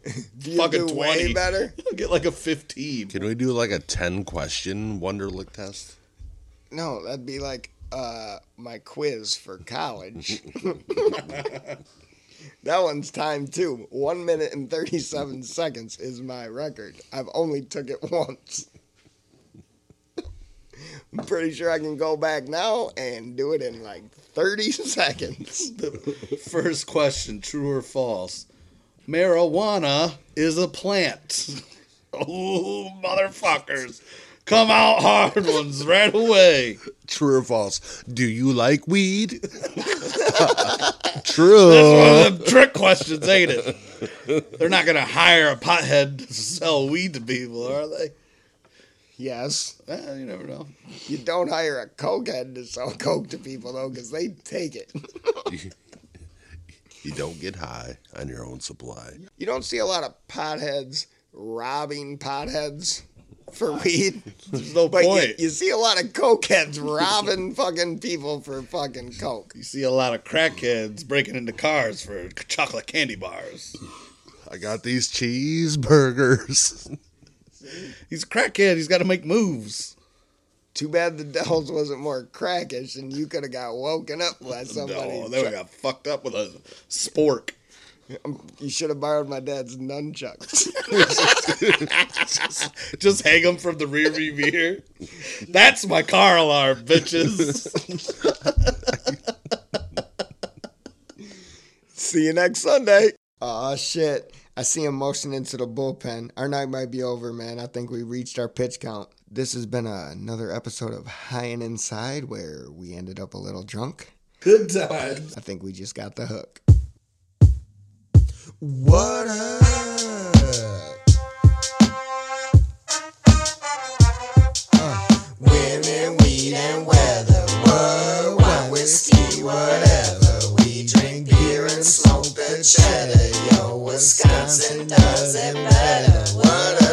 Speaker 1: You
Speaker 3: fucking
Speaker 1: do
Speaker 3: twenty.
Speaker 1: way better.
Speaker 3: I'll get like a fifteen.
Speaker 2: Can we do like a 10 question Wonderlick test?
Speaker 1: No, that'd be like uh, my quiz for college. that one's time too. One minute and thirty-seven seconds is my record. I've only took it once. I'm pretty sure I can go back now and do it in like thirty seconds.
Speaker 3: First question: True or false? Marijuana is a plant. oh, motherfuckers! Come out hard ones right away.
Speaker 2: True or false? Do you like weed? True.
Speaker 3: One of them trick questions, ain't it? They're not gonna hire a pothead to sell weed to people, are they?
Speaker 1: Yes,
Speaker 3: Eh, you never know.
Speaker 1: you don't hire a cokehead to sell coke to people though, because they take it.
Speaker 2: You don't get high on your own supply.
Speaker 1: You don't see a lot of potheads robbing potheads for weed.
Speaker 3: There's no
Speaker 1: But you,
Speaker 3: point. You,
Speaker 1: you see a lot of cokeheads robbing fucking people for fucking coke.
Speaker 3: see a lot of crackheads breaking into cars for chocolate candy bars.
Speaker 2: I got these cheeseburgers.
Speaker 3: He's a crackhead. He's got to make moves.
Speaker 1: Too bad the Dells wasn't more crackish, and you could have got woken up by somebody.
Speaker 3: No, Oh, they would got fucked up with a spork.
Speaker 1: you should have borrowed my dad's nunchucks.
Speaker 3: Just hang them from the rear view mirror. That's my car alarm, bitches.
Speaker 1: see you next Sunday. Aw, shit. I see him motioning into the bullpen. Our night might be over, man. I think we reached our pitch count. This has been another episode of High and Inside where we ended up a little drunk.
Speaker 3: Good times.
Speaker 1: I think we just got the hook. What up? Uh, women, weed, and weather. Worldwide whiskey, whatever. We drink beer and smoke the cheddar. Yo, Wisconsin does it better. What up?